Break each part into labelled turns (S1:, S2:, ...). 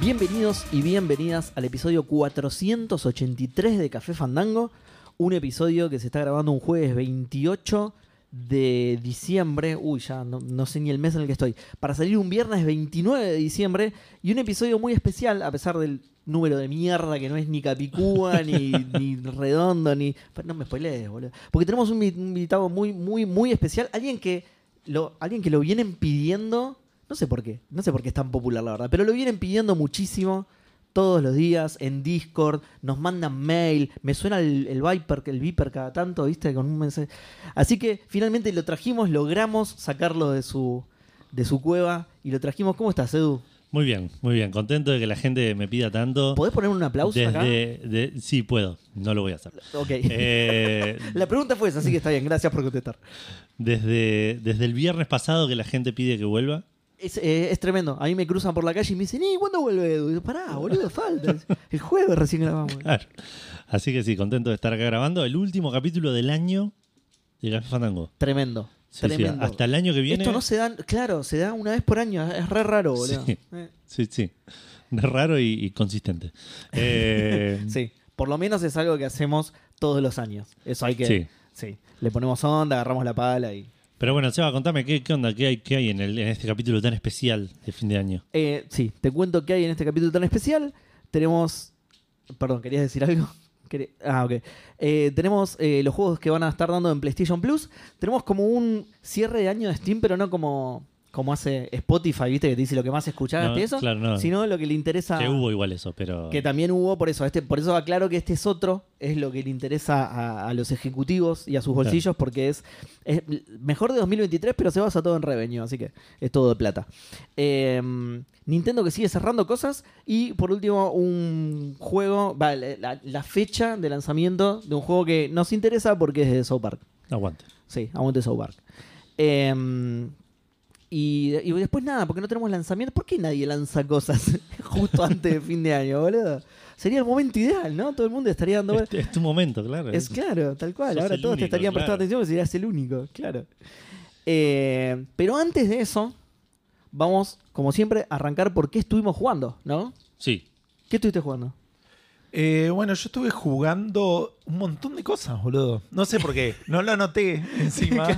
S1: Bienvenidos y bienvenidas al episodio 483 de Café Fandango, un episodio que se está grabando un jueves 28 de diciembre, uy ya no, no sé ni el mes en el que estoy, para salir un viernes 29 de diciembre y un episodio muy especial a pesar del número de mierda que no es ni capicúa, ni, ni redondo, ni... No me spoilees, boludo. Porque tenemos un vi- un invitado muy, muy, muy especial, alguien que lo, alguien que lo vienen pidiendo, no sé por qué, no sé por qué es tan popular la verdad, pero lo vienen pidiendo muchísimo todos los días en Discord, nos mandan mail, me suena el, el Viper, el Viper cada tanto, ¿viste? Con un mensaje. Así que finalmente lo trajimos, logramos sacarlo de su de su cueva y lo trajimos. ¿Cómo estás, Edu?
S2: Muy bien, muy bien. Contento de que la gente me pida tanto.
S1: ¿Podés poner un aplauso
S2: Desde,
S1: acá?
S2: de- sí, puedo. No lo voy a hacer.
S1: Ok.
S2: Eh,
S1: La pregunta fue esa, así que está bien, gracias por contestar.
S2: desde, desde el viernes pasado que la gente pide que vuelva.
S1: Es, eh, es tremendo. A mí me cruzan por la calle y me dicen, ¿y cuándo vuelve Edu? Y yo, Pará, boludo, falta. El jueves recién grabamos.
S2: Claro. Así que sí, contento de estar acá grabando el último capítulo del año de Café Fandango.
S1: Tremendo.
S2: Sí, sí,
S1: tremendo.
S2: hasta el año que viene.
S1: Esto no se da, claro, se da una vez por año, es re raro, boludo.
S2: Sí.
S1: Eh,
S2: Sí, sí. Es raro y, y consistente. Eh,
S1: sí, por lo menos es algo que hacemos todos los años. Eso hay que. Sí.
S2: Sí.
S1: Le ponemos onda, agarramos la pala y.
S2: Pero bueno, Seba, contame qué, qué onda, qué hay, qué hay en, el- en este capítulo tan especial de fin de año.
S1: Eh, sí, te cuento qué hay en este capítulo tan especial. Tenemos. Perdón, ¿querías decir algo? Quería- Ah, ok. Eh, tenemos eh, los juegos que van a estar dando en PlayStation Plus. Tenemos como un cierre de año de Steam, pero no como, como hace Spotify, ¿viste? Que te dice lo que más escuchaste,
S2: No,
S1: eso.
S2: claro, no.
S1: Sino lo que le interesa.
S2: Que hubo igual eso, pero.
S1: Que también hubo por eso. Este, por eso aclaro que este es otro, es lo que le interesa a, a los ejecutivos y a sus bolsillos, porque es, es mejor de 2023, pero se basa todo en revenue, así que es todo de plata. Eh, Nintendo que sigue cerrando cosas. Y por último, un juego, va, la- la, la fecha de lanzamiento de un juego que nos interesa porque es de South Park.
S2: Aguante.
S1: Sí, aguante South Park. Eh, y, y después nada, porque no tenemos lanzamiento. ¿Por qué nadie lanza cosas justo antes de fin de año, boludo? Sería el momento ideal, ¿no? Todo el mundo estaría dando...
S2: Es, es tu momento, claro.
S3: Este
S1: Es claro, tal cual.
S2: Sos
S1: Ahora
S2: el
S1: todos te
S2: único,
S1: estarían prestando
S2: claro.
S1: atención porque serías el único, claro. Eh, pero antes de eso, vamos, como siempre, a arrancar por qué estuvimos jugando, ¿no?
S2: Sí.
S1: ¿Qué estuviste jugando?
S3: Eh, bueno, yo estuve jugando un montón de cosas, boludo. No sé por qué. No lo anoté encima.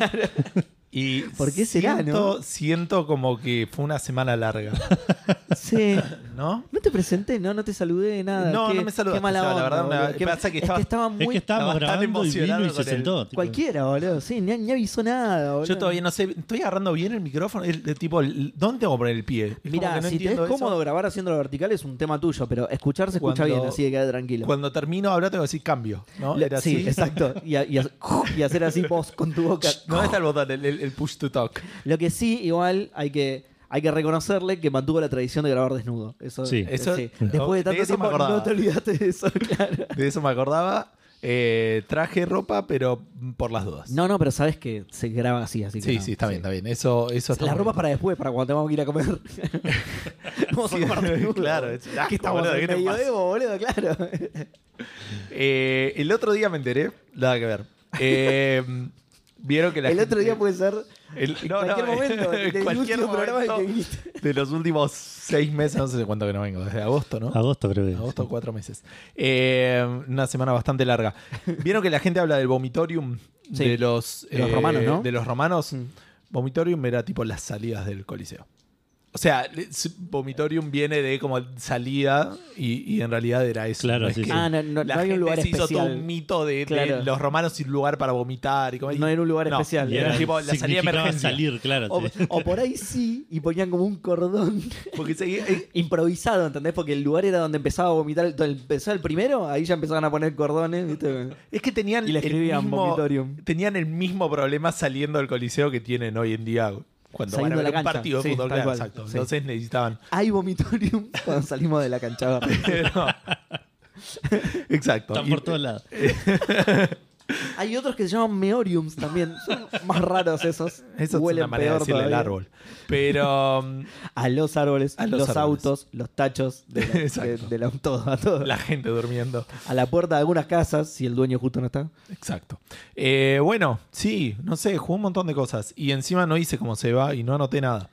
S3: Y
S1: ¿Por qué será,
S3: siento,
S1: no?
S3: siento como que fue una semana larga,
S1: Sí.
S3: ¿no?
S1: No te presenté, no, no te saludé, nada.
S3: No,
S1: Qué-
S3: no me saludaste,
S1: Qué mala
S3: Seba, la
S1: onda,
S3: verdad me-
S1: boludo. Qué-
S3: pasa que
S1: es
S3: estaba-
S1: estaba muy...
S2: es que estábamos
S3: estaba tan
S2: grabando y vino y
S3: emocionado
S2: se
S3: con el-
S2: sentó. tipo.
S1: Cualquiera, boludo. Sí, ni, ni avisó nada, boludo.
S3: Yo todavía no sé. Estoy agarrando bien el micrófono. el- el tipo, el- ¿dónde tengo que poner el pie? Es como
S1: Mira,
S3: que
S1: si
S3: no
S1: te es
S3: entiendo eso.
S1: cómodo grabar haciéndolo vertical es un tema tuyo, pero escuchar se escucha
S3: Cuando-
S1: bien, así que queda tranquilo.
S3: Cuando termino ahora tengo que decir cambio, ¿no?
S1: La-
S3: Era
S1: sí,
S3: así.
S1: exacto. Y, a- y a- y hacer así vos con tu boca.
S3: ¿Dónde está el botón? El, el- el push to talk.
S1: Lo que sí, igual, hay que, hay que reconocerle que mantuvo la tradición de grabar desnudo. Eso,
S2: Sí.
S1: eh,
S3: Eso-
S1: sí.
S3: no,
S1: Después de
S3: de
S1: tanto
S3: eso me
S1: tiempo,
S3: acordaba.
S1: no te olvidaste de eso, claro.
S3: De eso me acordaba. Eh, traje ropa, pero por las dudas.
S1: No, no, pero sabes que se graba así, así que.
S3: Sí,
S1: no,
S3: sí, está bien, está bien. Eso, eso está
S1: La
S3: muy
S1: ropa
S3: bien.
S1: para después, para cuando tengamos que ir a comer. Vamos a
S3: Sí,
S1: comer desnudo.
S3: claro, es un asco,
S1: ¿Qué estamos
S3: boludo,
S1: en
S3: ¿qué te
S1: medio
S3: pasa?
S1: de, boludo? Claro.
S3: Eh, el otro día me enteré, nada que ver. Eh, Vieron que la
S1: el otro
S3: gente-
S1: día puede ser
S3: el-
S1: en
S3: no, no,
S1: cualquier momento,
S3: en
S1: del
S3: cualquier
S1: último programa
S3: momento
S1: que viniste.
S3: de los últimos seis meses, no sé de cuánto que no vengo, desde agosto, ¿no?
S2: Agosto creo que. es.
S3: Agosto, cuatro meses. Eh, una semana bastante larga. Vieron que la gente habla del vomitorium
S1: Sí, Mm.
S3: de los, eh,
S1: de los romanos, ¿no?
S3: De los romanos. Vomitorium era tipo las salidas del Coliseo. O sea, le- s- vomitorium viene de como salida y, y en realidad era eso.
S2: Claro,
S3: No es
S2: sí,
S3: que
S2: sí.
S1: Ah, no, no,
S3: la
S1: no hay un
S3: gente
S1: lugar
S3: se hizo todo
S1: especial.
S3: un mito de, de
S1: Claro.
S3: los romanos sin lugar para vomitar. Y como,
S1: No era un lugar especial. ¿eh?
S2: Y
S3: Era,
S2: era-
S3: tipo la salida de
S2: significaba
S3: emergencia. Oh,
S2: salir, claro.
S1: O,
S2: sí.
S1: o por ahí sí, y ponían como un cordón
S3: Porque se- eh,
S1: improvisado, ¿entendés? Porque el lugar era donde empezaba a vomitar, el- donde empezó el primero, ahí ya empezaban a poner cordones, ¿viste?
S3: es que tenían
S1: Y le escribían
S3: el mismo,
S1: vomitorium.
S3: tenían el mismo problema saliendo del coliseo que tienen hoy en día cuando
S1: Saliendo
S3: van a
S1: de la
S3: ver un
S1: cancha.
S3: partido
S1: Sí,
S3: de fútbol.
S1: tal
S3: claro,
S1: cual,
S3: exacto.
S1: sí.
S3: Entonces necesitaban
S1: Hay vomitorium cuando salimos de la cancha.
S3: No. Exacto.
S2: Están
S3: Y-
S2: por todos lados.
S1: Hay otros que se llaman meoriums también. Son más raros esos.
S3: Eso es
S1: Huelen
S3: una manera de
S1: peor
S3: decirle al
S1: todavía.
S3: árbol. Pero um,
S1: A los árboles,
S3: A
S1: los,
S3: los árboles.
S1: autos, los tachos, de la, de,
S3: Exacto.
S1: de la- todo, a todo.
S3: la gente durmiendo.
S1: A la puerta de algunas casas, si el dueño justo no está.
S3: Exacto. Eh, bueno, sí, no sé, jugué un montón de cosas. Y encima no hice como se va y no anoté nada.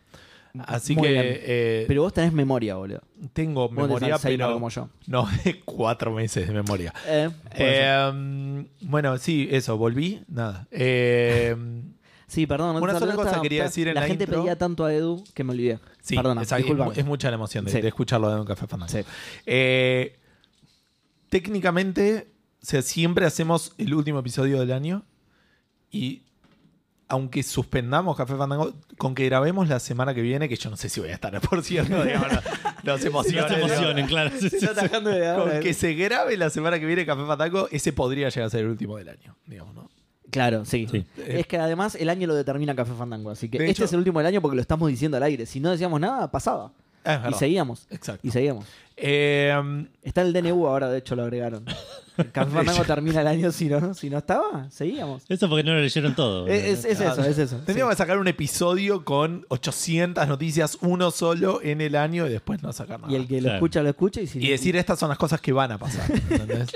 S3: Así
S1: Muy
S3: que
S1: bien.
S3: eh,
S1: Pero vos tenés memoria, boludo.
S3: tengo
S1: Vos tenés
S3: memoria,
S1: Alzheimer
S3: pero
S1: como yo.
S3: no de cuatro meses de memoria.
S1: Eh, puede ser.
S3: Eh, bueno, sí, eso, volví, nada. Eh,
S1: sí, perdón. no te
S3: una sola
S1: saludaste,
S3: cosa
S1: está-
S3: quería
S1: está-
S3: decir en la
S1: gente
S3: intro.
S1: pedía tanto a Edu que me olvidé.
S3: sí,
S1: Perdona,
S3: es, es mu-
S1: discúlpame.
S3: es mucha la emoción de,
S1: Sí.
S3: de escucharlo de un café fandango.
S1: Sí.
S3: Eh, técnicamente, o sea, siempre hacemos el último episodio del año y aunque suspendamos Café Fandango, con que grabemos la semana que viene, que yo no sé si voy a estar, por cierto, digamos, no, no se emocionen.
S2: No se emocionen, claro. Sí, sí, sí.
S1: ¿eh?
S3: Con que se grabe la semana que viene Café Fandango, ese podría llegar a ser el último del año, digamos, ¿no?
S1: Claro, sí.
S2: Sí.
S1: Es que además el año lo determina Café Fandango, así que
S3: eh. De
S1: este
S3: hecho-
S1: es el último del año porque lo estamos diciendo al aire. Si no decíamos nada, pasaba.
S3: Ah, es
S1: Y
S3: verdad.
S1: seguíamos.
S3: Exacto.
S1: Y seguíamos.
S3: Eh,
S1: Está el DNU ahora, de hecho lo agregaron. Café Fandango termina el año si no, si no estaba, seguíamos.
S2: Eso porque no lo leyeron todo.
S1: Es, es- es eso, es eso.
S3: Tendríamos que sacar un episodio con 800 noticias, uno solo en el año y después no sacar
S1: Sí.
S3: nada.
S1: Y el que lo
S2: Claro.
S1: escucha, lo escucha. Y, si
S3: Y decir estas son las cosas que van a pasar. ¿entendés?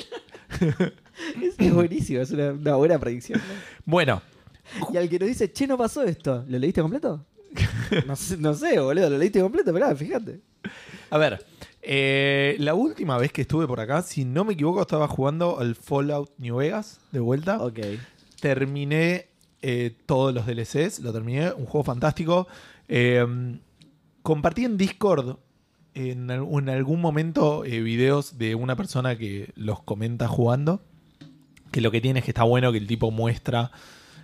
S1: Es, es buenísimo, es una, una buena predicción. ¿no?
S3: bueno,
S1: Y al que nos dice, che, no pasó esto, ¿lo leíste completo? No sé, no sé, boludo, lo leíste completo, pero ah, fíjate.
S3: a ver. eh, la última vez que estuve por acá, si no me equivoco, estaba jugando al Fallout New Vegas de vuelta.
S1: Ok.
S3: Terminé eh, todos los DLCs, lo terminé, un juego fantástico. Eh, compartí en Discord en, al- en algún momento eh, videos de una persona que los comenta jugando. Que lo que tiene es que está bueno que el tipo muestra,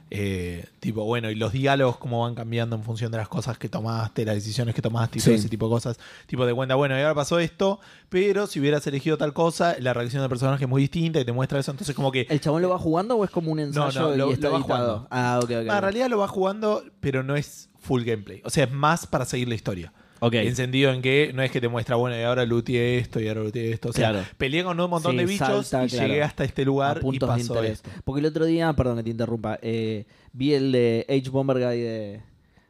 S3: eh, tipo, bueno, y los diálogos cómo van cambiando en función de las cosas que tomaste, las decisiones que tomaste y todo
S1: Sí.
S3: ese tipo de cosas. Tipo, te cuenta, bueno, y ahora pasó esto, pero si hubieras elegido tal cosa, la reacción del personaje es muy distinta y te muestra eso. Entonces, como que
S1: ¿El chabón lo va jugando o es como un ensayo
S3: no, lo-
S1: y está
S3: lo va
S1: editado?
S3: jugando.
S1: Ah, ok, ok.
S3: Ah, en realidad lo va jugando, pero no es full gameplay. O sea, es más para seguir la historia.
S1: Ok.
S3: En sentido en que no es que te muestra, bueno, y ahora looteé esto, y ahora looteé esto. O sea,
S1: Claro.
S3: peleé con un montón
S1: Sí,
S3: de bichos
S1: salta,
S3: y
S1: claro.
S3: llegué hasta este
S1: a
S3: lugar y
S1: puntos de
S3: pasó
S1: interés.
S3: esto.
S1: Porque el otro día, perdón que te interrumpa, eh, vi el de Age Bomber Guy de,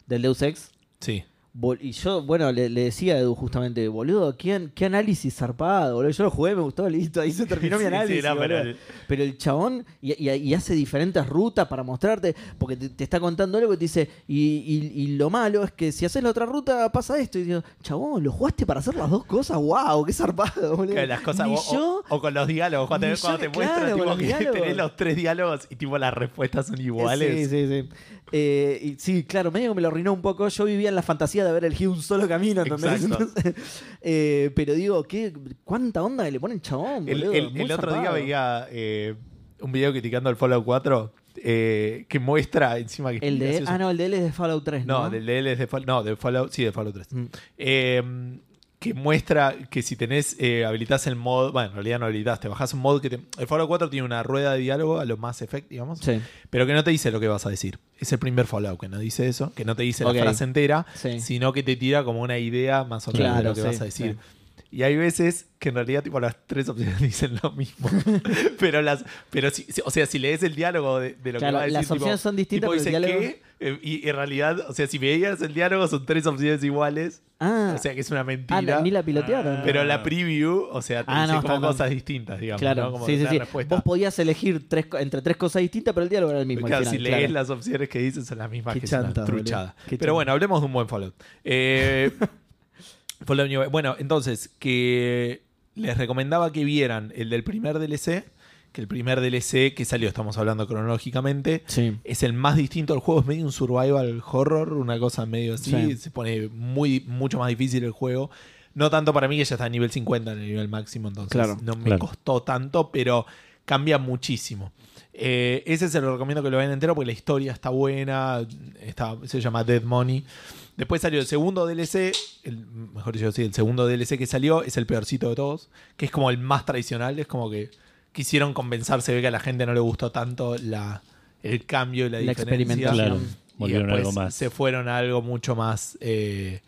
S1: del Deus Ex.
S3: Sí.
S1: Bol- Y yo, bueno, le, le decía a Edu justamente, boludo, ¿qué, an- qué análisis zarpado, boludo. Yo lo jugué, me gustó, listo, ahí se terminó mi
S3: Sí, sí,
S1: análisis.
S3: no, pero
S1: boludo.
S3: el-
S1: Pero el chabón, y, y- y hace diferentes rutas para mostrarte, porque te, te está contando algo y te dice, y, y- y lo malo es que si haces la otra ruta pasa esto. Y digo, chabón, ¿lo jugaste para hacer las dos cosas? wow ¡Qué zarpado, boludo!
S3: Que las cosas
S1: Ni
S3: vos- o,
S1: yo,
S3: o con los diálogos, cuando,
S1: ni
S3: te- cuando
S1: yo,
S3: te muestran
S1: claro, con los
S3: tipo, que
S1: diálogos.
S3: tenés los tres diálogos y tipo las respuestas son iguales.
S1: Sí, sí, sí. Eh, y sí, claro, medio que me lo arruinó un poco. Yo vivía en la fantasía de haber elegido un solo camino, ¿entendés?
S3: Exacto.
S1: Entonces, eh, pero digo, ¿qué, ¿cuánta onda que le ponen chabón,
S3: El,
S1: boludo?
S3: el-
S1: Muy
S3: el otro día
S1: zarpado.
S3: veía eh, un video criticando el Fallout 4 eh, que muestra encima que
S1: El de...
S3: gracioso.
S1: Ah, no, el de él es de Fallout 3, ¿no?
S3: No, del de él es de Fallout. No, de Fallout. Sí, de Fallout 3.
S1: Mm.
S3: Eh, que muestra que si tenés, eh, habilitas el mod. Bueno, en realidad no habilitaste, bajás un mod que te. El Fallout 4 tiene una rueda de diálogo a lo más effect, digamos.
S1: Sí.
S3: Pero que no te dice lo que vas a decir. Es el primer Fallout que no dice eso, que no te dice
S1: Ok.
S3: la frase entera,
S1: Sí.
S3: sino que te tira como una idea más o menos de
S1: Claro,
S3: lo que
S1: sí,
S3: vas a decir. Y hay veces que en realidad tipo las tres opciones dicen lo mismo. pero las pero si, si- o sea, si lees el diálogo de, de lo
S1: Claro,
S3: que va a decir,
S1: las
S3: tipo-
S1: opciones son distintas,
S3: tipo,
S1: pero el
S3: dice
S1: diálogo-
S3: que, eh, y en realidad, o sea, si veías el diálogo son tres opciones iguales,
S1: Ah,
S3: o sea, que es una
S1: ah,
S3: mentira.
S1: ni la pilotearon.
S2: Ah,
S3: Pero la preview, o sea, te
S1: Ah,
S3: dice
S1: no,
S3: como
S1: está, no.
S3: cosas distintas, digamos,
S1: claro,
S3: ¿no? Como
S1: sí,
S3: que
S1: sí,
S3: la
S1: sí.
S3: respuesta.
S1: Vos podías elegir tres, co- entre tres cosas distintas, pero el diálogo era el mismo. al
S3: Claro,
S1: final,
S3: si lees
S1: claro.
S3: las opciones que dicen son las mismas
S1: Qué
S3: que
S1: chanta,
S3: son
S1: boludo.
S3: truchada.
S1: Qué chanta.
S3: Pero bueno, hablemos de un buen Fallout. Eh, Fallout New Vegas. Bueno, entonces, que les recomendaba que vieran el del primer DLC, que el primer DLC que salió, estamos hablando cronológicamente,
S1: Sí.
S3: es el más distinto al juego, es medio un survival horror, una cosa medio así,
S1: Sí.
S3: se pone muy, mucho más difícil el juego. No tanto para mí, que ya está a nivel 50, en el nivel máximo, entonces
S1: Claro.
S3: no me
S2: Claro.
S3: costó tanto, pero cambia muchísimo. Eh, ese se lo recomiendo que lo vean entero porque la historia está buena, está, se llama Dead Money. Después salió el segundo DLC, el, mejor dicho, sí, el segundo DLC que salió es el peorcito de todos, que es como el más tradicional, es como que quisieron compensarse, ve que a la gente no le gustó tanto la, el cambio y la,
S1: La
S3: diferencia.
S1: experimentación.
S2: Claro,
S3: Y
S2: volvieron a
S3: después
S2: algo más.
S3: Se fueron a algo mucho más eh,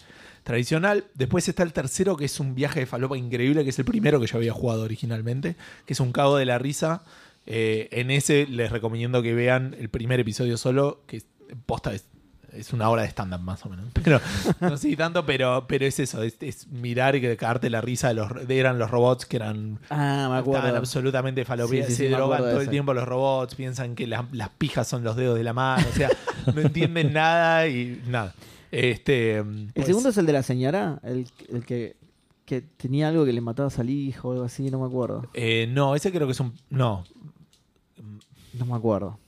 S3: tradicional. Después está el tercero, que es un viaje de falopa increíble, que es el primero que yo había jugado originalmente, que es un cago de la risa. Eh, en ese les recomiendo que vean el primer episodio solo, que es- posta es, es una hora de stand-up más o menos. Pero no sé si tanto, pero, pero es eso, es, es mirar y que cagarte la risa de los de- eran los robots que eran
S1: Ah, me
S3: Estaban
S1: acuerdo.
S3: absolutamente falopeadas.
S1: Sí, sí,
S3: se
S1: sí, me
S3: drogan
S1: acuerdo de
S3: todo el
S1: esa.
S3: tiempo los robots, piensan que la- las pijas son los dedos de la mano, o sea, no entienden nada y nada. Este,
S1: El segundo es el de la señora, el, el que, que tenía algo que le matabas al hijo o algo así, no me acuerdo.
S3: Eh, no, ese creo que es un. No,
S1: No me acuerdo.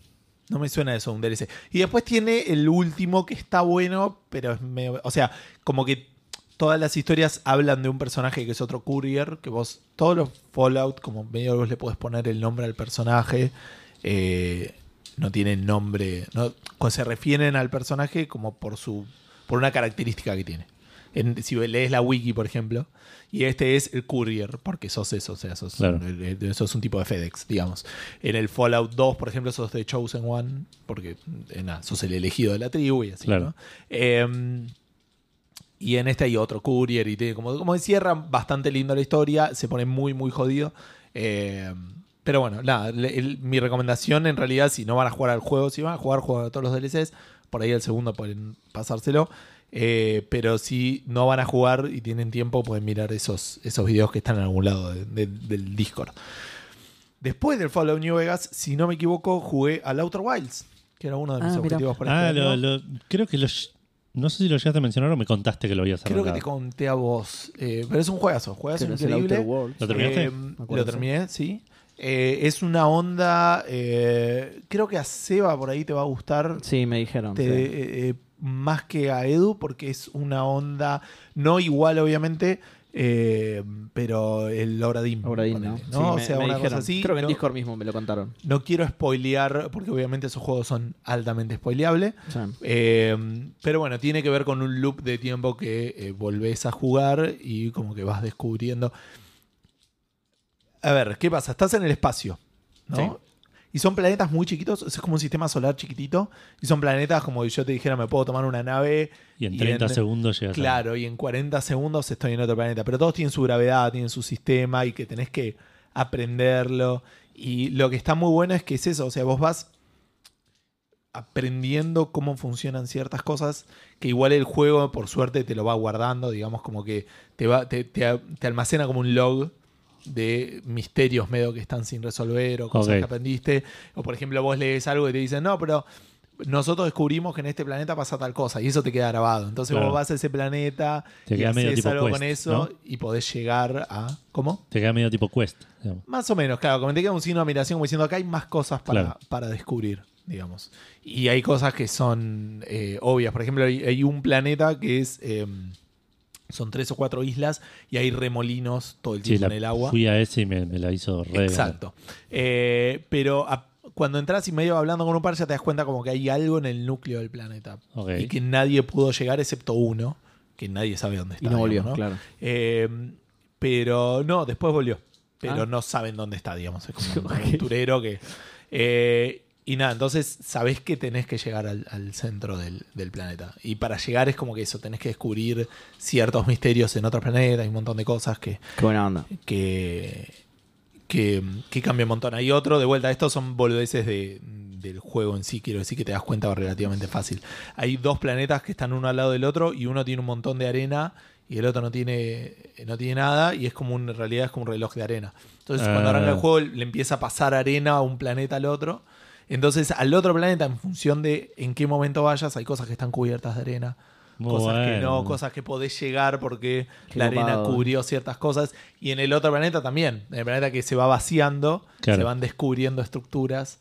S3: No me suena eso, un DLC. Y después tiene el último que está bueno, pero es medio. O sea, como que todas las historias hablan de un personaje que es otro courier, que vos. Todos los Fallout, como medio vos le podés poner el nombre al personaje. eh, no tienen nombre. No, cuando se refieren al personaje como por su. por una característica que tiene. En- si lees la wiki, por ejemplo, y este es el courier, porque sos eso, o sea, sos,
S2: Claro.
S3: el- el- sos un tipo de FedEx, digamos. En el Fallout 2, por ejemplo, sos de Chosen One, porque eh, nada, sos el elegido de la tribu y así,
S2: Claro.
S3: ¿no? Em, y en este hay otro courier y tiene como, como encierran bastante lindo la historia, se pone muy, muy jodido. Eh, pero bueno, nada, le- el- mi recomendación en realidad, si no van a jugar al juego, si van a jugar, juegan a todos los DLCs, por ahí el segundo pueden pasárselo. Eh, pero si no van a jugar y tienen tiempo, pueden mirar esos, esos videos que están en algún lado de- de- del Discord. Después del Fallout New Vegas, si no me equivoco, jugué al Outer Wilds, que era uno de mis
S1: Ah, mirá.
S3: objetivos para
S2: Ah,
S3: este
S2: lo-
S3: año.
S2: lo- creo que lo. No sé si lo llegaste a mencionar o me contaste que lo habías
S3: Creo que te
S2: arrancado.
S3: conté a vos. Eh, pero es un juegazo, juegazo
S1: Pero es el
S3: increíble.
S1: Outer Worlds.
S2: ¿Lo terminaste?
S3: Eh,
S1: Me acuerdo,
S3: lo terminé, sí. Eh, es una onda. eh, creo que a Seba por ahí te va a gustar.
S1: Sí, me dijeron.
S3: Te-
S1: sí.
S3: eh, eh, más que a Edu, porque es una onda. No igual, obviamente. eh, pero el Obradim.
S1: Ahora ahí, ¿no?
S3: ponele,
S1: Sí, me-
S3: o sea,
S1: me
S3: una cosa
S1: dijeron.
S3: así.
S1: Creo que en
S3: no,
S1: Discord mismo me lo contaron.
S3: no quiero spoilear, porque obviamente esos juegos son altamente spoileables.
S1: O sea,
S3: Eh, pero bueno, tiene que ver con un loop de tiempo que eh, volvés a jugar y como que vas descubriendo. A ver, ¿qué pasa? Estás en el espacio, ¿no?
S1: Sí.
S3: Y son planetas muy chiquitos, es como un sistema solar chiquitito. Y son planetas como si yo te dijera, me puedo tomar una nave.
S2: Y en 30
S3: en-
S2: segundos llegas. a-
S3: Claro, y en 40 segundos estoy en otro planeta. Pero todos tienen su gravedad, tienen su sistema y que tenés que aprenderlo. Y lo que está muy bueno es que es eso. O sea, vos vas aprendiendo cómo funcionan ciertas cosas que igual el juego por suerte te lo va guardando, digamos como que te, va, te, te- te almacena como un log de misterios medio que están sin resolver o cosas
S2: Ok.
S3: que aprendiste. O por ejemplo vos lees algo y te dicen, no, pero nosotros descubrimos que en este planeta pasa tal cosa y eso te queda grabado. Entonces
S2: Claro.
S3: vos vas a ese planeta
S2: Te
S3: y
S2: queda medio
S3: haces
S2: tipo
S3: algo con
S2: quest,
S3: eso
S2: ¿no?
S3: y podés llegar a... ¿Cómo?
S2: Te queda medio tipo quest. digamos.
S3: Más o menos, claro. Como te queda un signo de admiración, como diciendo, acá hay más cosas para,
S2: Claro.
S3: para descubrir, digamos. Y hay cosas que son eh, obvias. Por ejemplo, hay, hay un planeta que es. eh, son tres o cuatro islas y hay remolinos todo el
S2: Sí, la-
S3: tiempo en el agua.
S2: Fui a ese y me, me la hizo re.
S3: Exacto. Eh, pero a- cuando entras y medio hablando con un par, ya te das cuenta como que hay algo en el núcleo del planeta.
S2: Ok.
S3: Y que nadie pudo llegar excepto uno, que nadie sabe dónde está.
S1: y no volvió,
S3: digamos, ¿no?
S1: claro.
S3: Eh, pero no, después volvió. Pero
S1: Ah.
S3: no saben dónde está, digamos. Es como un
S1: Ok.
S3: aventurero que. eh, y nada, entonces sabés que tenés que llegar al, al centro del, del planeta. Y para llegar es como que eso, tenés que descubrir ciertos misterios en otros planetas, hay un montón de cosas que,
S1: Qué buena onda.
S3: que, que, que cambia un montón. Hay otro, de vuelta, estos son boludeces de- del juego en sí, quiero decir que te das cuenta relativamente fácil. Hay dos planetas que están uno al lado del otro y uno tiene un montón de arena y el otro no tiene, no tiene nada y es como un- en realidad es como un reloj de arena. Entonces cuando
S2: Ah.
S3: arranca el juego le empieza a pasar arena a un planeta al otro. Entonces al otro planeta en función de en qué momento vayas hay cosas que están cubiertas de arena
S2: Muy
S3: cosas que
S2: bueno.
S3: no, cosas que podés llegar porque
S1: Qué
S3: la arena
S1: copado.
S3: cubrió ciertas cosas. Y en el otro planeta también, en el planeta que se va vaciando,
S2: Claro.
S3: se van descubriendo estructuras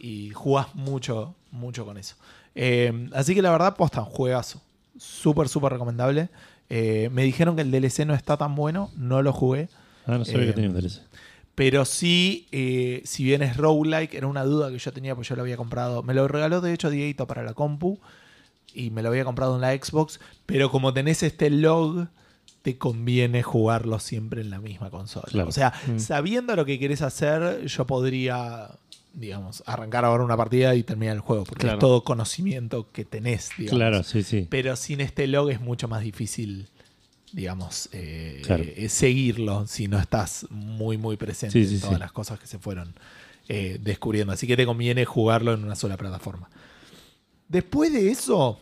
S3: y jugás mucho, mucho con eso. Eh, así que la verdad, posta, juegazo. Súper, súper recomendable. Eh, me dijeron que el DLC no está tan bueno, no lo jugué.
S2: Ah, no sabía
S3: Eh,
S2: que tenía interés.
S3: Pero sí, eh, si bien es roguelike, era una duda que yo tenía, pues yo lo había comprado. Me lo regaló de hecho Dieguito para la compu y me lo había comprado en la Xbox. Pero como tenés este log, te conviene jugarlo siempre en la misma consola.
S2: Claro.
S3: O sea,
S1: Mm.
S3: sabiendo lo que querés hacer, yo podría, digamos, arrancar ahora una partida y terminar el juego. Porque
S1: Claro.
S3: es todo conocimiento que tenés, digamos.
S2: Claro, sí, sí.
S3: Pero sin este log es mucho más difícil, digamos, eh,
S2: Claro.
S3: eh, seguirlo si no estás muy, muy presente
S2: Sí, sí,
S3: en todas
S2: sí.
S3: las cosas que se fueron eh, descubriendo. Así que te conviene jugarlo en una sola plataforma. Después de eso,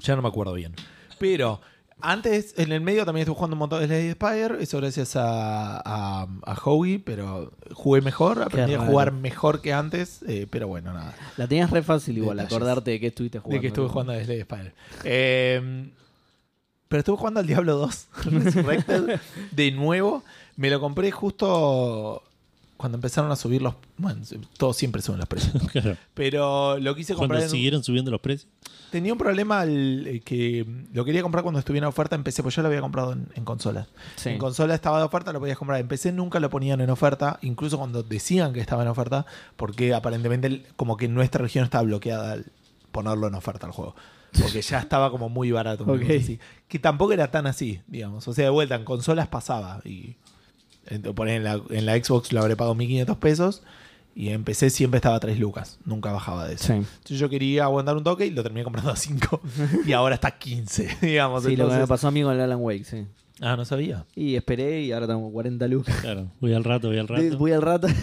S3: ya no me acuerdo bien, pero Antes, en el medio también estuve jugando un montón de Slay Spire, eso gracias a, a, a Hoagie, pero jugué mejor, aprendí a
S1: raro.
S3: jugar mejor que antes, eh, pero bueno, nada.
S1: La tenías re fácil igual,
S3: Detalles.
S1: acordarte de que estuviste jugando.
S3: De que estuve jugando a Slay Spire. Eh, pero estuve jugando al Diablo 2 Resurrected de nuevo. Me lo compré justo cuando empezaron a subir los. Bueno, todos siempre suben los precios.
S2: Claro.
S3: Pero lo quise comprar.
S2: Cuando
S3: en un-
S2: siguieron subiendo los precios.
S3: Tenía un problema al- eh, que lo quería comprar cuando estuviera en oferta en PC, pues yo lo había comprado en, en consolas.
S1: Sí.
S3: En consola estaba de oferta, lo podías comprar. En PC nunca lo ponían en oferta, incluso cuando decían que estaba en oferta, porque aparentemente el- como que nuestra región estaba bloqueada al ponerlo en oferta al juego. Porque ya estaba como muy barato. una
S1: Ok.
S3: cosa así. Que tampoco era tan así, digamos. O sea, de vuelta, en consolas pasaba. Y ent- por ahí en la, en la Xbox lo habré pagado 1.500 pesos. Y en PC siempre estaba a 3 lucas. Nunca bajaba de eso.
S1: Sí.
S3: Entonces yo quería aguantar un toque y lo terminé comprando a 5. y ahora está a 15, digamos.
S1: Sí, lo que me
S3: Entonces-
S1: pasó a mí con el Alan Wake, sí.
S3: Ah, no sabía.
S1: Y esperé y ahora tengo 40 lucas.
S2: Claro, voy al rato, voy al rato.
S1: Voy al rato. sí,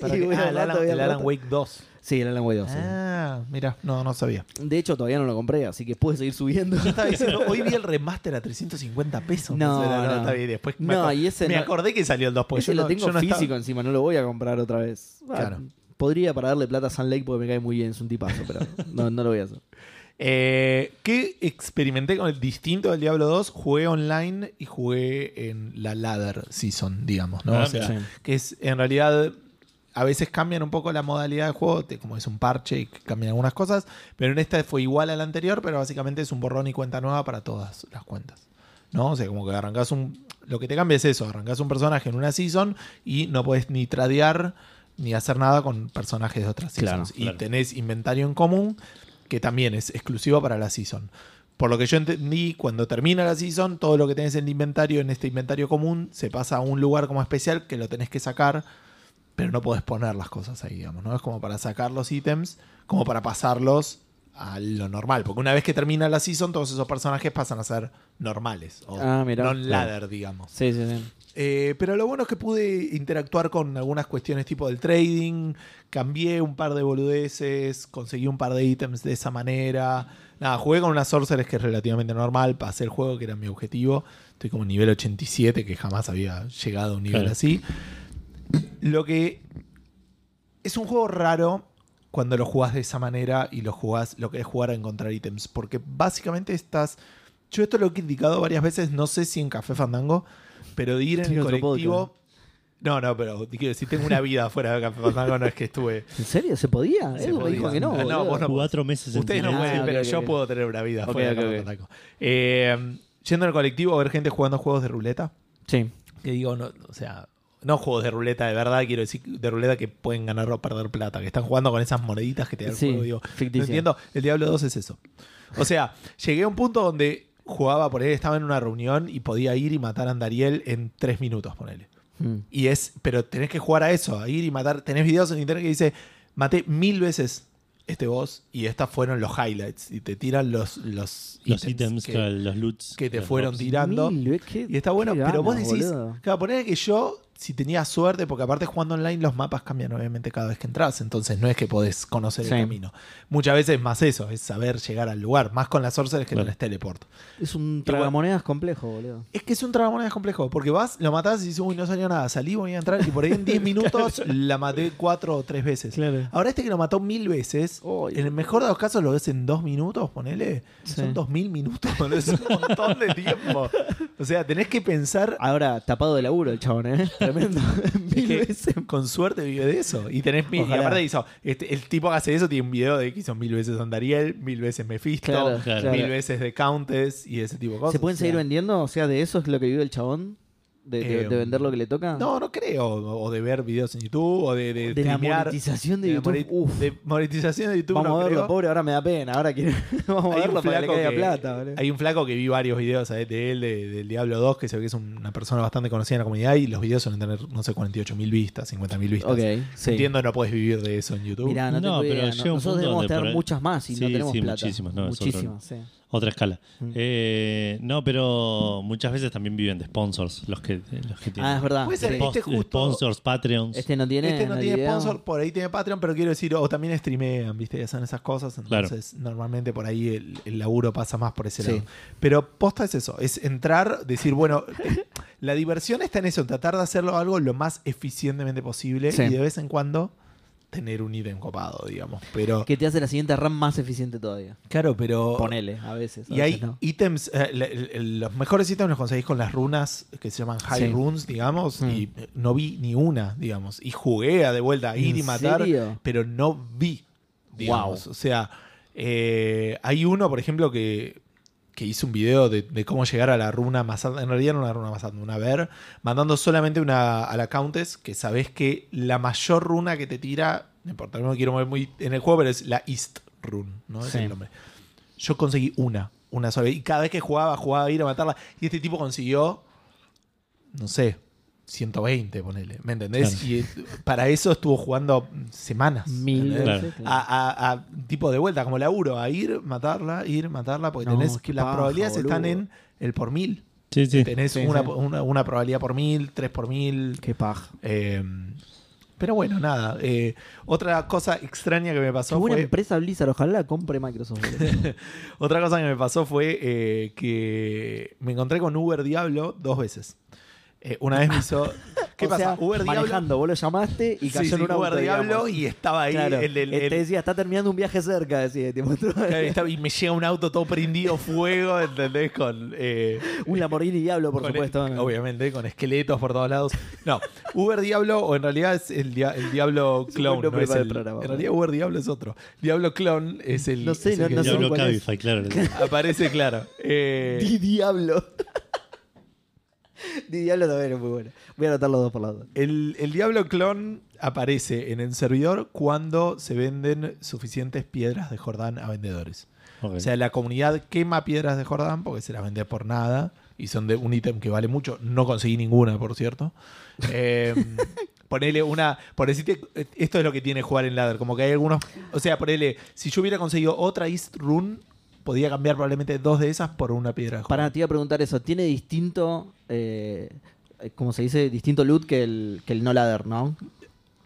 S3: Para que-
S1: voy
S3: ah,
S1: al
S3: el
S1: rato,
S3: Alan,
S1: voy al
S3: el Alan
S1: rato.
S3: Wake 2.
S1: Sí, el Alan Wake 2. sí.
S3: Ah, mira, no, no sabía.
S1: De hecho, todavía no lo compré, así que puede seguir subiendo.
S3: Estaba diciendo, hoy vi el remaster a 350 pesos.
S1: No,
S3: Pensé,
S1: no.
S3: está bien. Después me,
S1: No,
S3: acor-
S1: y ese
S3: me
S1: no-
S3: acordé que salió el 2 porque
S1: Ese
S3: Pues
S1: lo
S3: yo no-
S1: tengo
S3: yo no
S1: físico
S3: estaba-
S1: encima, no lo voy a comprar otra vez. Ah,
S3: Claro.
S1: Podría para darle plata a Sun Lake porque me cae muy bien, es un tipazo, pero no, no lo voy a hacer.
S3: Eh, ¿Qué experimenté con el distinto del Diablo 2? Jugué online y jugué en la ladder season, digamos, ¿no?
S2: Ah,
S3: o sea,
S1: mira. Sí.
S3: que es en realidad a veces cambian un poco la modalidad de juego, te- como es un parche y cambian algunas cosas, pero en esta fue igual a la anterior, pero básicamente es un borrón y cuenta nueva para todas las cuentas. ¿No? O sea, como que arrancas un. Lo que te cambia es eso, arrancas un personaje en una season y no puedes ni tradear ni hacer nada con personajes de otras
S1: Claro,
S3: seasons.
S2: claro.
S3: Y tenés inventario en común, que también es exclusivo para la season. Por lo que yo entendí, cuando termina la season, todo lo que tenés en el inventario, en este inventario común, se pasa a un lugar como especial que lo tenés que sacar, pero no podés poner las cosas ahí, digamos, ¿no? Es como para sacar los ítems, como para pasarlos a lo normal. Porque una vez que termina la season, todos esos personajes pasan a ser normales. O
S1: Ah, mirá.
S3: non-ladder, digamos.
S1: Sí, sí, sí.
S3: Eh, pero lo bueno es que pude interactuar con algunas cuestiones tipo del trading, cambié un par de boludeces, conseguí un par de ítems de esa manera. Nada, jugué con una sorceress que es relativamente normal, pasé el juego que era mi objetivo. Estoy como nivel 87 que jamás había llegado a un nivel
S2: Claro.
S3: así. Lo que es un juego raro cuando lo jugás de esa manera y lo jugás, lo que es jugar a encontrar ítems, porque básicamente estás yo esto lo he criticado varias veces, no sé si en Café Fandango, pero de ir en
S1: Tiene
S3: el
S1: otro
S3: colectivo. No, no, pero te quiero decir, tengo una vida fuera de Café Fandango, no es que estuve.
S1: ¿En serio? ¿Se podía?
S3: Se
S1: Edu me dijo
S3: podía.
S1: que no.
S3: Ah, no,
S1: boludo.
S3: vos no-
S2: Cuatro meses en
S3: Ustedes no
S2: Chile.
S1: Ah,
S3: pueden,
S1: ok,
S3: pero
S1: ok,
S3: yo
S1: ok.
S3: puedo tener una vida
S1: Ok,
S3: fuera
S1: ok,
S3: de Café
S1: ok.
S3: Fandango. Eh, yendo en el colectivo a ver gente jugando juegos de ruleta,
S1: Sí.
S3: que digo, no, o sea, no juegos de ruleta de verdad, quiero decir, de ruleta que pueden ganar o perder plata, que están jugando con esas moneditas que te da el
S1: Sí,
S3: juego, digo,
S1: ficticia.
S3: No entiendo, el Diablo 2 es eso. O sea, llegué a un punto donde jugaba, por él estaba en una reunión y podía ir y matar a Andariel en tres minutos, ponele.
S1: Mm.
S3: Y es, pero tenés que jugar a eso, a ir y matar. Tenés videos en internet que dice, maté mil veces este boss y estas fueron los highlights. Y te tiran los, los,
S2: Los ítems,
S3: que,
S2: claro, los loots.
S3: que te
S2: los
S3: fueron
S2: drops.
S3: tirando.
S1: Mil, ¿qué-
S3: Y está bueno,
S1: qué
S3: pero vos
S1: ganas,
S3: decís,
S1: boludo?
S3: claro, poner que yo, si tenía suerte, porque aparte jugando online los mapas cambian obviamente cada vez que entras, entonces no es que podés conocer
S1: Sí.
S3: el camino. Muchas veces es más eso, es saber llegar al lugar, más con las sorceres que
S2: Claro.
S3: tenés teleport.
S1: Es un tragamonedas complejo, boludo.
S3: Es que es un tragamonedas complejo, porque vas, lo matás y dices, uy, no salió nada, salí, voy a entrar, y por ahí en 10 minutos la maté cuatro o tres veces.
S1: Claro.
S3: Ahora este que lo mató mil veces,
S1: Ay,
S3: en el mejor de los casos lo ves en dos minutos, ponele.
S1: Sí.
S3: Son dos mil minutos, ¿no? es un montón de tiempo. O sea, tenés que pensar
S1: Ahora tapado de laburo el chabón, ¿eh? Tremendo.
S3: Es
S1: Mil
S3: que
S1: veces.
S3: con suerte vive de eso. Y tenés mil. Y
S1: Ojalá.
S3: aparte hizo. este- el tipo que hace eso tiene un video de que hizo mil veces Andariel, mil veces Mephisto,
S1: Claro,
S2: claro.
S3: mil veces de Countess y ese tipo de cosas.
S1: ¿Se pueden
S3: O sea,
S1: seguir vendiendo? O sea, ¿de eso es lo que vive el chabón? ¿De, de-
S3: Eh,
S1: de vender lo que le toca?
S3: No, no creo. O o de ver videos en YouTube, o de. De,
S1: De la
S3: streamear,
S1: monetización de
S3: la
S1: YouTube.
S3: monet-
S1: Uf.
S3: de monetización de YouTube.
S1: Vamos
S3: no
S1: a verlo,
S3: creo.
S1: pobre, ahora me da pena. Ahora quiero... Vamos a
S3: Hay un
S1: verlo para que le
S3: flaco
S1: caiga
S3: que-
S1: plata, boludo.
S3: Hay un flaco que vi varios videos ¿sabes? de él, de- del Diablo 2, que se ve que es una persona bastante conocida en la comunidad y los videos suelen tener, no sé, 48 mil vistas, 50 mil vistas.
S1: Ok, sí.
S3: Entiendo, no puedes vivir de eso en YouTube.
S1: Mirá, no,
S2: No,
S1: tengo
S2: pero
S1: idea.
S2: llega un
S1: Nosotros
S2: punto
S1: debemos
S2: donde por
S1: tener
S2: ahí-
S1: muchas más y no
S2: Sí,
S1: tenemos
S2: sí,
S1: plata.
S2: muchísimas, no, es otro-
S1: muchísimas, sí.
S2: Otra escala.
S3: Mm.
S2: Eh, no, pero muchas veces también viven de sponsors los que, eh, los que tienen.
S1: Ah, es verdad.
S3: Puede ser,
S1: Sí.
S3: este justo-
S2: Sponsors, Patreons.
S1: Este no tiene.
S3: Este no tiene
S1: video.
S3: sponsor, por ahí tiene Patreon, pero quiero decir, o también streamean, ¿viste? Y hacen esas cosas.
S2: Claro.
S3: Entonces, normalmente por ahí el, el laburo pasa más por ese
S1: Sí.
S3: lado. Pero posta es eso, es entrar, decir, bueno, eh, la diversión está en eso, en tratar de hacerlo algo lo más eficientemente posible
S1: Sí.
S3: y de vez en cuando tener un ítem copado, digamos. Pero,
S1: Que te hace la siguiente RAM más eficiente todavía.
S3: claro, pero...
S1: Ponele, a veces. a
S3: Y hay
S1: veces no.
S3: ítems, eh, le- le- los mejores ítems los conseguís con las runas que se llaman High
S1: Sí.
S3: Runes, digamos,
S1: Mm.
S3: y eh, no vi ni una, digamos. Y jugué a de vuelta a ir
S1: ¿En
S3: y matar,
S1: serio?
S3: pero no vi, digamos. O sea, eh, hay uno, por ejemplo, que, que hizo un video de, de cómo llegar a la runa más alta, en realidad no una runa más alta, una ver, mandando solamente una a la Countess, que sabés que la mayor runa que te tira, no importa, no me quiero mover muy en el juego, pero es la East Rune, ¿no? Es
S1: Sí.
S3: el nombre. Yo conseguí una, una sola. Y cada vez que jugaba, jugaba a ir a matarla. Y este tipo consiguió, no sé, 120, ponele. ¿Me entendés?
S2: Claro.
S3: Y eh, para eso estuvo jugando semanas.
S1: Mil
S3: ¿entendés?
S2: Claro.
S1: veces, claro.
S3: A, a- a tipo de vuelta, como laburo, a ir, matarla, ir, matarla, porque
S1: No,
S3: tenés
S1: qué
S3: las
S1: paja,
S3: probabilidades están
S1: boludo.
S3: en el por mil.
S2: Sí, sí.
S3: Tenés
S1: Sí,
S3: una,
S1: sí.
S3: una- una probabilidad por mil, tres por mil.
S1: Qué paja.
S3: eh, pero bueno, nada. eh, otra cosa extraña que me
S1: Qué
S3: pasó
S1: buena
S3: fue.
S1: empresa Blizzard, ojalá la compre Microsoft. boludo.
S3: Otra cosa que me pasó fue eh, que me encontré con Uber Diablo dos veces. Eh, una vez me hizo. ¿Qué
S1: O sea,
S3: pasa? Uber Diablo.
S1: manejando, vos lo llamaste y
S3: Sí,
S1: cayó
S3: sí,
S1: en un auto,
S3: Uber Diablo
S1: digamos.
S3: y estaba ahí.
S1: Claro.
S3: el- el-
S1: Eh, Te
S3: el-
S1: decía, está terminando un viaje cerca, decía, te mostró
S3: claro, estaba- y me llega un auto todo prendido fuego, ¿entendés? Con. eh,
S1: un Lamborghini Diablo, por
S3: con- e,
S1: supuesto.
S3: Obviamente, con esqueletos por todos lados. No, Uber Diablo, o en realidad es el, dia- el Diablo
S1: Es un buen
S3: Clone. No
S1: nombre
S3: es
S1: para
S3: el-
S1: el programa.
S3: en realidad, Uber Diablo es otro. Diablo Clone es el.
S1: No sé,
S3: es el que
S1: no sé
S2: Diablo
S1: cuál es.
S2: Cabify, claro.
S3: Aparece, claro. Eh,
S1: Di Diablo. Di Diablo también es muy bueno. Voy a anotar los dos por lado.
S3: El, el Diablo Clon aparece en el servidor cuando se venden suficientes piedras de Jordán a vendedores.
S2: Ok.
S3: O sea, la comunidad quema piedras de Jordán porque se las vende por nada y son de un ítem que vale mucho. No conseguí ninguna, por cierto. Eh, ponele una. Por decirte, esto es lo que tiene jugar en ladder. Como que hay algunos. O sea, ponele, si yo hubiera conseguido otra East Rune, podía cambiar probablemente dos de esas por una piedra de Jordán.
S1: Para, te iba a preguntar eso. ¿Tiene distinto, eh, como se dice, distinto loot que el, que el no ladder, no?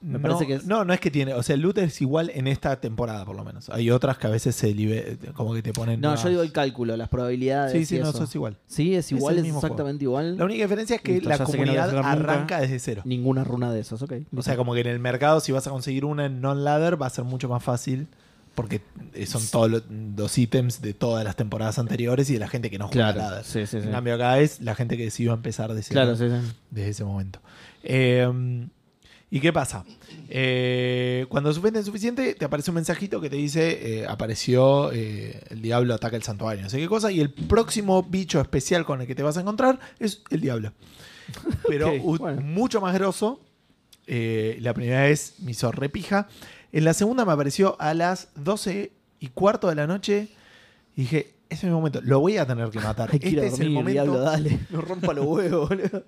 S1: Me
S3: no,
S1: parece que es-
S3: no, no es que tiene. O sea, el loot es igual en esta temporada, por lo menos. Hay otras que a veces se libe- como que te ponen.
S1: No,
S3: nuevas-
S1: yo digo el cálculo, las probabilidades.
S3: Sí, sí,
S1: y
S3: no,
S1: eso.
S3: eso es igual.
S1: Sí, es
S3: el
S1: igual, es,
S3: mismo
S1: exactamente
S3: La
S1: igual.
S3: única diferencia es que
S1: Listo,
S3: la
S1: ya sé que no voy a
S3: comunidad
S1: jugar nunca.
S3: arranca desde cero.
S1: Ninguna runa de esas, ok.
S3: O sea, como que en el mercado, si vas a conseguir una en non-ladder, va a ser mucho más fácil. Porque eh, son todos los, los ítems de todas las temporadas anteriores y de la gente que no juega
S1: claro.
S3: ladder.
S1: Sí, sí, sí.
S3: En cambio, acá es la gente que decidió empezar de cero.
S1: Claro, sí, sí.
S3: desde ese momento. Eh, ¿Y qué pasa? Eh, cuando suspenden suficiente, te aparece un mensajito que te dice: eh, Apareció eh, el diablo ataca el santuario, no sé qué cosa. Y el próximo bicho especial con el que te vas a encontrar es el diablo. Pero
S1: Ok,
S3: u-
S1: bueno.
S3: mucho más grosso. Eh, la primera vez me hizo repija. En la segunda me apareció a las 12 y cuarto de la noche. Y dije: Ese es mi momento, lo voy a tener que matar.
S1: Hay que ir a
S3: este es el
S1: dormir,
S3: momento.
S1: diablo, dale. No rompa los huevos, boludo.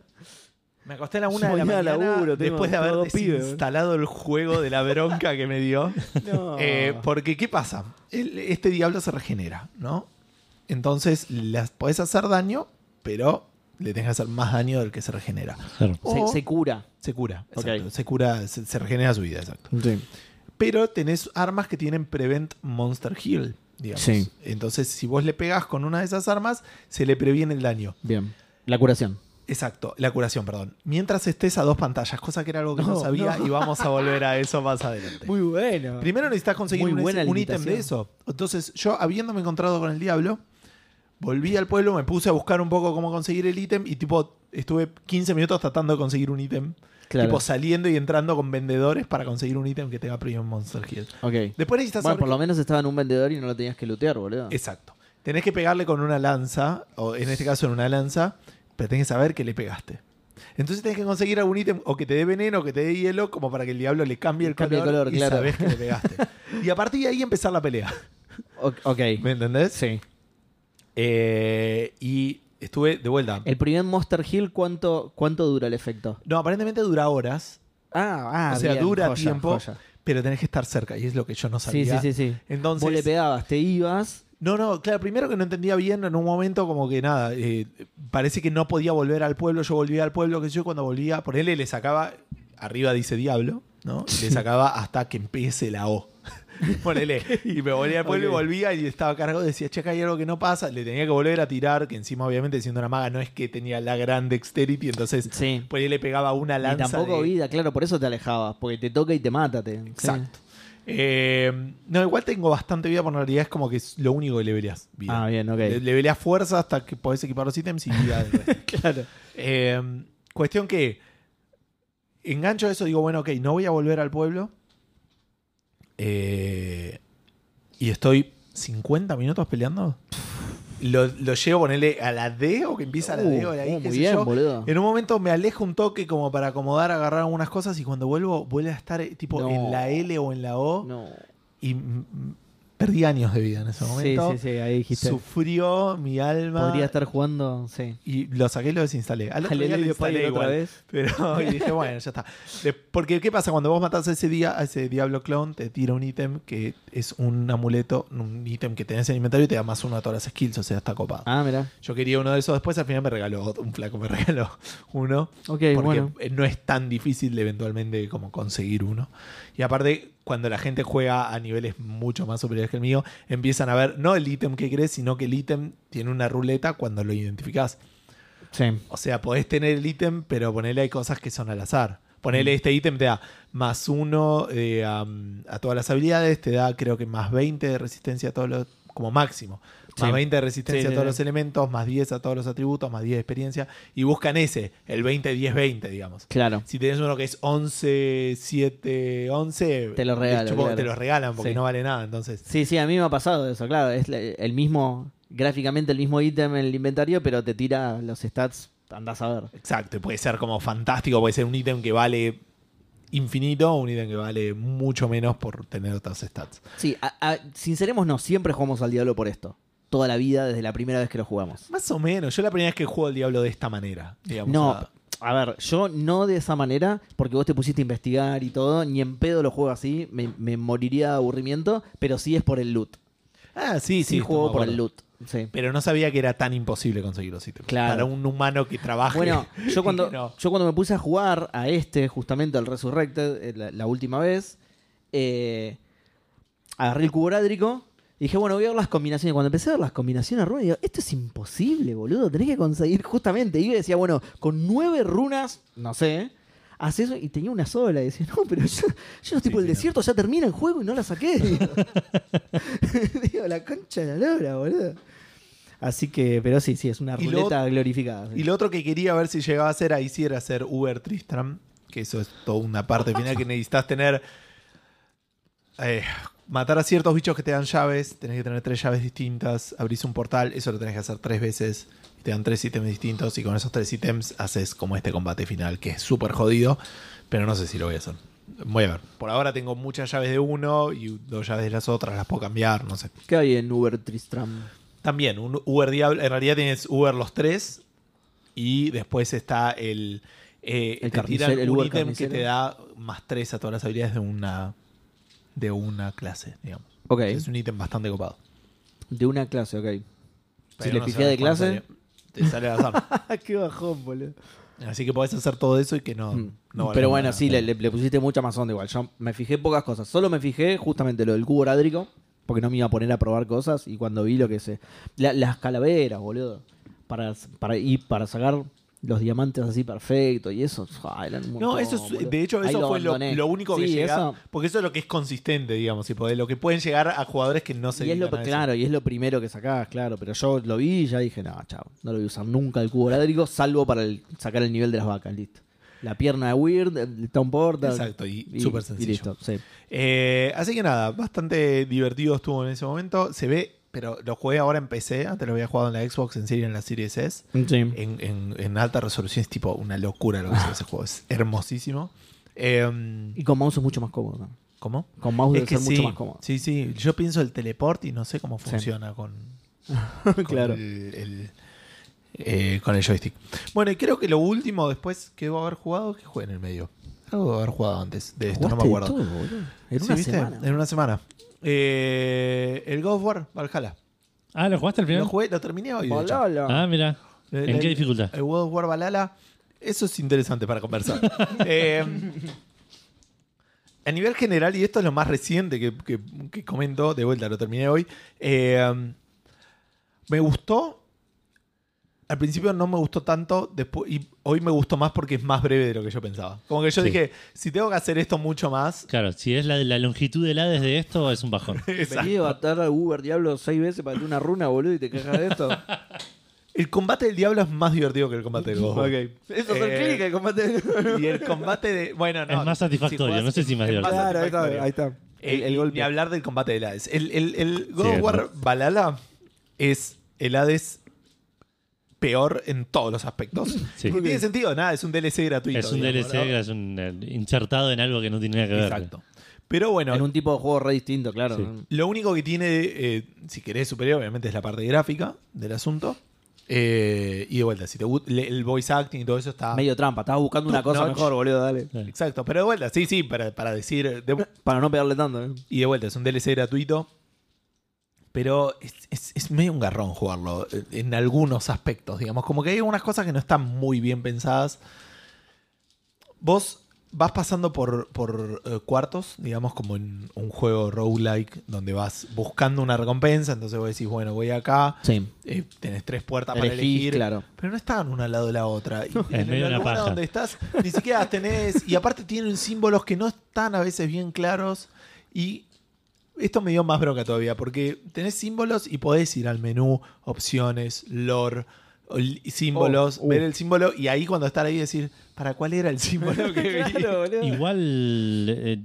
S3: Me acosté a la una
S1: Yo
S3: de la
S1: mañana
S3: mañana
S1: laburo, tengo- ¿eh?
S3: después de haber
S1: tengo dos pibes.
S3: desinstalado el juego de la bronca que me dio.
S1: No.
S3: Eh, porque, ¿qué pasa? El- este diablo se regenera, ¿no? Entonces, las podés hacer daño, pero le tenés que hacer más daño del que se regenera.
S2: Claro.
S1: se,
S3: o-
S1: se cura.
S3: Se cura,
S1: Ok.
S3: exacto. Se cura, se, se regenera su vida, exacto.
S1: Sí.
S3: Pero tenés armas que tienen Prevent Monster Heal, digamos.
S1: Sí.
S3: Entonces, si vos le pegás con una de esas armas, se le previene el daño.
S1: Bien. La curación.
S3: Exacto, la curación, perdón. Mientras estés a dos pantallas, cosa que era algo que no,
S1: No,
S3: sabía
S1: no.
S3: y vamos a volver a eso más adelante.
S1: Muy bueno.
S3: Primero necesitas conseguir
S1: Muy
S3: un,
S1: buena
S3: un ítem de
S1: limitación.
S3: eso. Entonces, yo habiéndome encontrado con el diablo, volví al pueblo, me puse a buscar un poco cómo conseguir el ítem y tipo estuve 15 minutos tratando de conseguir un ítem.
S1: Claro.
S3: Tipo saliendo y entrando con vendedores para conseguir un ítem que tenga Premium Monster Heal.
S1: Ok.
S3: Después necesitas
S1: Bueno,
S3: saber
S1: por lo menos estaba en un vendedor y no lo tenías que lootear, boludo.
S3: Exacto. Tenés que pegarle con una lanza, o en este caso en una lanza, pero tenés que saber que le pegaste. Entonces tenés que conseguir algún ítem o que te dé veneno o que te dé hielo, como para que el diablo le cambie el
S1: Cambie el
S3: color,
S1: color,
S3: y
S1: claro.
S3: sabés que le pegaste. y a partir de ahí empezar la pelea.
S1: O- ok.
S3: ¿Me entendés?
S1: Sí.
S3: Eh, y estuve de vuelta.
S1: El primer Monster Hill, ¿cuánto, cuánto dura el efecto?
S3: No, aparentemente dura horas,
S1: Ah, ah,
S3: O sea,
S1: bien,
S3: dura
S1: joya,
S3: tiempo.
S1: joya.
S3: pero tenés que estar cerca, y es lo que yo no
S1: Sí,
S3: sabía.
S1: sí, sí, sí.
S3: Entonces,
S1: Vos le pegabas, te ibas
S3: No, no, claro, primero que no entendía bien en un momento como que nada, eh, parece que no podía volver al pueblo, yo volvía al pueblo, que yo cuando volvía, por él le sacaba, arriba dice diablo, ¿no? Le sacaba hasta que empiece la O. Ponele. Y me volvía al pueblo
S1: Ok.
S3: y volvía y estaba cargado. Decía, che, acá hay algo que no pasa. Le tenía que volver a tirar, que encima, obviamente, siendo una maga, no es que tenía la gran dexterity. Entonces,
S1: Sí.
S3: por ahí le pegaba una
S1: Y
S3: lanza.
S1: tampoco
S3: de-
S1: vida, claro, por eso te alejabas, porque te toca y te mata. te- sí.
S3: Exacto. Eh, no, igual tengo bastante vida, por en realidad es como que es lo único que le verías. Vida.
S1: Ah, bien, ok.
S3: Le, le verías fuerza hasta que podés equipar los ítems y vida del resto.
S1: Claro.
S3: Eh, cuestión que engancho eso, digo, bueno, ok, no voy a volver al pueblo. Eh, y estoy 50 minutos peleando. Lo, lo llevo, ponele a la D o que empieza la D o la I,
S1: Uh,
S3: qué
S1: muy
S3: sé
S1: bien,
S3: yo.
S1: boludo.
S3: En un momento me alejo un toque como para acomodar, agarrar algunas cosas y cuando vuelvo, vuelve a estar eh, tipo
S1: No.
S3: en la L o en la O
S1: No.
S3: y mm, mm, perdí años de vida en ese
S1: Sí,
S3: momento.
S1: sí, sí, ahí dijiste.
S3: Sufrió mi alma.
S1: Podría estar jugando, sí.
S3: Y lo saqué y lo desinstalé. Al otro día lo
S1: Hallelujah
S3: instalé
S1: Party
S3: igual.
S1: otra vez.
S3: Pero y dije, bueno, ya está. De- porque, ¿qué pasa? Cuando vos matás a ese día, a ese Diablo Clone, te tira un ítem que es un amuleto, un ítem que tenés en el inventario y te da más uno a todas las skills, o sea, está copado.
S1: Ah, mira.
S3: Yo quería uno de esos después, al final me regaló otro, un flaco, me regaló uno.
S1: Ok,
S3: Porque
S1: bueno.
S3: eh, no es tan difícil eventualmente como conseguir uno. Y aparte, cuando la gente juega a niveles mucho más superiores que el mío, empiezan a ver no el ítem que crees, sino que el ítem tiene una ruleta cuando lo identificás.
S1: Sí.
S3: O sea, podés tener el ítem, pero ponele hay cosas que son al azar.
S1: Mm.
S3: Ponele este ítem te da más uno eh, a, a todas las habilidades, te da creo que más 20 de resistencia a todos los, como máximo. Más
S1: Sí.
S3: 20 de resistencia
S1: Sí,
S3: a
S1: sí,
S3: todos
S1: sí.
S3: los elementos, más 10 a todos los atributos, más 10 de experiencia. Y buscan ese, el 20-10-20, digamos.
S1: Claro.
S3: Si tenés uno que es 11, 7, 11,
S1: Te lo
S3: les
S1: regalan,
S3: chupo-
S1: claro.
S3: te lo regalan porque
S1: Sí.
S3: no vale nada. Entonces,
S1: Sí, sí, a mí me ha pasado eso, claro. Es la- el mismo, gráficamente el mismo ítem en el inventario, pero te tira los stats, andás a ver.
S3: Exacto, y puede ser como fantástico, puede ser un ítem que vale infinito, un ítem que vale mucho menos por tener otras stats.
S1: Sí, a- a- sincerémonos, siempre jugamos al diablo por esto. Toda la vida, desde la primera vez que lo jugamos.
S3: Más o menos, yo la primera vez que juego al diablo de esta manera, digamos.
S1: No,
S3: o sea,
S1: a ver, yo no de esa manera, porque vos te pusiste a investigar y todo, ni en pedo lo juego así, me, me moriría de aburrimiento, pero sí es por el loot.
S3: ah, sí, sí,
S1: Sí, juego
S3: me
S1: por el
S3: acuerdo.
S1: loot. Sí.
S3: Pero no sabía que era tan imposible conseguir los ítems.
S1: Claro.
S3: Para un humano que trabaja.
S1: Bueno, yo cuando, yo cuando me puse a jugar a este, justamente al Resurrected, eh, la, la última vez, eh, agarré el cubo hádrico y dije, bueno, voy a ver las combinaciones. Cuando empecé a ver las combinaciones de runas, digo, esto es imposible, boludo. Tenés que conseguir justamente. Y yo decía, bueno, con nueve runas, no sé, haces eso y tenía una sola. Y decía, no, pero yo, yo no
S3: Sí,
S1: estoy por el
S3: sí, no.
S1: desierto, ya termina el juego y no la saqué. digo, la concha de la lora, boludo. Así que, pero sí, sí, es una
S3: Y lo-
S1: ruleta glorificada. sí.
S3: Y lo otro que quería ver si llegaba a hacer ahí sí era hacer Uber Tristram, que eso es toda una parte final que necesitas tener. eh, matar a ciertos bichos que te dan llaves, tenés que tener tres llaves distintas, abrís un portal, eso lo tenés que hacer tres veces, y te dan tres ítems distintos y con esos tres ítems haces como este combate final que es súper jodido, pero no sé si lo voy a hacer. Voy a ver. Por ahora tengo muchas llaves de uno y dos llaves de las otras, las puedo cambiar, no sé.
S1: ¿Qué hay en Uber Tristram?
S3: También, un Uber Diablo. En realidad tienes Uber los tres. Y después está el. eh,
S1: El
S3: te tiran
S1: carnicero, el
S3: un
S1: Uber
S3: ítem que
S1: carnicero.
S3: te da más tres a todas las habilidades de una. De una clase, digamos.
S1: Ok.
S3: Es un ítem bastante copado.
S1: De una clase, ok. Si
S3: Pero
S1: le
S3: no
S1: pifiás de
S3: sabes cuánto
S1: clase.
S3: salió. Te sale al azar.
S1: Ah, Qué bajón, boludo.
S3: Así que podés hacer todo eso y que no. no valga
S1: Mm. Pero bueno,
S3: nada.
S1: sí, le, le- le pusiste mucha más onda igual. Yo me fijé pocas cosas. Solo me fijé justamente lo del cubo orádrico, porque no me iba a poner a probar cosas. Y cuando vi lo que se. la- las calaveras, boludo. Para, para, y para sacar los diamantes así perfecto y eso. ah, eran un
S3: No,
S1: montón,
S3: eso es-
S1: boludo.
S3: de hecho,
S1: Ahí
S3: eso fue lo,
S1: abandoné.
S3: lo único que
S1: Sí,
S3: llega.
S1: eso-
S3: Porque eso es lo que es consistente, digamos. Y podés- lo que pueden llegar a jugadores que no se
S1: Y es lo,
S3: dedican a eso.
S1: claro, y es lo primero que sacás, claro. Pero yo lo vi y ya dije, no, chao, no lo voy a usar nunca el cubo ladrigo, salvo para el- sacar el nivel de las vacas, listo. La pierna de Weird, el Tom Porter.
S3: Exacto, y súper sencillo.
S1: listo, sí.
S3: Eh, así que nada, bastante divertido estuvo en ese momento. Se ve, pero lo jugué ahora en PC. Antes lo había jugado en la Xbox, en serie en la Series S.
S1: Mm. Eh,
S3: En, en- en alta resolución es tipo una locura lo que es ese juego. Es hermosísimo. Eh,
S1: Y con mouse es mucho más cómodo. ¿no?
S3: ¿Cómo?
S1: Con mouse
S3: Es
S1: debe
S3: que
S1: ser
S3: sí,
S1: mucho más cómodo.
S3: sí, sí. Yo pienso el teleport y no sé cómo funciona con, con
S1: Claro.
S3: el, el- eh, con el joystick. Bueno, y creo que lo último después que debo haber jugado, que jugué en el medio. Algo debo haber jugado antes de esto, no me
S1: Jugaste de
S3: acuerdo.
S1: todo, boludo. En
S3: Sí,
S1: una
S3: ¿viste?
S1: semana.
S3: En una semana. Eh, el God of War Valhalla.
S2: Ah, ¿lo jugaste al final?
S3: Lo jugué, lo terminé hoy. de hecho.
S2: Ah, mira.
S3: El-
S2: ¿En qué
S3: el-
S2: dificultad?
S3: El World of War Valhalla. Eso es interesante para conversar. Eh, a nivel general, y esto es lo más reciente que, que- que comento, de vuelta, lo terminé hoy. eh, me gustó. Al principio no me gustó tanto, después, y hoy me gustó más porque es más breve de lo que yo pensaba. Como que yo
S2: Sí.
S3: dije, si tengo que hacer esto mucho más.
S2: Claro, si es la, la longitud del Hades de esto, es un bajón.
S1: Vení de matar a Uber Diablo seis veces para que una runa, boludo, y te cagas de esto.
S3: El combate del diablo es más divertido que el combate del God.
S1: Eso es
S3: Eh,
S1: el clic, el combate.
S4: eh.
S3: Y el combate de. Bueno, no.
S2: Es más
S3: si
S2: satisfactorio,
S3: jugás-
S2: no sé si más
S3: es
S2: divertido.
S4: Claro, ahí está.
S3: satisfactorio.
S4: Ahí está. El,
S3: Eh,
S4: el
S3: y Ni
S4: golpe.
S3: hablar del combate del Hades. El, el, el God
S2: Sí,
S3: of War
S2: ¿verdad?
S3: Valhalla es el Hades peor en todos los aspectos.
S2: Sí.
S3: No tiene sentido, nada, es un DLC gratuito.
S2: Es un
S3: digamos,
S2: DLC,
S3: ¿no?
S2: es un eh, insertado en algo que no tiene nada que ver.
S3: Exacto. Pero bueno,
S1: En un tipo de juego re distinto, claro.
S2: Sí.
S1: ¿no?
S3: lo único que tiene, eh, si querés, superior, obviamente es la parte gráfica del asunto. Eh, y de vuelta, si te gu- le- el voice acting y todo eso está.
S1: Medio trampa, estabas buscando una
S3: Top
S1: cosa
S3: notch.
S1: mejor, boludo, dale.
S3: Exacto, pero de vuelta, sí, sí, para, para decir. eh, de-
S1: Para no pegarle tanto. ¿eh?
S3: Y de vuelta, es un DLC gratuito. Pero es, es- es medio un garrón jugarlo eh, en algunos aspectos, digamos. Como que hay algunas cosas que no están muy bien pensadas. Vos vas pasando por, por, eh, cuartos, digamos, como en un juego roguelike, donde vas buscando una recompensa. Entonces vos decís, bueno, voy acá.
S1: Sí.
S3: eh, tenés tres puertas para
S1: Elegís,
S3: elegir.
S1: claro.
S3: Pero no están una al lado de la otra. Y, y
S2: Es
S3: en
S2: medio
S3: el
S2: una
S3: lugar
S2: paja.
S3: donde estás, ni siquiera las tenés. Y aparte tienen símbolos que no están a veces bien claros. Y esto me dio más bronca todavía, porque tenés símbolos y podés ir al menú, opciones, lore, ol- símbolos,
S1: Oh, uh.
S3: ver el símbolo y ahí cuando estar ahí decir, ¿para cuál era el símbolo que vi?
S1: boludo.
S2: Igual, eh,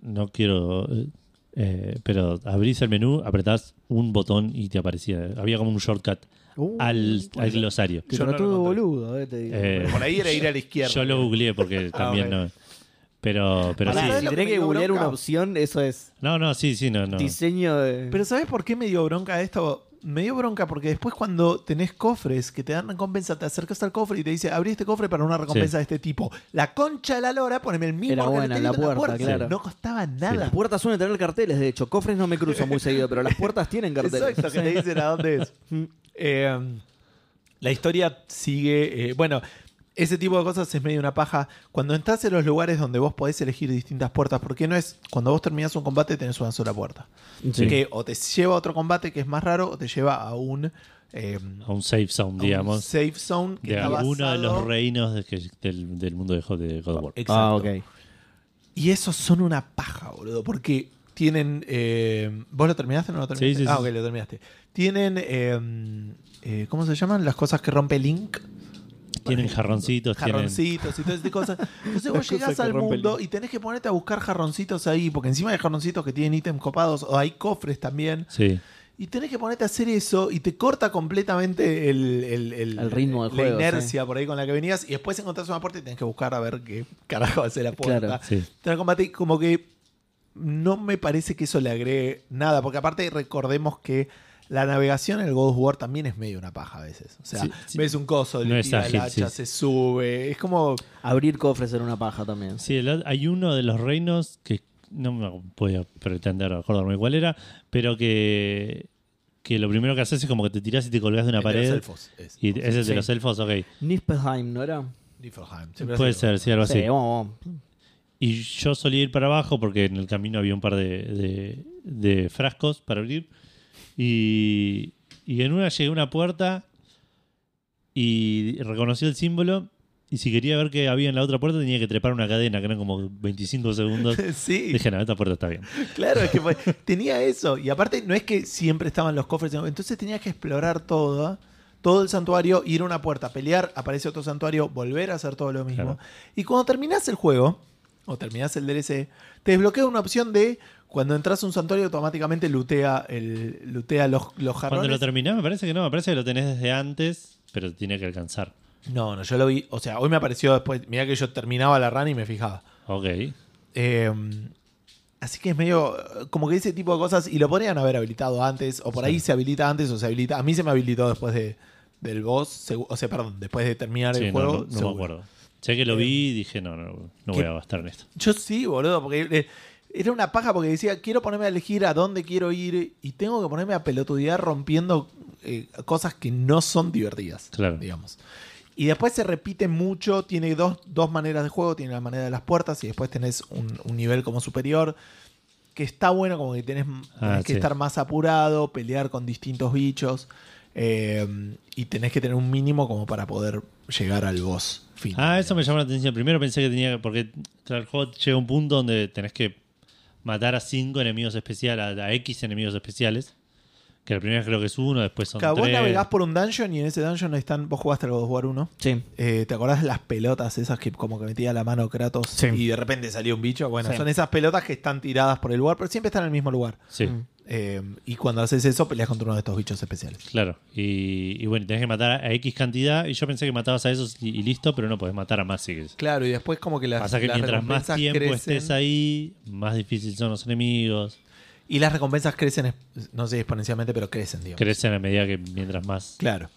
S2: no quiero. eh, eh, pero abrís el menú, apretás un botón y te aparecía. Había como un shortcut
S1: Uh,
S2: al, al glosario.
S1: Te
S3: Yo no lo
S1: trató de
S3: encontré.
S1: boludo, eh, te digo.
S2: Eh,
S3: Por ahí era ir a la izquierda.
S2: Yo lo googleé
S3: Ah,
S2: porque también
S3: ok.
S2: no. Pero, pero
S1: Pará,
S4: ¿sabes
S2: sí.
S1: si
S4: lo que
S1: tenés
S4: me
S1: que
S4: dio
S1: googlear
S4: bronca?
S1: una opción, eso es
S2: No, no, sí, sí, no, no.
S1: diseño de.
S3: Pero ¿sabes por qué me dio bronca esto? Me dio bronca porque después cuando tenés cofres que te dan recompensa, te acercas al cofre y te dice, abrí este cofre para una recompensa
S2: Sí.
S3: de este tipo. La concha de la lora, poneme el mismo
S1: Era buena,
S3: cartelito
S1: la
S3: en
S1: puerta, claro.
S3: No costaba nada.
S1: Las puertas suelen tener carteles, de hecho. Cofres no me cruzo muy seguido, pero las puertas tienen carteles.
S3: Exacto, que te dicen a dónde es.
S1: Mm.
S3: Eh, la historia sigue. eh, bueno, ese tipo de cosas es medio una paja. Cuando entras en los lugares donde vos podés elegir distintas puertas, porque no es. Cuando vos terminás un combate, tenés una sola puerta.
S1: Sí.
S3: Que o te lleva a otro combate que es más raro, o te lleva a un. eh,
S2: A un safe
S3: a
S2: zone,
S3: un
S2: digamos.
S3: safe zone que
S2: De
S3: está
S2: alguno de los
S3: basado-
S2: reinos de que- del, del mundo de God- de God of War.
S3: Exacto.
S1: Ah, ok.
S3: Y esos son una paja, boludo, porque tienen... eh, ¿Vos lo terminaste o no lo terminaste?
S2: sí, sí,
S3: ah,
S2: sí.
S3: ok, lo terminaste. Tienen... eh, eh, ¿Cómo se llaman? Las cosas que rompe Link.
S2: Tienen jarroncitos, tienen.
S3: Jarroncitos y todo ese tipo de cosas. Entonces vos
S1: Las cosas
S3: llegás
S1: que
S3: al
S1: rompe
S3: mundo
S1: Link.
S3: y tenés que ponerte a buscar jarroncitos ahí, porque encima hay jarroncitos que tienen ítems copados, o hay cofres también.
S2: Sí.
S3: Y tenés que ponerte a hacer eso y te corta completamente el, el- el-
S1: El ritmo del
S3: la
S1: juego,
S3: inercia por ahí con la que venías. Y después encontrás una puerta y tenés que buscar a ver qué carajo hace la puerta.
S1: Claro.
S2: Sí.
S3: Tener combate y como que no me parece que eso le agregue nada. Porque aparte recordemos que la navegación en el God of War también es medio una paja a veces. O sea,
S2: Sí, sí.
S3: ves un coso,
S2: No
S3: le
S2: es
S3: tira el
S2: ágil,
S3: hacha,
S2: sí.
S3: se sube. Es como...
S1: Abrir cofres era una paja también.
S2: Sí, el ot- hay uno de los reinos que no me voy a pretender acordarme cuál era, pero que, que lo primero que haces es como que te tirás y te colgás de una
S3: El de los
S2: pared.
S3: elfos, es.
S2: y ese es de
S1: Sí.
S2: los elfos, ok.
S1: Nispelheim, ¿no era?
S3: Niflheim, siempre
S2: Puede
S3: ha sido.
S2: ser, sí, algo así.
S1: Sí, vamos, vamos.
S2: Y yo solía ir para abajo porque en el camino había un par de, de- de frascos para abrir. Y, y en una llegué a una puerta y reconocí el símbolo. Y si quería ver qué había en la otra puerta, tenía que trepar una cadena, que eran como 25 segundos.
S3: Sí,
S2: Dije, no, esta puerta está bien.
S3: Claro, es que fue- tenía eso. Y aparte, no es que siempre estaban los cofres. sino- Entonces tenías que explorar todo, todo el santuario, ir a una puerta, pelear, aparece otro santuario, volver a hacer todo lo mismo.
S2: Claro.
S3: Y cuando terminás el juego, o terminás el DLC, te desbloquea una opción de cuando entras a un santuario, automáticamente lutea, el, lutea los, los
S2: Cuando lo
S3: jarrones.
S2: terminás, me parece que no, me parece que lo tenés desde antes, pero te tiene que alcanzar.
S3: No, no, yo lo vi. O sea, hoy me apareció después. Mirá que yo terminaba la run y me fijaba.
S2: Ok.
S3: Eh, así que es medio eh, como que ese tipo de cosas, y lo podrían haber habilitado antes, o por ahí se habilita antes, o se habilita. A mí se me habilitó después de, del boss, segu- o sea, perdón, después de terminar
S2: Sí, no,
S3: el juego.
S2: no- no me
S3: seguro.
S2: acuerdo. Sé que lo vi y dije, no, no, no voy a gastar en esto.
S3: Yo sí, boludo, porque eh, Era una paja porque decía, quiero ponerme a elegir a dónde quiero ir y tengo que ponerme a pelotudear rompiendo eh, cosas que no son divertidas.
S2: Claro.
S3: Digamos. Y después se repite mucho, tiene dos, dos maneras de juego, tiene la manera de las puertas y después tenés un, un nivel como superior, que está bueno como que tenés, tenés
S2: Ah,
S3: que
S2: sí.
S3: estar más apurado, pelear con distintos bichos eh, y tenés que tener un mínimo como para poder llegar al boss. final,
S2: Ah, eso me
S3: digamos.
S2: llamó la atención. Primero pensé que tenía. Porque claro, el juego llega a un punto donde tenés que matar a cinco enemigos especiales, a, a X enemigos especiales. Que la primera creo que es uno, después son
S3: Cada vos
S2: tres.
S3: navegás por un dungeon y en ese dungeon están. Vos jugaste al God of War 1.
S1: Sí.
S3: Eh, ¿Te acordás de las pelotas esas que como que metía la mano Kratos
S1: Sí.
S3: y de repente salía un bicho? Bueno,
S1: Sí.
S3: son esas pelotas que están tiradas por el lugar, pero siempre están en el mismo lugar.
S2: Sí,
S1: Mm.
S3: Eh, y cuando haces eso, peleas contra uno de estos bichos especiales.
S2: claro. Y, y bueno, tenés que matar a X cantidad. Y yo pensé que matabas a esos y, y listo, pero no podés matar a más si querés.
S3: Claro, y después como que las
S2: Pasa que
S3: las
S2: mientras más
S3: recompensas
S2: tiempo
S3: crecen,
S2: estés ahí, más difícil son los enemigos.
S3: Y las recompensas crecen, es- no sé, exponencialmente, pero crecen, digamos.
S2: Crecen a medida que mientras más.
S3: Claro.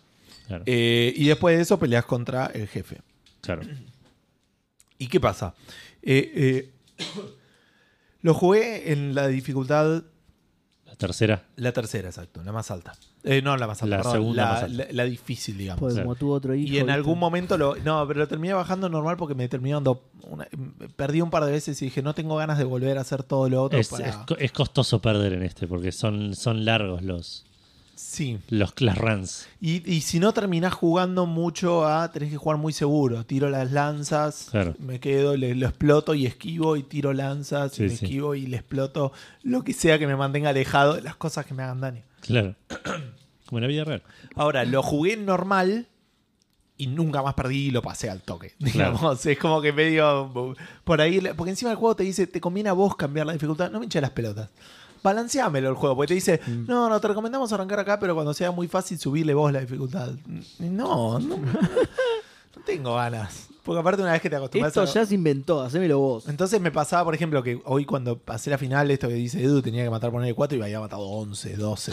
S2: Claro.
S3: Eh, y después de eso peleas contra el jefe.
S2: claro.
S3: ¿Y qué pasa? Eh, eh, lo jugué en la dificultad
S2: La tercera.
S3: La tercera, exacto, la más alta. Eh, no, la más alta,
S2: La
S3: perdón,
S2: segunda
S3: la,
S2: más alta.
S3: la- la difícil, digamos.
S1: Pues
S2: Claro.
S1: como tuvo otro hijo.
S3: y en
S1: ¿viste?
S3: algún momento lo. No, pero lo terminé bajando normal porque me terminó dando. una- perdí un par de veces y dije, no tengo ganas de volver a hacer todo lo otro.
S2: Es,
S3: para-
S2: es co- es costoso perder en este porque son, son largos los,
S3: Sí.
S2: los Clash Runs.
S3: Y, y si no terminás jugando mucho a. Tenés que jugar muy seguro. Tiro las lanzas,
S2: Claro.
S3: me quedo, le- lo exploto y esquivo y tiro lanzas,
S2: Sí,
S3: y me
S2: sí.
S3: esquivo y le exploto. Lo que sea que me mantenga alejado de las cosas que me hagan daño.
S2: Claro. Como en la vida real.
S3: Ahora, lo jugué normal y nunca más perdí y lo pasé al toque.
S2: Claro.
S3: Digamos, es como que medio. Por ahí. Porque encima el juego te dice, te conviene a vos cambiar la dificultad. No me hinches las pelotas. Balanceámelo el juego, porque te dice,
S2: Mm.
S3: no, no, te recomendamos arrancar acá, pero cuando sea muy fácil subirle vos la dificultad. No, no, no tengo ganas. Porque aparte una vez que te acostumbras
S1: Esto
S3: a...
S1: ya se inventó, hacémelo vos.
S3: Entonces me pasaba, por ejemplo, que hoy cuando pasé la final, esto que dice Edu, tenía que matar ponerle 4 y había matado 11, 12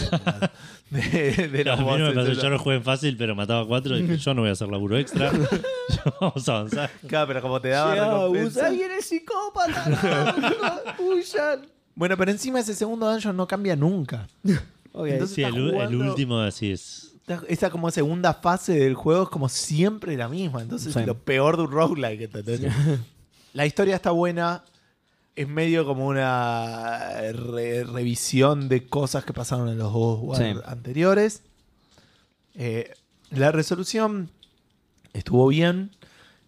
S3: de, de- de
S2: A
S3: los
S2: mí no me
S3: bosses,
S2: pasó,
S3: de los-
S2: yo no jugué en fácil, pero mataba cuatro. Dije, yo no voy a hacer laburo extra. Yo- vamos a avanzar.
S3: Claro, pero como te daba
S1: Llegaba,
S3: recompensa.
S1: "Alguien es psicópata! no, no, huyan".
S3: Bueno, pero encima ese segundo dungeon no cambia nunca.
S1: Ok.
S3: Entonces-
S2: Sí, el,
S3: estás
S2: u- el
S3: jugando-
S2: último así es.
S3: Esta- Esa como segunda fase del juego es como siempre la misma. Entonces
S1: Sí.
S3: lo peor de un roguelike. ¿entendés? La historia está buena. Es medio como una eh, re- revisión de cosas que pasaron en los dos War
S1: Sí.
S3: anteriores. Eh, la resolución estuvo bien.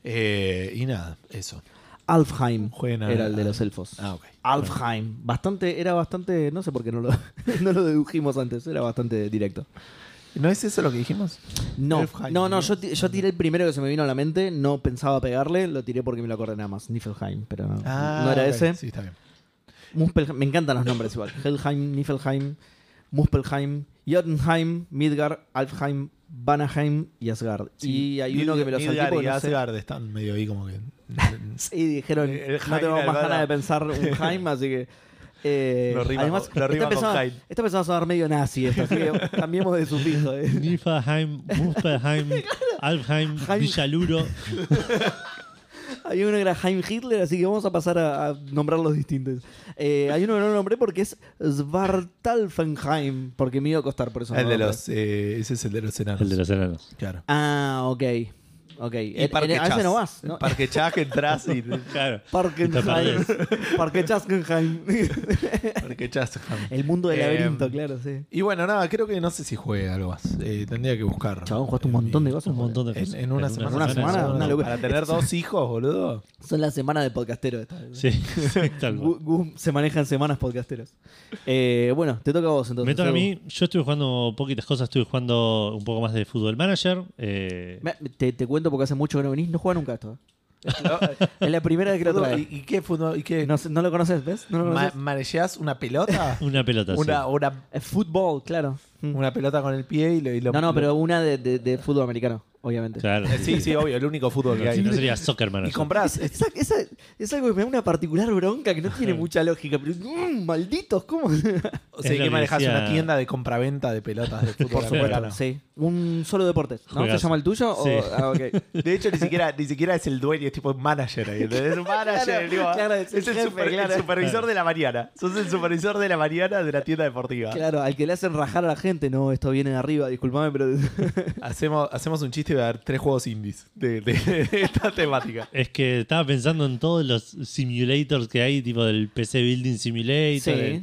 S3: Eh, y nada, eso.
S1: Alfheim
S3: Jueguen a-
S1: era el de los elfos.
S3: Ah, ok.
S1: Alfheim. Bastante, era bastante. No sé por qué no lo, no lo dedujimos antes, era bastante directo.
S3: ¿No es eso lo que dijimos?
S1: No,
S3: Niflheim,
S1: no, no,
S3: ¿no?
S1: yo, ti- yo tiré el primero que se me vino a la mente, no pensaba pegarle, lo tiré porque me lo acordé nada más, Niflheim, pero no,
S3: Ah,
S1: no era
S3: ok.
S1: ese.
S3: Sí, está bien.
S1: Muspelheim- me encantan los nombres igual. Helheim, Niflheim, Muspelheim, Jotunheim, Midgar, Alfheim, Vanaheim y Asgard. y hay uno que me lo salté
S3: Midgar
S1: porque
S3: y
S1: no sé.
S3: Asgard están medio ahí como que. Ah,
S1: Y dijeron,
S3: El
S1: no
S3: Heim
S1: tengo
S3: al
S1: más
S3: Vana".
S1: ganas de pensar un Heim, así que... eh,
S3: Lo rima
S1: además,
S3: con- lo rima
S1: está,
S3: con
S1: empezando,
S3: Heim.
S1: está empezando a sonar medio nazi esto, así que cambiemos de sufijo. eh.
S2: Niflheim, Muspelheim, Alfheim,
S1: Heim-
S2: Villaluro.
S1: Hay uno que era Heim Hitler, así que vamos a pasar a, a nombrar los distintos. Eh, hay uno que no lo nombré porque es Svartalfenheim, porque me iba a costar por eso. no
S3: el
S1: lo
S3: de
S1: nombré.
S3: los. eh, ese es el de los enanos.
S2: El de los enanos.
S3: Claro.
S1: Ah, ok. Ok.
S3: Y
S1: En- en- a ese no vas, ¿no?
S3: Parque Chas que entras y.
S2: Claro.
S1: Parkenheim.
S2: Y
S1: Parkenchaskenheim.
S3: Parque Chas.
S1: El mundo del
S3: Eh,
S1: laberinto, claro, sí.
S3: Y bueno, nada, creo que no sé si juegue algo más. Eh, tendría que buscar.
S1: Chabón, jugaste un montón de cosas.
S2: Un montón de
S3: En,
S2: cosas.
S3: en una semana.
S1: ¿En una semana?
S3: seguro.
S1: Una locura.
S3: Para tener dos hijos, boludo.
S1: Son las semanas de podcastero. esta.
S2: Sí, sí, tal cual.
S1: Gu- Gu- se manejan semanas podcasteros. Eh, bueno, te toca a vos entonces.
S2: Me toca a
S1: Edu.
S2: mí. Yo estuve jugando poquitas cosas. Estuve jugando un poco más de Fútbol Manager. eh,
S1: Me- Te, te cuento porque hace mucho que no venís, no juega nunca esto. ¿eh? es la primera vez que lo
S3: Boludo, ¿Y,
S1: traes.
S3: y qué fútbol? ¿Y qué?
S1: No, sé- no lo conoces, ¿ves? No lo
S3: Ma-
S1: conoces.
S3: ¿Marejeás una pelota?
S2: una pelota. sí.
S3: una, una,
S1: Es fútbol, claro. Mm.
S3: una pelota con el pie y lo. y lo-
S1: no, no,
S3: lo-
S1: pero una de, de- de fútbol americano. obviamente.
S2: Claro.
S3: Eh, Sí, sí, obvio, el único fútbol que
S2: Si
S3: hay.
S2: no sería soccer
S3: Y
S2: manager.
S3: comprás. eh,
S1: Esa- esa- es algo que me da una particular bronca que no tiene mucha lógica, pero mm, malditos, ¿cómo?
S3: O
S2: Es
S3: sea,
S2: lo
S3: ¿qué
S2: que
S3: manejas?
S2: decía-
S3: Una tienda de compraventa de pelotas de fútbol
S1: Por supuesto,
S3: americano.
S1: sí. Un solo deportes, ¿no? ¿Se
S2: Juegazo.
S1: llama el tuyo? O-
S2: Sí.
S1: ah, ok.
S3: De hecho, ni siquiera, ni siquiera es el dueño, es tipo un manager ahí. ¿entendés? Es un manager,
S1: Claro,
S3: digo,
S1: claro,
S3: es,
S1: es el
S3: el,
S1: jefe,
S3: super- el
S1: claro.
S3: supervisor
S2: Claro.
S3: de la mañana. Sos el supervisor de la mañana de la tienda deportiva.
S1: Claro, al que le hacen rajar a la gente, no, esto viene de arriba, disculpame, pero
S3: Hacemos, hacemos un chiste de dar tres juegos indies de, de- de esta temática.
S2: Es que estaba pensando en todos los simulators que hay, tipo del PC Building Simulator,
S1: Sí.
S2: el-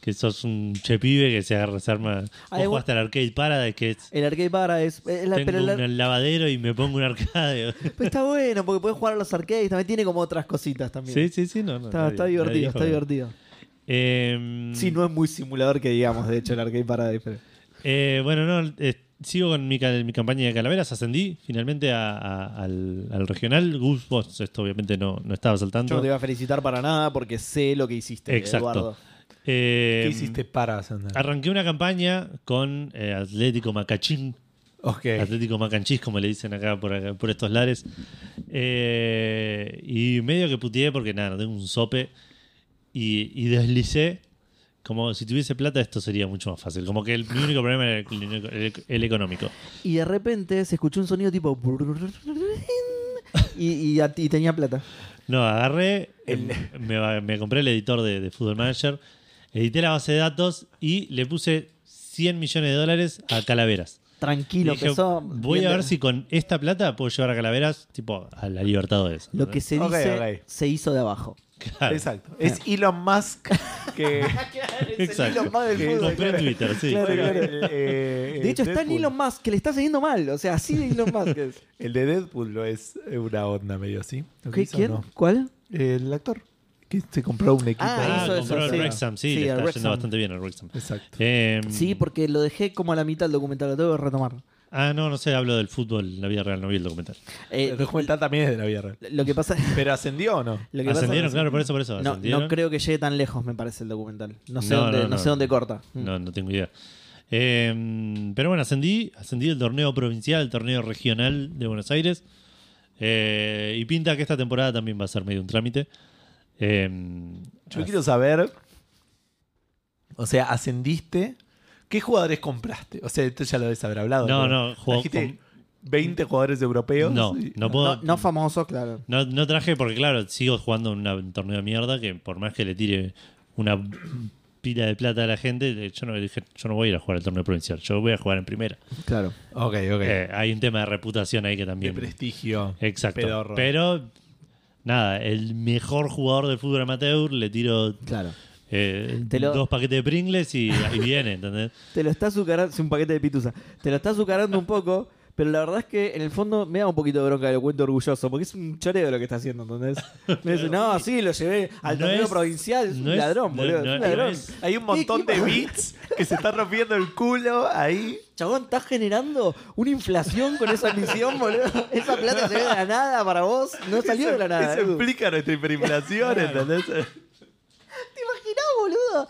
S2: que sos un che pibe que se agarra, se arma.
S1: Hay
S2: Vos
S1: un-
S2: jugaste al Arcade Paradise, que es,
S1: el arcade para es... eh, la-
S2: tengo
S1: pero
S2: un
S1: la-
S2: lavadero y me pongo un arcade.
S1: pero está bueno, porque puedes jugar a los arcades, también tiene como otras cositas también.
S2: sí, sí, sí, no, no,
S1: Está,
S2: nadie-
S1: está
S2: nadie
S1: divertido,
S2: dijo
S1: está
S2: que-
S1: divertido.
S2: Em,
S1: Sí, no es muy simulador que digamos, de hecho, el arcade para
S2: Eh, bueno, no, eh, sigo con mi, ca- mi campaña de calaveras. Ascendí finalmente a- a- al, al regional. Gus, vos, esto obviamente no, no estabas al
S1: Yo no
S2: tanto.
S1: te iba a felicitar para nada porque sé lo que hiciste,
S2: Exacto.
S1: Eduardo.
S2: Eh,
S3: ¿Qué hiciste para ascender?
S2: Arranqué una campaña con eh, Atlético Macachín.
S3: Ok.
S2: Atlético Macanchís, como le dicen acá por, acá- por estos lares. Eh, y medio que puteé porque nada, no tengo un sope. Y, y deslicé. Como si tuviese plata, esto sería mucho más fácil. Como que el, mi único problema era el- el- el económico.
S1: Y de repente se escuchó un sonido tipo. Y, y a ti- y tenía plata.
S2: No, agarré, em, me, me compré el editor de, de Football Manager, edité la base de datos y le puse 100 millones de dólares a Calaveras.
S1: Tranquilo,
S2: Dije,
S1: empezó.
S2: voy
S1: bien
S2: a
S1: de-
S2: ver si con esta plata puedo llevar a Calaveras tipo a la Libertadores.
S1: Lo que se
S3: Ok,
S1: dice
S3: ok.
S1: se hizo de abajo.
S2: Claro.
S3: Exacto. Es Elon Musk que.
S2: Exacto.
S1: Elon Musk del
S3: que-
S1: fútbol,
S2: Compré en Twitter, sí.
S1: Claro,
S3: Bueno,
S1: claro.
S3: el, eh,
S1: De hecho, está en
S3: Deadpool.
S1: Elon Musk, que le está saliendo mal. O sea, así de Elon Musk. es.
S3: El de Deadpool lo es una onda medio así. ¿Lo que
S1: ¿Qué?
S3: hizo,
S1: ¿Quién?
S3: no?
S1: ¿Cuál?
S3: El actor que se compró un equipo.
S1: Ah,
S2: Ah,
S1: hizo
S2: compró
S1: eso,
S2: el
S1: sí.
S2: Wrexham, sí,
S1: Sí,
S2: le
S1: el
S2: está
S1: Wrexham.
S2: yendo bastante bien el Wrexham.
S3: Exacto.
S2: Eh,
S1: Sí, porque lo dejé como a la mitad del documental, lo tengo que retomar.
S2: Ah, no, no sé, hablo del fútbol, la vida real, no vi el documental.
S1: Eh,
S3: el documental también es de la vida real.
S1: lo que pasa.
S3: ¿Pero ascendió o no?
S1: Lo que pasa-
S2: Ascendieron, claro, por eso, por eso.
S1: No,
S2: ascendieron.
S1: no creo que llegue tan lejos, me parece, el documental. No sé,
S2: No,
S1: dónde,
S2: no,
S1: no,
S2: no.
S1: sé dónde corta.
S2: No, no tengo idea. Eh, pero bueno, ascendí, ascendí el torneo provincial, el torneo regional de Buenos Aires. Eh, y pinta que esta temporada también va a ser medio un trámite. Eh,
S3: Yo
S2: as-
S3: quiero saber. O sea, ascendiste. ¿Qué jugadores compraste? O sea, esto ya lo debes haber hablado.
S2: No,
S3: pero
S2: no, jugó-
S3: trajiste 20 jugadores europeos.
S2: No,
S3: y-
S2: no puedo.
S1: No,
S2: No,
S1: no famosos, claro.
S2: no traje porque, claro, sigo jugando en una- un torneo de mierda que por más que le tire una pila de plata a la gente, le- yo no, dije, yo no voy a ir a jugar al torneo provincial, yo voy a jugar en primera.
S1: Claro.
S3: Ok, ok.
S2: Eh, hay un tema de reputación ahí que
S3: de
S2: también...
S3: prestigio.
S2: Exacto.
S3: Pedorro.
S2: Pero, nada, el mejor jugador del fútbol amateur le tiro
S1: Claro.
S2: eh,
S1: Te lo-
S2: dos paquetes de Pringles y ahí viene, ¿entendés?
S1: Te lo está azucarando. sí, un paquete de pitusa. Te lo está azucarando un poco. Pero la verdad es que en el fondo me da un poquito de bronca, lo cuento orgulloso, porque es un choreo lo que está haciendo, ¿entendés? Me dice, no, sí, lo llevé al
S2: No
S1: torneo
S2: es-
S1: provincial, es un
S2: no es-
S1: ladrón,
S2: no-
S1: boludo, es
S2: no-
S1: un
S2: no
S1: ladrón.
S2: es-
S3: Hay un montón de beats que se están rompiendo el culo ahí.
S1: Chabón, estás generando una inflación con esa misión, boludo. Esa plata se ve de la nada para vos, no salió de la nada.
S3: Eso
S1: Edu.
S3: implica nuestra hiperinflación, ¿entendés?
S1: ¿Te imaginás, boludo?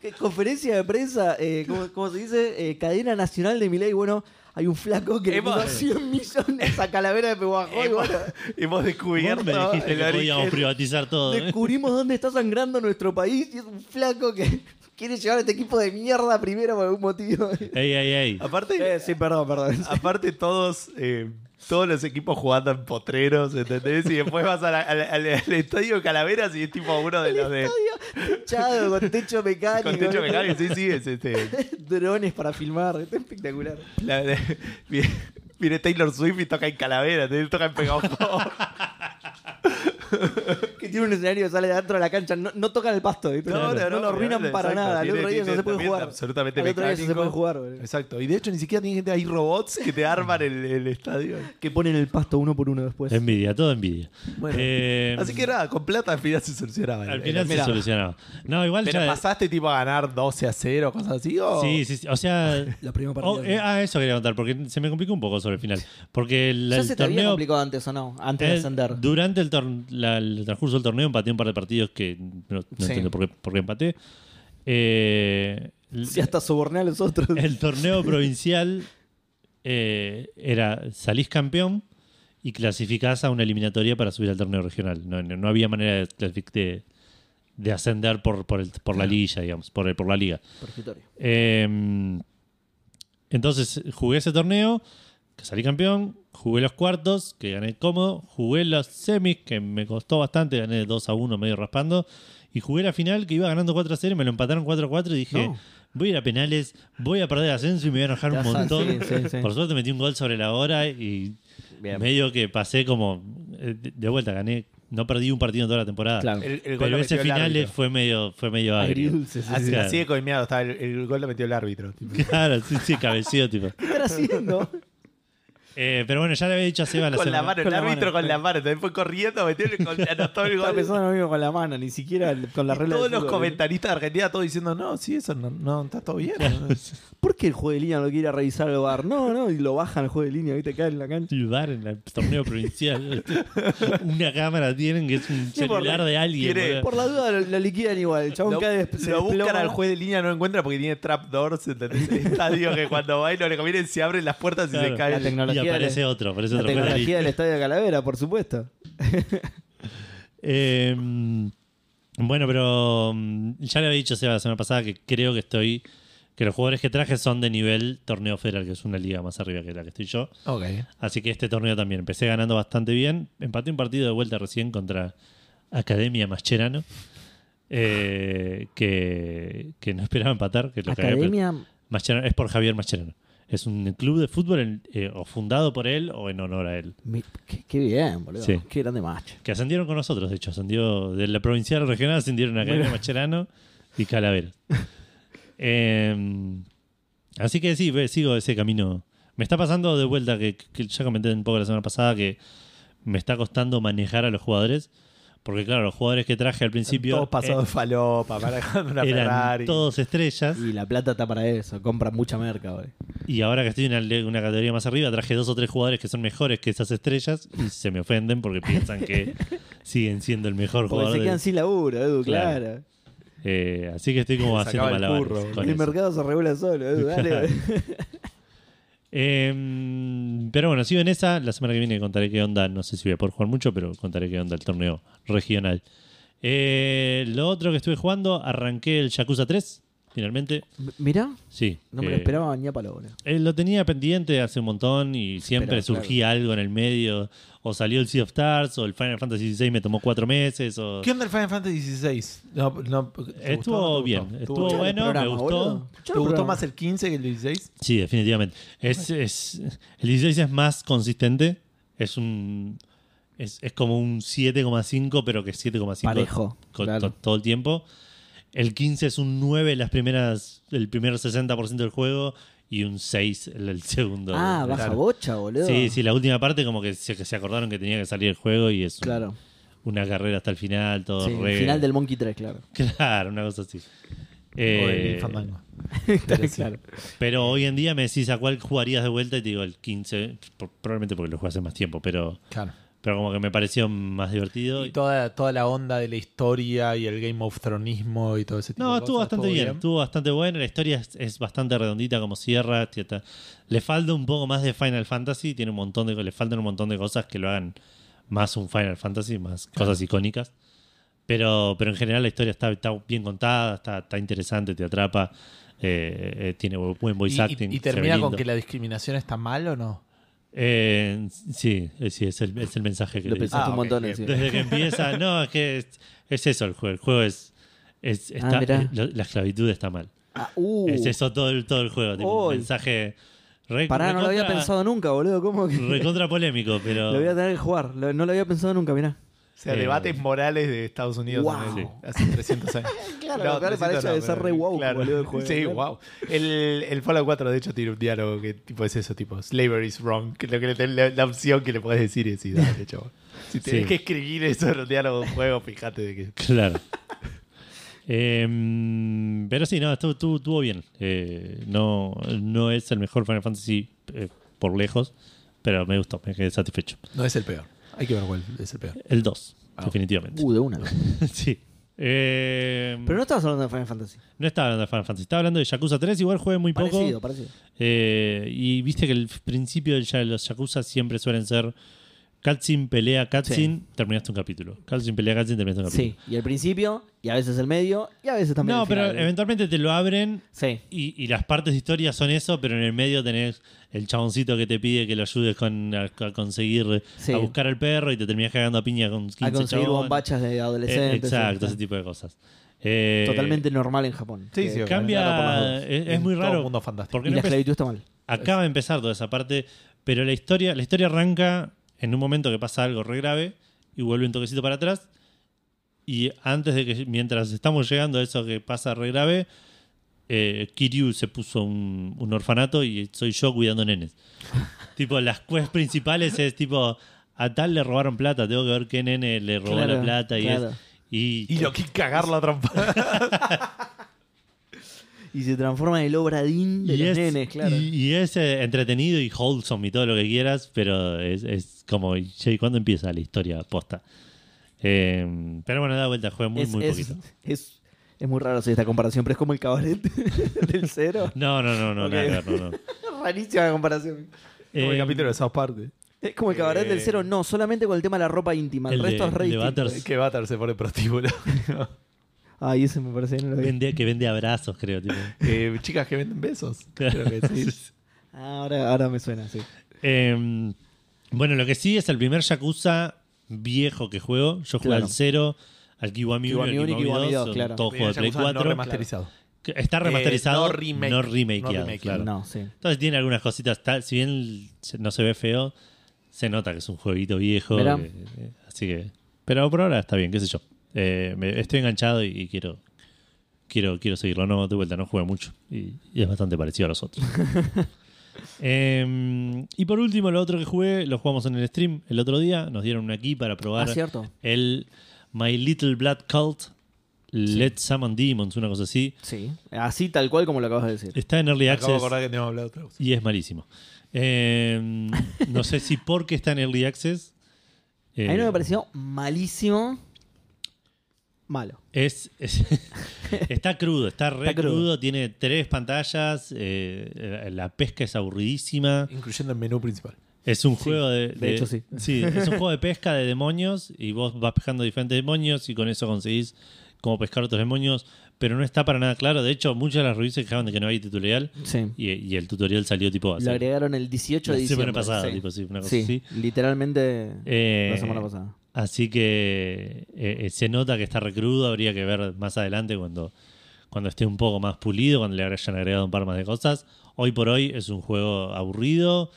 S1: Que Conferencia de prensa, eh, ¿cómo, cómo se dice? Eh, cadena nacional de Miley. Bueno, hay un flaco que le
S3: Hemos-
S1: puso 100 millones a Calavera de Pehuajó y
S3: Hemos,
S1: bueno,
S3: hemos descubierto
S2: Vos me dijiste
S3: el
S2: que podíamos
S3: origen.
S2: privatizar todo. ¿eh?
S1: descubrimos dónde está sangrando nuestro país y es un flaco que quiere llevar a este equipo de mierda primero por algún motivo.
S2: Ey, ey, ey.
S3: Aparte,
S1: Eh, sí, perdón, perdón.
S3: aparte todos, eh, todos los equipos jugando en potreros, ¿entendés? Y después vas a la- al, al- al estadio Calaveras y es tipo uno de los de...
S1: Estadio techado, con techo mecánico.
S3: Con techo mecánico, sí, sí, es este...
S1: Drones para filmar, está espectacular.
S3: la- la- viene, viene Taylor Swift y toca en Calaveras, ¿entendés? toca en Pegajoso.
S1: Que tiene un escenario que sale de adentro de la cancha, no, no tocan el pasto, ¿viste?
S3: No, no, no,
S1: lo arruinan
S3: obviamente,
S1: para
S3: exacto.
S1: nada. Al
S3: Tiene-
S1: otro día
S3: tiene
S1: no se puede
S3: también
S1: jugar.
S3: absolutamente
S1: Al otro día no se
S3: mecánico.
S1: puede jugar, boludo.
S3: Exacto. Y de hecho ni siquiera tiene gente, hay robots que te arman el, el estadio.
S1: Que ponen el pasto uno por uno después.
S2: Envidia, todo envidia.
S3: Bueno,
S2: Eh,
S3: Así que nada, con plata al final se solucionaba.
S2: Al final
S3: Mira,
S2: se solucionaba. No, igual
S3: ¿Pero
S2: ya.
S3: pasaste tipo a ganar 12 a 0, cosas así? O...
S2: Sí, sí, sí, o sea.
S1: La primera
S2: oh, eh, ah, eso quería contar, porque se me complicó un poco sobre el final. Porque el,
S1: ya
S2: el
S1: se te había
S2: torneo
S1: complicado antes o no, antes
S2: Eh,
S1: de ascender.
S2: Durante el, tor- la- el transcurso del torneo empaté un par de partidos que no, no
S1: Sí.
S2: entiendo por qué, por qué empaté. Eh,
S1: Si hasta soborné a los otros.
S2: el torneo provincial eh, era salís campeón y clasificás a una eliminatoria para subir al torneo regional. No, no- no había manera de, clasific- de- de ascender por, por, el- por la liga, digamos, por, el- por la liga.
S1: por escritorio.
S2: Eh, entonces jugué ese torneo, que salí campeón, jugué los cuartos, que gané cómodo, jugué los semis, que me costó bastante, gané 2 a 1 medio raspando, y jugué la final, que iba ganando 4 a 0, y me lo empataron 4 a 4 y dije,
S3: No.
S2: voy a ir a penales, voy a perder ascenso y me voy a enojar un
S1: Ya sabes,
S2: montón.
S1: sí, sí, sí.
S2: Por suerte metí un gol sobre la hora y
S1: Bien.
S2: medio que pasé como, eh, de de vuelta, gané. No perdí un partido en toda la temporada.
S1: Claro.
S3: El, el gol
S2: Pero
S3: lo
S2: ese
S3: metió el
S2: final
S3: árbitro.
S2: fue medio, fue medio agrio.
S1: Agridulce, sí,
S3: Así,
S2: Claro.
S3: así de coimeado estaba el, el gol lo metió el árbitro. tipo.
S2: Claro, sí, sí, cabeceo, tipo.
S1: ¿Qué están haciendo?
S2: Eh, pero bueno, ya le había dicho a Seba la
S3: Con la
S2: semana-
S3: mano, el
S1: Con la
S3: árbitro
S1: mano.
S3: con la mano. También fue corriendo, metió el gol, anotó el
S1: Estaba
S3: gol.
S1: pensando lo mismo con la mano, ni siquiera con la
S3: Y
S1: regla
S3: todos
S1: del
S3: los
S1: fútbol, ¿eh?
S3: comentaristas de Argentina, todos diciendo, no, sí, eso no, no, está todo bien.
S1: ¿Por qué el juego de línea no lo quiere revisar el bar? No, no, y lo bajan el juego de línea, viste, cae en la cancha.
S2: El bar en el torneo provincial. Una cámara tienen que es un
S1: Sí, por
S2: celular
S1: la-
S2: de alguien.
S3: quiere-
S2: boludo.
S1: Por la duda lo, lo liquidan igual, el chabón
S3: lo,
S1: cae des- se
S3: lo buscan
S1: desploma.
S3: al juez de línea, no lo encuentra porque tiene trapdoors, ¿entendés? El estadio que cuando va y lo recomienden se abren las puertas y
S2: Claro.
S3: se cae.
S1: La tecno-
S2: Y
S1: tecnología
S2: aparece
S1: de-
S2: otro, aparece
S1: La
S2: otro.
S1: tecnología del estadio de Calavera, por supuesto.
S2: Eh, bueno, pero mm, ya le había dicho a Seba la semana pasada que creo que estoy. Que los jugadores que traje son de nivel torneo federal, que es una liga más arriba que la que estoy yo.
S3: Ok.
S2: Así que este torneo también. Empecé ganando bastante bien. Empaté un partido de vuelta recién contra Academia Mascherano. eh, que, que no esperaba empatar. Que lo cagué, pero-
S1: Academia,
S2: Mascherano- es por Javier Mascherano. Es un club de fútbol en- eh, o fundado por él o en honor a él.
S1: mi- qué, qué bien, boludo.
S2: Sí.
S1: Qué grande macho.
S2: Que ascendieron con nosotros, de hecho. Ascendió de la provincial a la regional, ascendieron a Academia Mascherano y Calaveras. Eh, así que sí, ve, sigo ese camino. Me está pasando de vuelta, que, que ya comenté un poco la semana pasada, que me está costando manejar a los jugadores. Porque claro, los jugadores que traje al principio
S3: Todos pasados
S2: eh,
S3: de falopa, manejando una
S2: eran
S3: Ferrari.
S2: todos estrellas.
S1: Y la plata está para eso, compra mucha merca, hoy.
S2: Y ahora que estoy en una, una categoría más arriba, traje dos o tres jugadores que son mejores que esas estrellas y se me ofenden porque piensan que siguen siendo el mejor
S1: Porque
S2: jugador.
S1: se
S2: de-
S1: quedan sin laburo, Edu,
S2: Claro.
S1: claro.
S2: Eh, así que estoy como
S3: Se
S2: haciendo
S3: acaba el
S2: malabares.
S3: curro,
S2: con
S1: El
S2: eso.
S1: mercado se regula solo, Edu, dale.
S2: Eh, pero bueno, sigo en esa. La semana que viene contaré qué onda. No sé si voy a poder jugar mucho, pero contaré qué onda el torneo regional. Eh, lo otro que estuve jugando, arranqué el Yakuza 3, finalmente.
S1: Mirá,
S2: Sí.
S1: no me lo
S2: eh,
S1: esperaba ni a palo, boludo.
S2: Eh, lo tenía pendiente hace un montón y siempre
S1: Pero,
S2: surgía algo en el medio. O salió el Sea of Stars, o el Final Fantasy XVI me tomó cuatro meses. O...
S3: ¿Qué onda el Final Fantasy XVI? No, no,
S2: Estuvo
S3: ¿te gustó o no te
S2: bien,
S3: gustó?
S2: estuvo
S1: Escuchá el
S2: bueno, me gustó.
S1: boludo. Escuchá el
S3: ¿Te gustó
S1: programa.
S3: más el 15 que el 16?
S2: Sí, definitivamente. Es, es- el 16 es más consistente. Es un es, es como un 7,5, pero que es 7,5
S1: Parejo,
S2: co-
S1: claro.
S2: to- todo el tiempo. El 15 es un 9 las primeras, el primer 60% del juego y un 6 el, el segundo.
S1: Ah,
S2: Claro.
S1: baja bocha, boludo.
S2: Sí, sí, la última parte como que se, que se acordaron que tenía que salir el juego y es un-
S1: Claro.
S2: una carrera hasta el final, todo
S1: Sí,
S2: re-
S1: el final del Monkey 3, claro.
S2: Claro, una cosa así.
S3: O el
S2: Eh,
S3: Green Fandango.
S1: Está
S3: Pero sí.
S1: claro.
S2: pero hoy en día me decís a cuál jugarías de vuelta y te digo el 15, por- probablemente porque lo jugué hace más tiempo, pero,
S3: Claro.
S2: pero como que me pareció más divertido.
S3: Y toda, toda la onda de la historia y el Game of Thronismo y todo ese tipo
S2: No,
S3: de
S2: estuvo
S3: cosas,
S2: bastante bien, estuvo bastante bueno, la historia es, es bastante redondita como cierra, tieta. le falta un poco más de Final Fantasy, tiene un montón de, le faltan un montón de cosas que lo hagan más un Final Fantasy, más cosas icónicas. Pero, pero en general la historia está, está bien contada, está, está interesante, te atrapa, eh, eh, tiene bu- buen voice
S3: Y-
S2: acting.
S3: y, y
S2: se ve
S3: termina con
S2: lindo.
S3: que la discriminación está mal o no.
S2: Eh, sí, eh, sí, es el, es el mensaje que
S1: Lo
S2: le dice.
S1: pensaste
S3: Ah,
S1: un
S3: ok,
S1: montón.
S3: bien.
S1: encima.
S2: Desde que empieza, no, es que es, es eso el juego. El juego es. es- está-
S1: Ah,
S2: eh,
S1: mirá.
S2: lo- la esclavitud está mal.
S1: Ah, uh,
S2: Es eso todo el, todo el juego. tipo, un
S1: Uy.
S2: mensaje. Re,
S1: Pará, no lo había
S2: recontra-
S1: pensado nunca, boludo. ¿Cómo que?
S2: Recontra polémico, pero.
S1: Lo voy a tener que jugar. Lo- no lo había pensado nunca, mirá.
S3: O sea,
S2: Eh,
S3: debates morales de Estados Unidos
S1: Wow.
S3: en el- hace 300 años.
S1: Claro, lo cual
S3: 300
S1: parece de ser
S3: pero-
S1: re woke, boludo, el juego,
S3: Sí,
S1: claro.
S3: wow. El, el Fallout 4, de hecho, tiene un diálogo que tipo es eso, tipo, slavery is wrong. Que lo que le ten- la, la opción que le podés decir es, sí, dale, chabón. Si tienes
S2: Sí.
S3: que escribir eso en un diálogo de un juego, fíjate de que...
S2: Claro. Em, pero sí, no, estuvo, estuvo- estuvo bien. Eh, no, no es el mejor Final Fantasy eh, por lejos, pero me gustó, me quedé satisfecho.
S3: No es el peor. Hay que ver cuál es el peor.
S2: El 2,
S3: Ah.
S2: definitivamente.
S1: Uh, de una.
S2: sí. Eh,
S1: Pero no estabas hablando de Final Fantasy.
S2: no estaba hablando de Final Fantasy, estaba hablando de Yakuza 3, igual jugué muy poco.
S1: Parecido, parecido.
S2: Eh, y viste que el principio de ya- los Yakuza siempre suelen ser cutscene, pelea, cutscene, terminaste un capítulo. Cutscene, pelea, cutscene, terminaste un capítulo.
S1: Sí, y al principio, y a veces el medio, y a veces también
S2: no,
S1: el
S2: pero
S1: final.
S2: eventualmente te lo abren
S1: Sí.
S2: y, y las partes de historia son eso, pero en el medio tenés el chaboncito que te pide que lo ayudes con, a, a conseguir,
S1: Sí.
S2: a buscar al perro y te terminás cagando a piña con 15
S1: A conseguir
S2: chabones.
S1: bombachas de
S2: Eh,
S1: adolescentes.
S2: Exacto,
S1: sí,
S2: ese tipo de cosas. Eh,
S1: Totalmente normal en Japón.
S3: Sí,
S1: Que-
S3: sí,
S1: Ahora por las
S2: Cambia, eh,
S1: dos.
S2: es, es
S3: En
S2: muy
S3: todo
S2: raro.
S3: mundo fantástico.
S2: porque
S1: Y
S2: no
S1: la
S2: empe-
S1: esclavitud está mal.
S2: acaba de empezar toda esa parte, pero la historia, la historia arranca en un momento que pasa algo re grave y vuelve un toquecito para atrás. Y antes de que, mientras estamos llegando a eso que pasa re grave, eh, Kiryu se puso un, un orfanato y soy yo cuidando nenes. tipo, las quests principales es tipo, a tal le robaron plata, tengo que ver qué nene le robó
S1: Claro,
S2: la plata y,
S1: claro.
S2: es- y-
S3: Y lo que cagar la trampa.
S1: Y se transforma en el obradín de
S2: Y
S1: los
S2: es,
S1: nenes, claro.
S2: y- y es, eh, entretenido y wholesome y todo lo que quieras, pero es, es como, che, ¿cuándo empieza la historia posta? Eh, pero bueno, da vuelta, juega muy,
S1: es,
S2: muy
S1: es-
S2: poquito.
S1: es- es muy raro hacer esta comparación, pero es como el cabaret del cero.
S2: No, no, no, no,
S1: Ok.
S2: nada que ver, no, no.
S1: Rarísima comparación.
S3: Como el
S2: Eh,
S3: capítulo de South Park.
S1: Es como el cabaret del cero, no, solamente con el tema de la ropa íntima. El,
S2: El de-
S1: resto es re
S2: el de
S1: distinto.
S2: Butters.
S3: Que Batar se pone prostíbulo.
S1: Ay, ese me parece que no lo vi.
S2: vende- que vende abrazos, creo. tipo.
S3: Eh, chicas que venden besos.
S2: Claro.
S3: Creo que sí.
S1: Ah, Ahora, ahora me suena, sí.
S2: Eh, bueno, lo que sí es el primer Yakuza viejo que juego. Yo jugué
S1: Claro.
S2: al 0, al Kiwami 1
S1: Kiwami uno y
S2: al
S1: Kiwami
S2: Kiwami 2,
S1: dos,
S2: son
S1: claro. Eh,
S2: todos juegos de Play
S3: Yakuza no
S2: 4.
S3: remasterizado.
S2: Que Está remasterizado,
S3: no remake-
S2: no
S3: no
S2: remakeado,
S3: remakeado.
S2: claro.
S1: No, sí.
S2: Entonces tiene algunas cositas. tal- si bien se- no se ve feo, se nota que es un jueguito viejo.
S1: Mirá.
S2: que- eh, así que. Pero por ahora está bien, qué sé yo. Eh, me- estoy enganchado y, y quiero. Quiero, quiero seguirlo, no, de vuelta, no juega mucho y, y es bastante parecido a los otros. Em, y por último, lo otro que jugué, lo jugamos en el stream el otro día, nos dieron una aquí para probar
S1: Ah, cierto.
S2: el My Little Blood Cult, Let's Summon Demons, una cosa así.
S1: Sí. Así tal cual como lo acabas de decir.
S2: Está en Early
S3: Acabo de
S2: Access
S3: acordar que teníamos hablado de otra cosa.
S2: y es malísimo. Eh, no sé si porque está en Early Access. eh,
S1: A mí no me pareció malísimo. Malo.
S2: Es, es- está crudo, está re
S1: Está
S2: crudo.
S1: crudo.
S2: tiene tres pantallas, eh, la pesca es aburridísima.
S3: Incluyendo el menú principal.
S2: Es un juego de,
S1: de hecho, sí.
S2: es un juego de pesca de demonios y vos vas pescando diferentes demonios y con eso conseguís como pescar otros demonios, pero no está para nada claro. De hecho, muchas de las revistas se quejaban de que no había tutorial
S1: Sí.
S2: y, y el tutorial salió tipo hace
S1: Lo agregaron el 18
S2: la
S1: de
S2: semana
S1: diciembre.
S2: pasada,
S1: sí.
S2: tipo así, una cosa
S1: Sí,
S2: así.
S1: literalmente
S2: Eh,
S1: la semana pasada.
S2: Así que eh, eh, se nota que está recrudo, habría que ver más adelante cuando, cuando esté un poco más pulido, cuando le hayan agregado un par más de cosas. Hoy por hoy es un juego aburrido,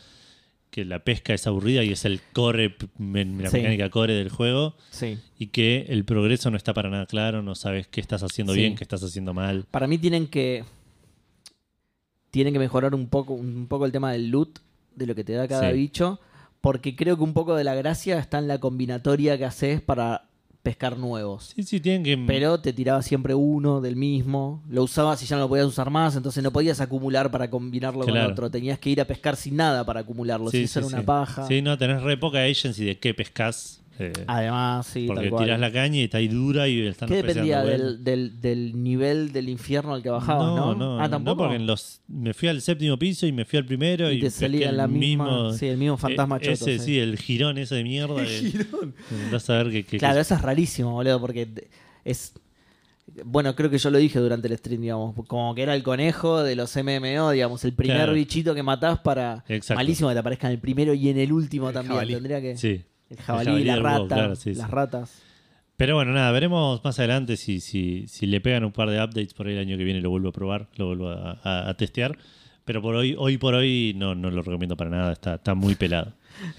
S2: que la pesca es aburrida y es el core, p- me- la
S1: Sí.
S2: mecánica core del juego,
S1: Sí.
S2: y que el progreso no está para nada claro, no sabes qué estás haciendo
S1: Sí.
S2: bien, qué estás haciendo mal.
S1: Para mí tienen que. Tienen que mejorar un poco, un poco el tema del loot, de lo que te da cada
S2: Sí.
S1: bicho. Porque creo que un poco de la gracia está en la combinatoria que haces para pescar nuevos.
S2: Sí, sí, tienen que...
S1: Pero te tiraba siempre uno del mismo. Lo usabas y ya no lo podías usar más. Entonces no podías acumular para combinarlo
S2: Claro.
S1: con otro. Tenías que ir a pescar sin nada para acumularlo.
S2: Sí,
S1: si eso
S2: sí,
S1: era una
S2: sí.
S1: paja.
S2: Sí, no, tenés re poca agency de qué pescas. eh,
S1: Además, sí,
S2: porque
S1: tal cual.
S2: tirás la caña y está ahí dura y están
S1: ¿Qué
S2: apreciando
S1: dependía
S2: vueltas.
S1: del, del- del nivel del infierno al que bajabas, no? ah, tampoco.
S2: porque en los, me fui al séptimo piso y me fui al primero y,
S1: y te
S2: pesqué
S1: salía
S2: el
S1: la misma. sí, el mismo fantasma
S2: eh,
S1: choto.
S2: Ese, sí. el girón ese de mierda. que- Andás a ver qué- qué-
S1: Claro,
S2: qué-
S1: eso es rarísimo, boludo, porque te- es. Bueno, creo que yo lo dije durante el stream, digamos. Como que era el conejo de los MMO, digamos. El primer
S2: Claro.
S1: bichito que matás para.
S2: Exacto.
S1: Malísimo que te aparezca en el primero y en el último
S3: El
S1: también.
S3: jabalí.
S1: Tendría que.
S2: sí.
S1: El jabalí,
S2: jabalí
S1: la
S2: del
S1: rata.
S2: WoW, claro, sí,
S1: las
S2: sí.
S1: ratas.
S2: Pero bueno, nada, veremos más adelante si, si, si le pegan un par de updates por ahí el año que viene lo vuelvo a probar, lo vuelvo a, a- a testear. Pero por hoy, hoy por hoy no, no lo recomiendo para nada, está, está muy pelado.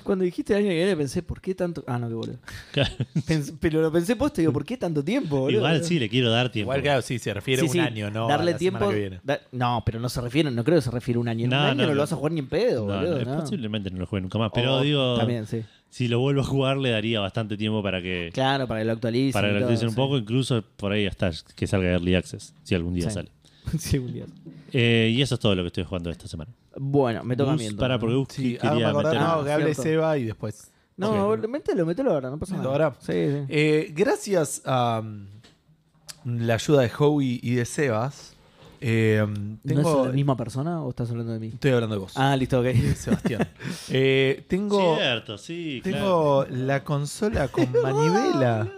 S1: Cuando dijiste el año que viene pensé, ¿por qué tanto.? Ah, no, qué boludo. Pens- pero lo pensé posto, digo, ¿por qué tanto tiempo, boludo?
S2: Igual sí le quiero dar tiempo.
S3: Igual, claro, sí, se refiere a
S1: Sí,
S3: un
S1: sí,
S3: año, ¿no?
S1: Darle
S3: a la semana
S1: tiempo.
S3: que viene.
S1: da- no, pero no se refiere, no creo que se refiere a un año. En
S2: No,
S1: un año
S2: no,
S1: no,
S2: no.
S1: lo vas a jugar ni en pedo,
S2: No, no,
S1: boludo.
S2: es
S1: no.
S2: Posiblemente no lo juegue nunca más. Pero
S1: O-
S2: digo,
S1: También, sí.
S2: si lo vuelvo a jugar le daría bastante tiempo para que...
S1: Claro, para que lo actualicen.
S2: para
S1: y
S2: que lo
S1: todo,
S2: utilicen un
S1: sí.
S2: poco, incluso por ahí hasta que salga Early Access, si algún día
S1: Sí.
S2: sale.
S1: Sí, un día.
S2: Eh, y eso es todo lo que estoy jugando esta semana.
S1: Bueno, me toca
S2: Gus,
S1: miento.
S2: para, porque Gus
S3: Sí, ah, me
S2: quería
S3: acordaba,
S2: meter-
S1: Ah,
S3: no, que hable
S1: cierto.
S3: Seba y después.
S1: No,
S3: Ok.
S1: mételo, mételo ahora, no pasa nada.
S2: Eh,
S3: Mételo ahora.
S1: Sí, sí.
S3: Eh, gracias a, mm, la ayuda de Howie y de Sebas, eh,
S1: ¿No
S3: tengo.
S1: es la misma persona o estás hablando de mí?
S3: Estoy hablando de vos.
S1: Ah, listo, ok.
S3: de Sebastián. Eh, tengo
S2: Cierto, sí, claro.
S3: tengo la consola con manivela.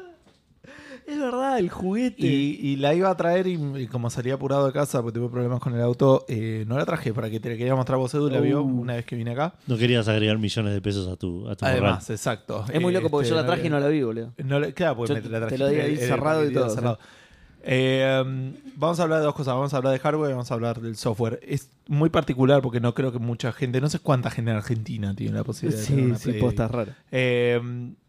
S1: Es verdad, el juguete.
S3: Y, y la iba a traer y, y como salí apurado de casa porque tuve problemas con el auto, eh, no la traje para que te la quería mostrar vos, Edu, la vio
S1: Uh.
S3: una vez que vine acá.
S2: No querías agregar millones de pesos a tu, a tu
S3: Además, exacto.
S1: es muy loco porque
S3: Este,
S1: yo la traje y no la vi, boludo.
S3: No le- claro, porque
S1: Yo
S3: me la
S1: te
S3: trajiste.
S1: lo di ahí
S3: el- el
S1: cerrado y
S3: paquetito
S1: todo,
S3: cerrado. Eh, um, vamos a hablar de dos cosas. Vamos a hablar de hardware y vamos a hablar del software. Es muy particular porque no creo que mucha gente, no sé cuánta gente en Argentina tiene la posibilidad de tener
S1: Sí,
S3: una
S1: sí,
S3: Play.
S1: posta rara.
S3: Eh,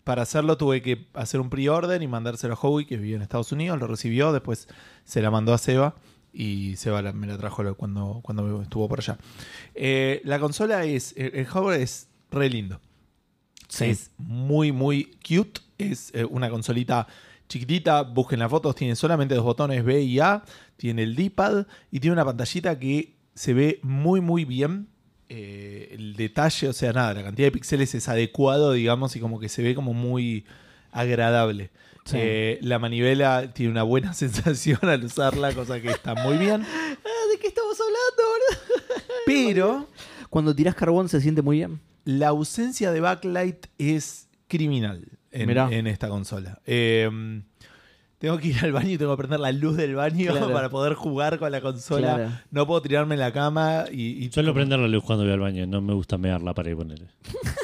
S3: para hacerlo tuve que hacer un pre-order y mandárselo a Howie, que vivía en Estados Unidos, lo recibió, después se la mandó a Seba y Seba la- me la trajo lo- cuando, cuando estuvo por allá. Eh, la consola es, el, el hardware es re lindo. Es muy, muy cute. Es eh, una consolita chiquitita. Busquen las fotos. Tiene solamente dos botones B y A. Tiene el D-pad y tiene una pantallita que se ve muy, muy bien. Eh, el detalle, o sea, nada, la cantidad de píxeles es adecuado, digamos, y como que se ve como muy agradable.
S1: Sí.
S3: Eh, la manivela tiene una buena sensación al usarla, cosa que está muy bien.
S1: Ah, ¿De qué estamos hablando, boludo?
S3: Pero
S1: Cuando tirás carbón se siente muy bien.
S3: la ausencia de backlight es criminal en,
S1: Mirá.
S3: en esta consola. Eh, tengo que ir al baño y tengo que prender la luz del baño
S1: Claro.
S3: para poder jugar con la consola.
S1: Claro.
S3: No puedo tirarme en la cama y, y-
S2: Suelo prender la luz cuando voy al baño, no me gusta mear la pared ponerle.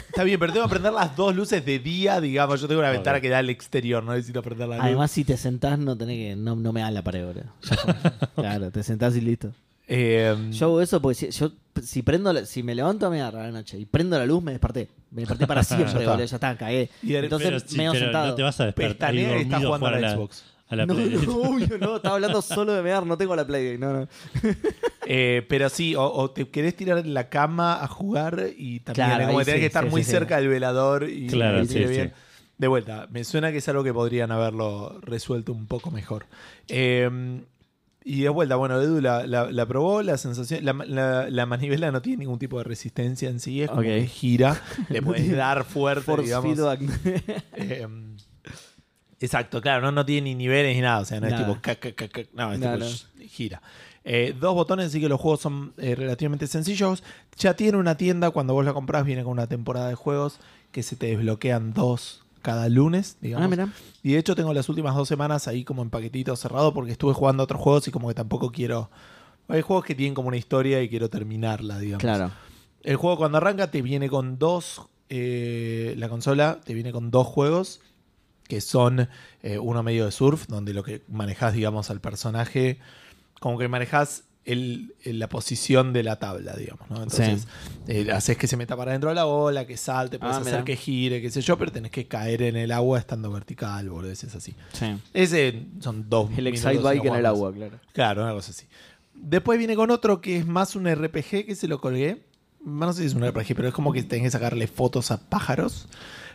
S3: está bien, pero tengo que prender las dos luces de día, digamos. Yo tengo una
S2: Ok.
S3: ventana que da al exterior, no necesito prender la luz.
S1: Además, si te sentás, no tenés que. No, no me hagas la pared, boludo. Ya fue. claro, te sentás y listo.
S3: Eh,
S1: Yo hago eso porque si, yo, si prendo la- si me levanto a mear a la noche y prendo la luz, me desperté. Me desperté para siempre,
S3: Ya está.
S1: boludo. Ya está, cagué.
S3: Y de-
S1: Entonces,
S2: pero sí,
S1: medio
S2: pero
S1: sentado.
S2: no te vas a despertar y
S3: Pestañea y estás
S2: dormido a
S3: jugando
S2: jugar a la,
S3: a la Xbox.
S2: a la
S1: no,
S2: Play.
S1: no, obvio, no. Estaba hablando solo de mear, no tengo la Play. No, no.
S3: Eh, pero sí, o, o te querés tirar en la cama a jugar y también
S1: Claro,
S3: es como
S1: ahí
S3: que tenés
S1: sí,
S3: que estar
S1: sí,
S3: muy
S1: sí, sí.
S3: cerca del velador y
S2: Claro,
S3: y tiene
S2: sí,
S3: bien.
S2: sí.
S3: De vuelta, me suena que es algo que podrían haberlo resuelto un poco mejor. Eh, y de vuelta, bueno, Edu la, la- la probó, la sensación, la, la- la manivela no tiene ningún tipo de resistencia en sí, es como
S1: Ok.
S3: que gira, le puedes
S1: tiene
S3: dar fuerte,
S1: Force
S3: digamos.
S1: feedback.
S3: Eh, exacto, claro, no, no tiene ni niveles ni nada. O sea, no
S1: Nada.
S3: es tipo. ca, ca, ca, ca, no, es
S1: No,
S3: tipo,
S1: no.
S3: sh- gira. Eh, dos botones, así que los juegos son eh, relativamente sencillos. Ya tiene una tienda, cuando vos la comprás, viene con una temporada de juegos que se te desbloquean dos cada lunes, digamos.
S1: ah, mira.
S3: Y de hecho tengo las últimas dos semanas ahí como en paquetito cerrado porque estuve jugando otros juegos y como que tampoco quiero... Hay juegos que tienen como una historia y quiero terminarla, digamos.
S1: Claro.
S3: El juego cuando arranca te viene con dos. eh, la consola te viene con dos juegos. Que son eh, uno medio de surf, donde lo que manejás, digamos, al personaje. Como que manejás el- el- la posición de la tabla, digamos, ¿no? Entonces, eh, haces que se meta para adentro de la ola, que salte, puedes
S1: Ah,
S3: hacer
S1: mirá.
S3: que gire, qué sé yo, pero tenés que caer en el agua estando vertical, boludeces así.
S1: Sí.
S3: Ese son dos.
S1: El
S3: minutos
S1: Excite
S3: y no
S1: Bike en
S3: jugás
S1: el
S3: más.
S1: agua, claro.
S3: Claro, una cosa así. Después viene con otro que es más un RPG que se lo colgué. No sé si es un RPG, pero es como que tenés que sacarle fotos a pájaros.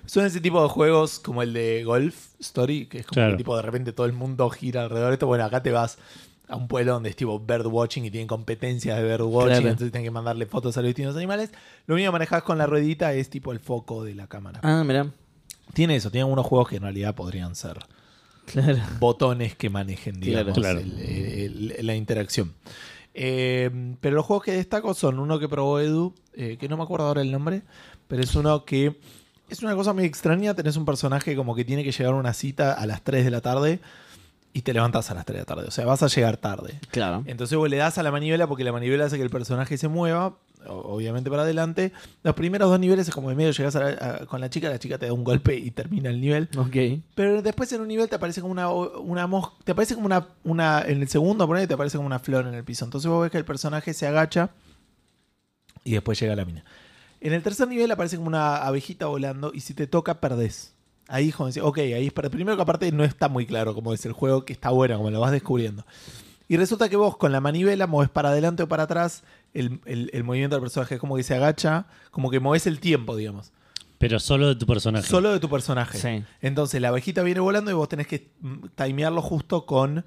S3: Son ese tipo de juegos como el de Golf Story, que es como
S2: Claro.
S3: que tipo de repente todo el mundo gira alrededor de esto. Bueno, acá te vas a un pueblo donde es tipo bird watching y tienen competencias de bird watching,
S1: Claro.
S3: entonces tienen que mandarle fotos a los distintos animales. Lo único que manejás con la ruedita es tipo el foco de la cámara.
S1: Ah, mira.
S3: Tiene eso, tiene unos juegos que en realidad podrían ser
S1: Claro.
S3: botones que manejen, digamos,
S2: Claro.
S3: el- el- el- la interacción. Eh, pero los juegos que destaco son uno que probó Edu, eh, que no me acuerdo ahora el nombre, pero es uno que es una cosa muy extraña. Tenés un personaje como que tiene que llegar a una cita a las 3 de la tarde y te levantas a las 3 de la tarde. O sea, vas a llegar tarde.
S1: Claro.
S3: Entonces vos le das a la manivela porque la manivela hace que el personaje se mueva, o- obviamente para adelante. Los primeros dos niveles es como de medio llegas a la- a- con la chica, la chica te da un golpe y termina el nivel.
S1: Ok.
S3: Pero después en un nivel te aparece como una, una mosca. Te aparece como una, una. En el segundo, ponele, te aparece como una flor en el piso. Entonces vos ves que el personaje se agacha y después llega la mina. En el tercer nivel aparece como una abejita volando y si te toca, perdés. Ahí, joven, dice, ok, ahí es per- Primero que aparte no está muy claro cómo es el juego, que está bueno, como lo vas descubriendo. Y resulta que vos con la manivela moves para adelante o para atrás el, el- el movimiento del personaje. Es como que se agacha, como que moves el tiempo, digamos.
S2: Pero solo de tu personaje.
S3: Solo de tu personaje.
S1: Sí.
S3: Entonces la abejita viene volando y vos tenés que mm, timearlo justo con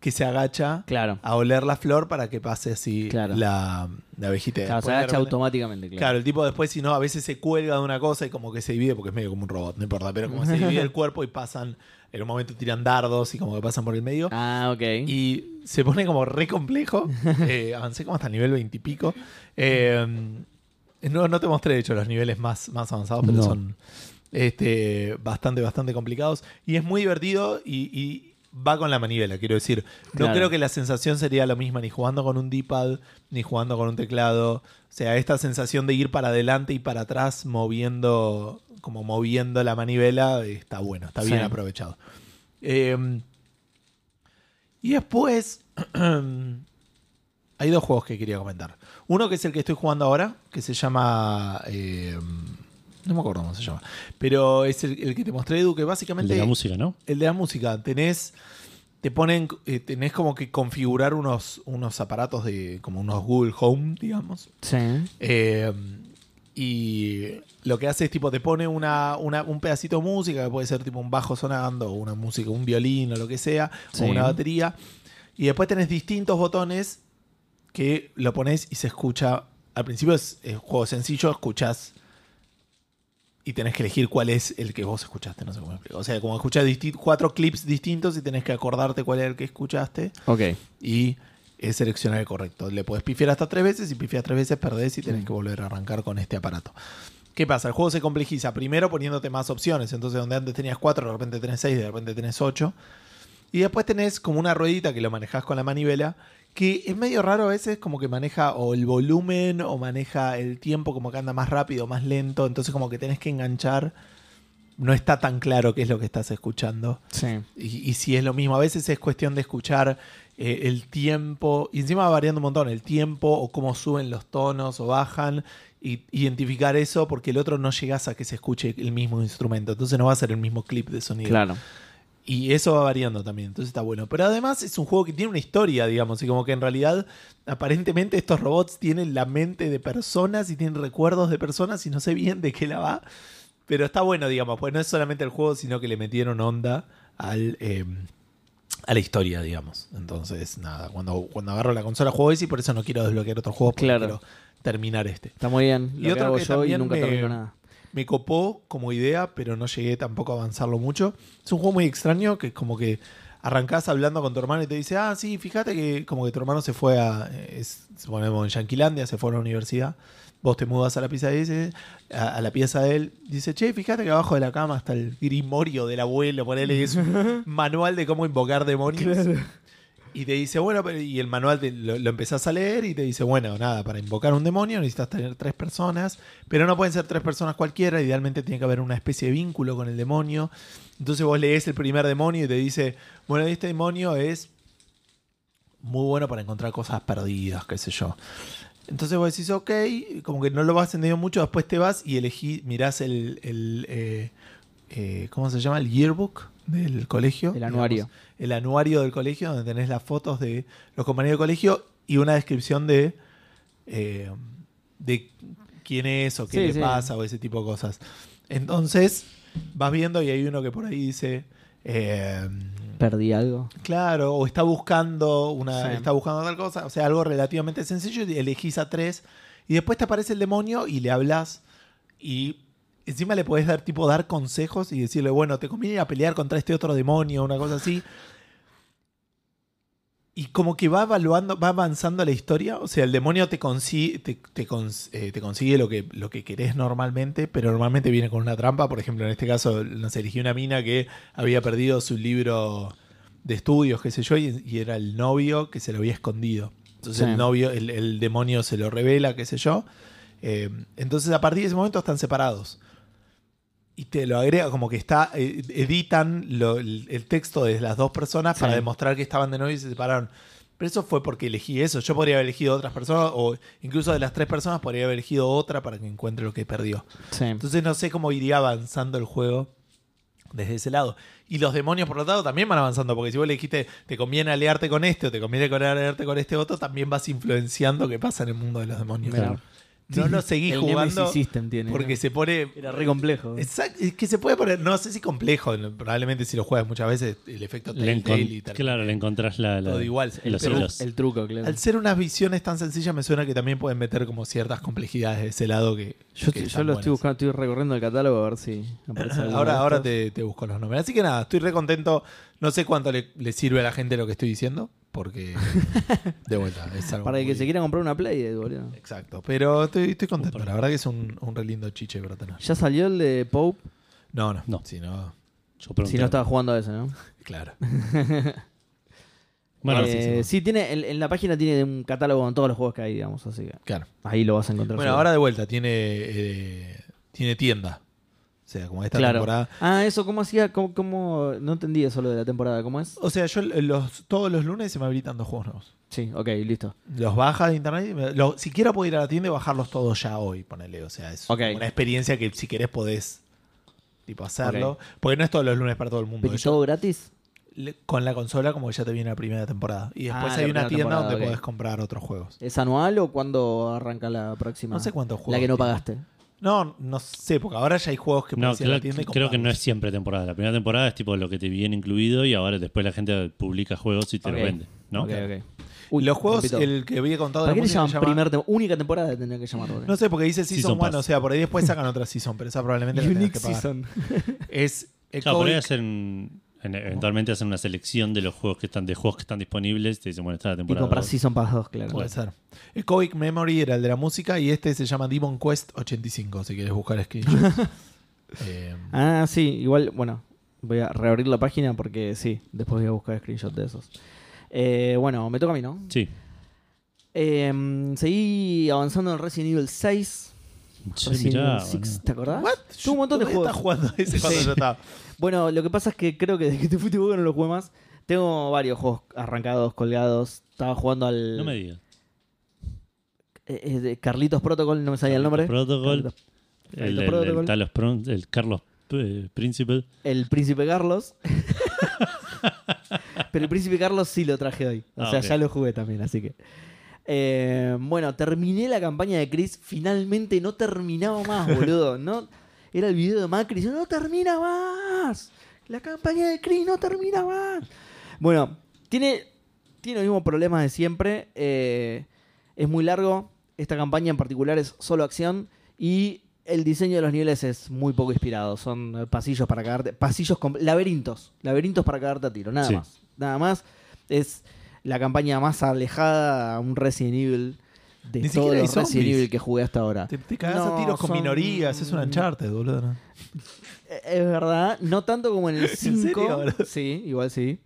S3: que se agacha
S1: Claro.
S3: a oler la flor para que pase así
S1: Claro.
S3: la, la abejita.
S1: Claro, se
S3: Después de
S1: agacha
S3: repente-
S1: automáticamente, claro.
S3: Claro, el tipo después, si no, a veces se cuelga de una cosa y como que se divide, porque es medio como un robot, no importa, pero como se divide el cuerpo y pasan, en un momento tiran dardos y como que pasan por el medio.
S1: Ah, ok.
S3: Y se pone como re complejo. Eh, avancé como hasta el nivel 20 y pico. Eh, no, no te mostré, de hecho, los niveles más, más avanzados, pero
S2: No.
S3: son este, bastante, bastante complicados. Y es muy divertido y, y va con la manivela, quiero decir. No
S1: Claro.
S3: creo que la sensación sería la misma ni jugando con un D-pad, ni jugando con un teclado. O sea, esta sensación de ir para adelante y para atrás moviendo, como moviendo la manivela, está bueno, está bien
S1: Sí.
S3: aprovechado. Eh, y después hay dos juegos que quería comentar. Uno que es el que estoy jugando ahora, que se llama... eh, no me acuerdo cómo se llama. Pero es el, el que te mostré, Edu, que
S2: El
S3: básicamente...
S2: de la música, ¿no?
S3: El de la música. Tenés. Te ponen. eh, tenés como que configurar unos, unos aparatos de. como unos Google Home, digamos.
S1: Sí.
S3: Eh, y lo que hace es tipo, te pone una, una- un pedacito de música, que puede ser tipo un bajo sonando, o una música, un violín o lo que sea,
S1: Sí.
S3: o una batería. Y después tenés distintos botones que lo pones y se escucha. Al principio es, es un juego sencillo, escuchás y tenés que elegir cuál es el que vos escuchaste, no sé cómo explico. O sea, como escuchás disti- cuatro clips distintos y tenés que acordarte cuál era el que escuchaste
S1: Ok.
S3: y es seleccionar el correcto. Le puedes pifiar hasta tres veces y pifias tres veces, perdés y tenés que volver a arrancar con este aparato. ¿Qué pasa? El juego se complejiza primero poniéndote más opciones. Entonces, donde antes tenías cuatro, de repente tenés seis, de repente tenés ocho. Y después tenés como una ruedita que lo manejás con la manivela, que es medio raro a veces, como que maneja o el volumen o maneja el tiempo, como que anda más rápido, más lento. Entonces, como que tenés que enganchar. No está tan claro qué es lo que estás escuchando
S1: Sí.
S3: y, y si es lo mismo. A veces es cuestión de escuchar eh, el tiempo, y encima va variando un montón, el tiempo o cómo suben los tonos o bajan, y identificar eso porque el otro no llegas a que se escuche el mismo instrumento, entonces no va a ser el mismo clip de sonido.
S1: Claro.
S3: Y eso va variando también, entonces está bueno. Pero además es un juego que tiene una historia, digamos, y como que en realidad aparentemente estos robots tienen la mente de personas y tienen recuerdos de personas y no sé bien de qué la va. Pero está bueno, digamos, pues no es solamente el juego, sino que le metieron onda al, eh, a la historia, digamos. Entonces, nada, cuando, cuando agarro la consola juego ese y por eso no quiero desbloquear otros juegos, porque
S1: Claro.
S3: quiero terminar este.
S1: Está muy bien.
S3: Y
S1: Lo que
S3: otro
S1: hago
S3: que
S1: yo y
S3: también
S1: nunca
S3: me-
S1: termino nada.
S3: Me copó como idea, pero no llegué tampoco a avanzarlo mucho. Es un juego muy extraño que como que arrancás hablando con tu hermano y te dice, ah, sí, fíjate que como que tu hermano se fue a, eh, es- suponemos en Yanquilandia, se fue a la universidad. Vos te mudas a la pieza de ese, a, a la pieza de él. Dice, che, fíjate que abajo de la cama está el grimorio del abuelo, ponele, es un manual de cómo invocar demonios. Y te dice, bueno, pero- y el manual te- lo, lo empezás a leer y te dice, bueno, nada, para invocar un demonio necesitas tener tres personas, pero no pueden ser tres personas cualquiera, idealmente tiene que haber una especie de vínculo con el demonio. Entonces vos lees el primer demonio y te dice, bueno, este demonio es muy bueno para encontrar cosas perdidas, qué sé yo. Entonces vos decís, ok, como que no lo vas entendiendo mucho, después te vas y elegí, mirás el, el, eh, eh, ¿cómo se llama? El yearbook del colegio.
S1: El anuario.
S3: digamos. el anuario del colegio, donde tenés las fotos de los compañeros de colegio y una descripción de, eh, de quién es o qué
S1: Sí,
S3: le
S1: sí.
S3: pasa o ese tipo de cosas. Entonces vas viendo y hay uno que por ahí dice... eh,
S1: Perdí algo.
S3: Claro, o está buscando una,
S1: Sí.
S3: está buscando tal cosa, o sea, algo relativamente sencillo, y elegís a tres, y después te aparece el demonio y le hablas, y encima le podés dar tipo dar consejos y decirle, bueno, te conviene ir a pelear contra este otro demonio, una cosa así. Y como que va evaluando, va avanzando la historia. O sea, el demonio te consigue, te, te cons- eh, te consigue lo que, lo que querés normalmente, pero normalmente viene con una trampa. Por ejemplo, en este caso, nos eligió una mina que había perdido su libro de estudios, qué sé yo, y, y era el novio que se lo había escondido. Entonces
S1: Sí.
S3: el novio, el, el demonio se lo revela, qué sé yo. Eh, entonces a partir de ese momento están separados. Y te lo agrega como que está, eh, editan lo- el, el texto de las dos personas
S1: Sí.
S3: para demostrar que estaban de novio y se separaron. Pero eso fue porque elegí eso. Yo podría haber elegido otras personas, o incluso de las tres personas podría haber elegido otra para que encuentre lo que perdió.
S1: Sí.
S3: Entonces no sé cómo iría avanzando el juego desde ese lado. Y los demonios, por lo tanto, también van avanzando, porque si vos le dijiste, te conviene aliarte con este o te conviene aliarte con este otro, también vas influenciando qué pasa en el mundo de los demonios.
S1: Mira.
S3: No lo seguí
S1: El
S3: jugando
S1: Nemesis System tiene.
S3: porque se pone.
S1: Era re complejo.
S3: Exacto, es que se puede poner. No sé si complejo. Probablemente si lo juegas muchas veces, el efecto
S2: Le encon-
S3: Telltale y tal.
S2: claro, le encontrás la, la-
S3: Todo igual.
S2: los
S3: Pero-
S2: hilos.
S1: El truco, claro.
S3: Al ser unas visiones tan sencillas, me suena que también pueden meter como ciertas complejidades de ese lado que.
S1: Yo,
S3: que
S1: yo
S3: están
S1: lo estoy
S3: buenas.
S1: buscando, estoy recorriendo el catálogo a ver si aparece alguno
S3: Ahora,
S1: de
S3: ahora
S1: estos.
S3: te, te busco los nombres. Así que nada, estoy re contento. No sé cuánto le, le sirve a la gente lo que estoy diciendo, porque. de vuelta, es algo.
S1: Para el que
S3: muy-
S1: se quiera comprar una Play, eh, boludo.
S3: Exacto, pero estoy, estoy contento. La verdad que es un, un re lindo chiche para tener.
S1: Ya salió el de Pope,
S3: No, no.
S2: No.
S3: Si no,
S2: Yo pregunté.
S1: si no estaba jugando a ese, ¿no?
S3: claro.
S2: Bueno,
S1: Eh,
S3: sí, sí,
S1: sí, tiene, en, en la página tiene un catálogo con todos los juegos que hay, digamos, así que
S3: claro.
S1: ahí lo vas a encontrar.
S3: Bueno,
S1: seguro.
S3: ahora de vuelta tiene, eh, tiene tienda. O sea, como esta
S1: claro.
S3: temporada.
S1: Ah, eso, ¿cómo hacía? ¿Cómo, cómo- No entendí eso lo de la temporada, ¿cómo es?
S3: O sea, yo los, todos los lunes se me habilitan dos juegos nuevos.
S1: Sí, ok, listo.
S3: Los bajas de internet. y me- lo- si siquiera puedo ir a la tienda y bajarlos todos ya hoy, ponele. O sea, es
S1: Ok.
S3: una experiencia que si querés podés tipo, hacerlo.
S1: Ok.
S3: Porque no es todos los lunes para todo el mundo.
S1: ¿Pero
S3: Yo-
S1: todo gratis?
S3: le- con la consola, como que ya te viene la primera temporada. Y después
S1: Ah, la
S3: hay una
S1: primera
S3: tienda
S1: temporada,
S3: donde
S1: ok.
S3: podés comprar otros juegos.
S1: ¿Es anual o cuándo arranca la próxima?
S3: No sé cuántos juegos.
S1: La que no
S3: tiene.
S1: pagaste.
S3: No, no sé, porque ahora ya hay juegos que
S2: No,
S3: podés ir a la
S2: creo,
S3: tienda
S2: creo
S3: y
S2: que no es
S3: comprarlos.
S2: siempre temporada. La primera temporada es tipo lo que te viene incluido y ahora después la gente publica juegos y te
S1: Ok.
S2: los vende. ¿no?
S1: Ok, ok. Uy,
S3: Los juegos,
S1: rompí todo.
S3: el que había contado de
S1: ¿Para
S3: la
S1: qué le
S3: música
S1: llaman
S3: se llama-
S1: primer tem- Única temporada tendría que llamar. boludo.
S3: No sé, porque dice Season
S2: Season
S3: 1,
S2: Pass.
S3: o sea, por ahí después sacan otra Season, pero esa probablemente la tenés
S1: Unique
S3: que pagar.
S1: Season.
S3: Es
S2: Claro, por ahí
S3: Echoic,
S2: hacen, en- eventualmente hacen una selección de los juegos que están, de juegos que están disponibles y te dicen, bueno, está la
S1: Y
S2: temporada.
S1: comprar
S2: dos.
S1: Season Pass 2, claro.
S3: Puede ser. Echoic Memory era el de la música y este se llama Demon Quest 85, si quieres buscar screenshots. Eh,
S1: Ah, sí, igual, bueno, voy a reabrir la página porque sí, después voy a buscar screenshots de esos. Eh, bueno, me toca a mí, ¿no?
S2: Sí.
S1: Eh, seguí avanzando en Resident Evil 6.
S2: Sí,
S1: Resident
S2: mirá,
S1: Evil 6,
S2: boludo.
S1: ¿te acordás?
S3: ¿What?
S1: Tuvo un montón de
S3: ¿Dónde
S1: juegos.
S3: estás jugando ese cuando
S1: Sí.
S3: yo estaba?
S1: Bueno, lo que pasa es que creo que desde que te fuiste vos que no lo jugué más. Tengo varios juegos arrancados, colgados. Estaba jugando al
S2: No me digas.
S1: eh, eh, de Carlitos Protocol, no me sabía el nombre.
S2: Protocol.
S1: Carlitos-
S2: El, el- el
S1: Protocol.
S2: Talos Pron- el Carlos eh, Principal.
S1: El Príncipe Carlos. Pero el Príncipe Carlos sí lo traje hoy. O
S2: Ah,
S1: sea,
S2: ok.
S1: ya lo jugué también, así que. Eh, bueno, terminé la campaña de Chris. Finalmente no terminaba más, boludo. No, era el video de Macri. Yo, no termina más. La campaña de Chris no termina más. Bueno, tiene, tiene los mismos problemas de siempre. eh, es muy largo. Esta campaña en particular es solo acción. Y el diseño de los niveles es muy poco inspirado. Son eh, pasillos para cagarte. Pasillos con laberintos. Laberintos para cagarte a tiro. Nada
S2: Sí.
S1: más. Nada más. Es la campaña más alejada a un Resident Evil de
S3: Ni
S1: todos
S3: siquiera hay
S1: los Resident
S3: zombies.
S1: Evil que jugué hasta ahora.
S3: Te, te cagás
S1: No,
S3: a tiros con
S1: son-
S3: minorías, es un Uncharted, boludo. ¿no?
S1: Eh, Es verdad, no tanto como en el
S3: serio,
S1: 5.
S3: boludo?
S1: sí, igual sí.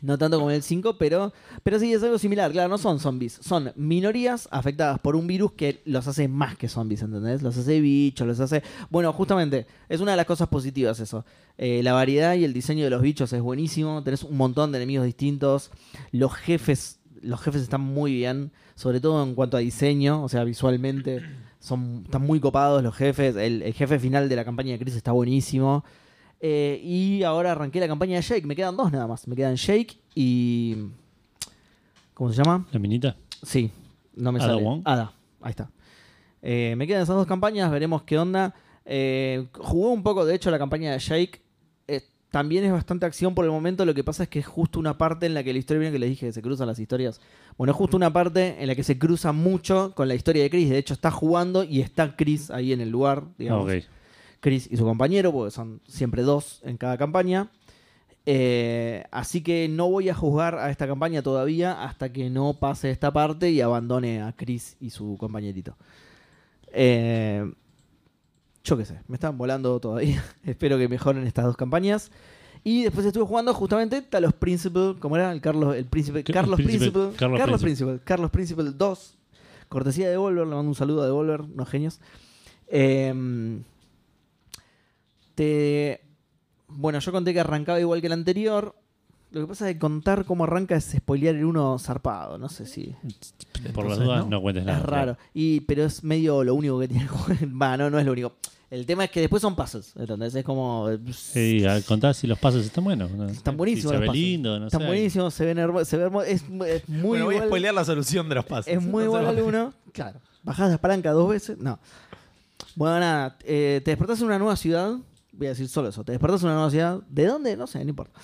S1: No tanto como en el 5, pero, pero sí es algo similar. Claro, no son zombies, son minorías afectadas por un virus que los hace más que zombies, ¿entendés? Los hace bichos, los hace... Bueno, justamente, es una de las cosas positivas eso. Eh, la variedad y el diseño de los bichos es buenísimo, tenés un montón de enemigos distintos, los jefes, los jefes están muy bien, sobre todo en cuanto a diseño, o sea, visualmente son, están muy copados los jefes, el, el jefe final de la campaña de Chris está buenísimo. Eh, y ahora arranqué la campaña de Jake. Me quedan dos nada más. Me quedan Jake y. ¿Cómo se llama?
S2: La minita.
S1: Sí, no me
S2: Ada
S1: sale.
S2: Wong.
S1: Ada, ahí está. Eh, me quedan esas dos campañas, veremos qué onda. Eh, jugué un poco, de hecho, la campaña de Jake. Eh, también es bastante acción por el momento. Lo que pasa es que es justo una parte en la que la historia, bien que les dije que se cruzan las historias. Bueno, es justo una parte en la que se cruza mucho con la historia de Chris. De hecho, está jugando y está Chris ahí en el lugar,
S2: Ah,
S1: digamos.
S2: ok.
S1: Chris y su compañero, porque son siempre dos en cada campaña. Eh, así que no voy a juzgar a esta campaña todavía hasta que no pase esta parte y abandone a Chris y su compañerito. Eh, yo qué sé, me están volando todavía. Espero que mejoren estas dos campañas. Y después estuve jugando justamente Talos Principle, ¿cómo era? El Carlos, el príncipe,
S2: Ca-
S1: Carlos
S2: el príncipe-
S1: Principle,
S2: Carlos
S1: Carlos
S2: Príncipe.
S1: Principle, Carlos Principle 2. Cortesía de Devolver, le mando un saludo a Devolver, unos genios. Eh, te... Bueno, yo conté que arrancaba igual que el anterior. Lo que pasa es que contar cómo arranca es spoilear el uno zarpado. No sé si.
S2: Por
S3: Entonces,
S2: las dudas
S3: ¿no?
S2: no, cuentes nada.
S1: es raro. Y, pero es medio lo único que tiene el juego. Va, no, no es lo único. El tema es que después son pasos. ¿Entendés? Es como.
S2: Sí, a- contá si los pasos están buenos. ¿no?
S1: Están
S2: Si
S1: buenísimos.
S2: se
S1: los
S2: ve
S1: pasos.
S2: lindo, no
S1: Están
S2: sé.
S1: buenísimos, se ven hermosos. Se ven hermo- es, es muy
S3: bueno, voy a
S1: igual-
S3: spoilear la solución de los pasos.
S1: Es muy
S3: Entonces,
S1: igual al
S3: vale.
S1: uno. Claro. bajás la palanca dos veces. No. Bueno, nada, eh, te despertás en una nueva ciudad. Voy a decir solo eso. Te despertás en una nueva ciudad. ¿De dónde? No sé, no importa.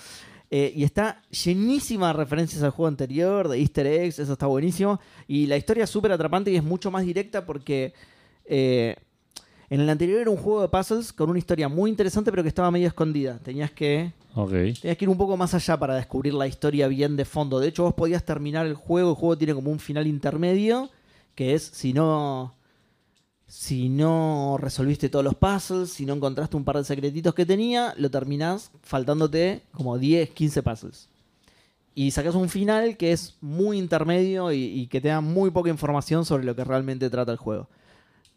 S1: Eh, y está llenísima de referencias al juego anterior, de easter eggs, eso está buenísimo. Y la historia es súper atrapante y es mucho más directa porque eh, en el anterior era un juego de puzzles con una historia muy interesante pero que estaba medio escondida. Tenías que
S2: Ok.
S1: Tenías que ir un poco más allá para descubrir la historia bien de fondo. De hecho, vos podías terminar el juego. El juego tiene como un final intermedio, que es si no. Si no resolviste todos los puzzles, si no encontraste un par de secretitos que tenía, lo terminás faltándote como 10, 15 puzzles. Y sacas un final que es muy intermedio y, y que te da muy poca información sobre lo que realmente trata el juego.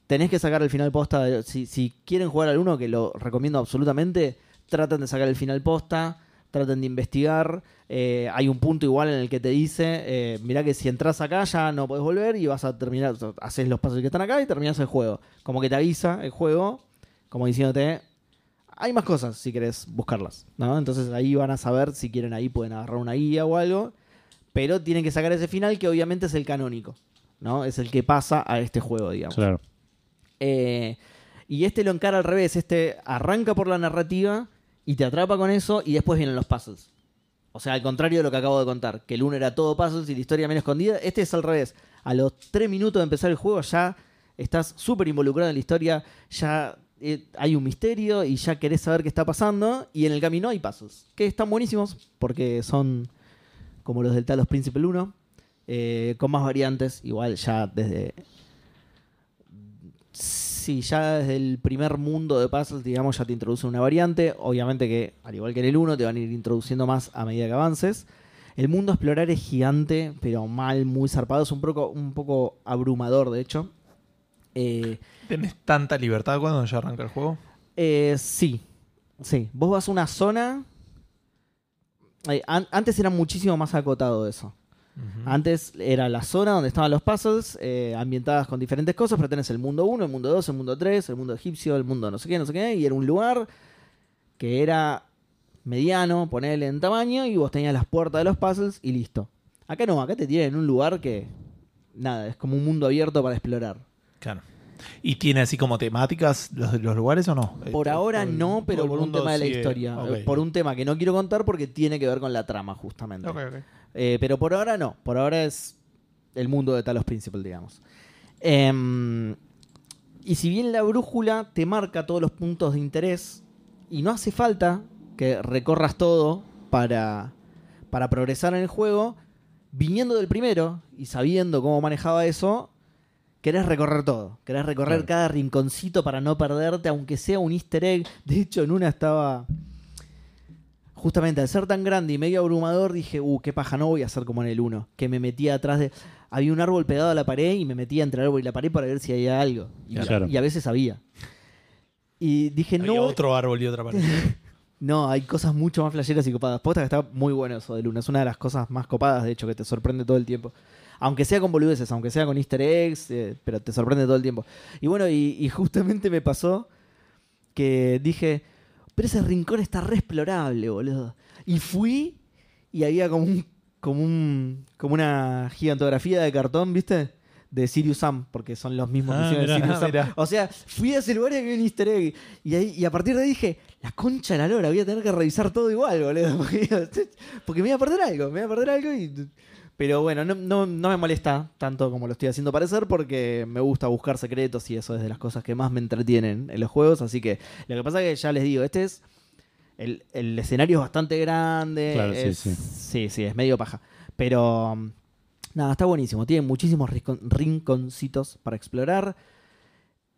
S1: Tenés que sacar el final posta. de- Si, si quieren jugar al uno, que lo recomiendo absolutamente, traten de sacar el final posta, traten de investigar. Eh, hay un punto igual en el que te dice, eh, mirá que si entras acá ya no podés volver y vas a terminar, o sea, haces los pasos que están acá y terminás el juego. Como que te avisa el juego, como diciéndote, hay más cosas si querés buscarlas. ¿no? Entonces ahí van a saber, si quieren ahí pueden agarrar una guía o algo, pero tienen que sacar ese final que obviamente es el canónico. ¿no? Es el que pasa a este juego, digamos.
S2: Claro.
S1: Eh, y este lo encara al revés. Este arranca por la narrativa y te atrapa con eso y después vienen los puzzles. O sea, al contrario de lo que acabo de contar, que el uno era todo puzzles y la historia menos escondida, este es al revés. A los tres minutos de empezar el juego ya estás súper involucrado en la historia, ya eh, hay un misterio y ya querés saber qué está pasando y en el camino hay puzzles, que están buenísimos porque son como los del Talos Principle 1, eh, con más variantes, igual ya desde Sí, ya desde el primer mundo de puzzles, digamos, ya te introduce una variante. Obviamente que, al igual que en el 1, te van a ir introduciendo más a medida que avances. El mundo a explorar es gigante, pero mal, muy zarpado. Es un poco, un poco abrumador, de hecho. Eh,
S3: ¿Tenés tanta libertad cuando ya arranca el juego?
S1: eh, sí, sí. Vos vas a una zona... eh, an- antes era muchísimo más acotado eso. Antes era la zona donde estaban los puzzles, eh, ambientadas con diferentes cosas, pero tenés el mundo 1, el mundo 2, el mundo 3, el mundo egipcio, el mundo no sé qué, no sé qué, y era un lugar que era mediano, ponerle en tamaño, y vos tenías las puertas de los puzzles y listo. Acá no, acá te tienen en un lugar que, nada, es como un mundo abierto para explorar.
S3: Claro. ¿Y tiene así como temáticas los, los lugares o no?
S1: Por
S3: Eh,
S1: ahora
S3: todo el-
S1: no, pero
S3: todo el
S1: por un
S3: mundo
S1: tema de la
S3: sigue-
S1: historia,
S3: Ok.
S1: eh, por un tema que no quiero contar porque tiene que ver con la trama justamente.
S3: Ok, ok.
S1: Eh, pero por ahora no. Por ahora es el mundo de Talos Principle, digamos. Em, y si bien la brújula te marca todos los puntos de interés y no hace falta que recorras todo para, para progresar en el juego, viniendo del primero y sabiendo cómo manejaba eso, querés recorrer todo. Querés recorrer
S2: Claro.
S1: cada rinconcito para no perderte, aunque sea un easter egg. De hecho, en una estaba... Justamente al ser tan grande y medio abrumador, dije, uh, qué paja, no voy a hacer como en el 1. Que me metía atrás de. Había un árbol pegado a la pared y me metía entre el árbol y la pared para ver si había algo. Y, la-
S2: Claro.
S1: y a veces había. Y dije,
S3: Había
S1: no.
S3: otro árbol y otra pared.
S1: No, hay cosas mucho más flasheras y copadas. Posta que está muy bueno eso de Luna. Es una de las cosas más copadas, de hecho, que te sorprende todo el tiempo. Aunque sea con boludeces, aunque sea con easter eggs, eh, pero te sorprende todo el tiempo. Y bueno, y, y justamente me pasó que dije, pero ese rincón está re explorable, boludo. Y fui y había como un, como un, como una gigantografía de cartón, ¿viste? De Sirius Sam, porque son los mismos
S2: Ah,
S1: que hicieron
S2: mirá.
S1: Sirius
S3: Ah,
S1: Sam.
S3: mirá.
S1: O sea, fui a ese lugar y había un easter egg. Y, ahí, y a partir de ahí dije, la concha de la lora, voy a tener que revisar todo igual, boludo. Porque, porque me voy a perder algo, me voy a perder algo y... Pero bueno, no, no- no me molesta tanto como lo estoy haciendo parecer porque me gusta buscar secretos y eso es de las cosas que más me entretienen en los juegos. Así que lo que pasa es que ya les digo, este es... El, el escenario es bastante grande.
S2: Claro, sí,
S1: es-
S2: sí.
S1: sí, sí, es medio paja. Pero... mm, Nada, está buenísimo. Tiene muchísimos rincon- rinconcitos para explorar.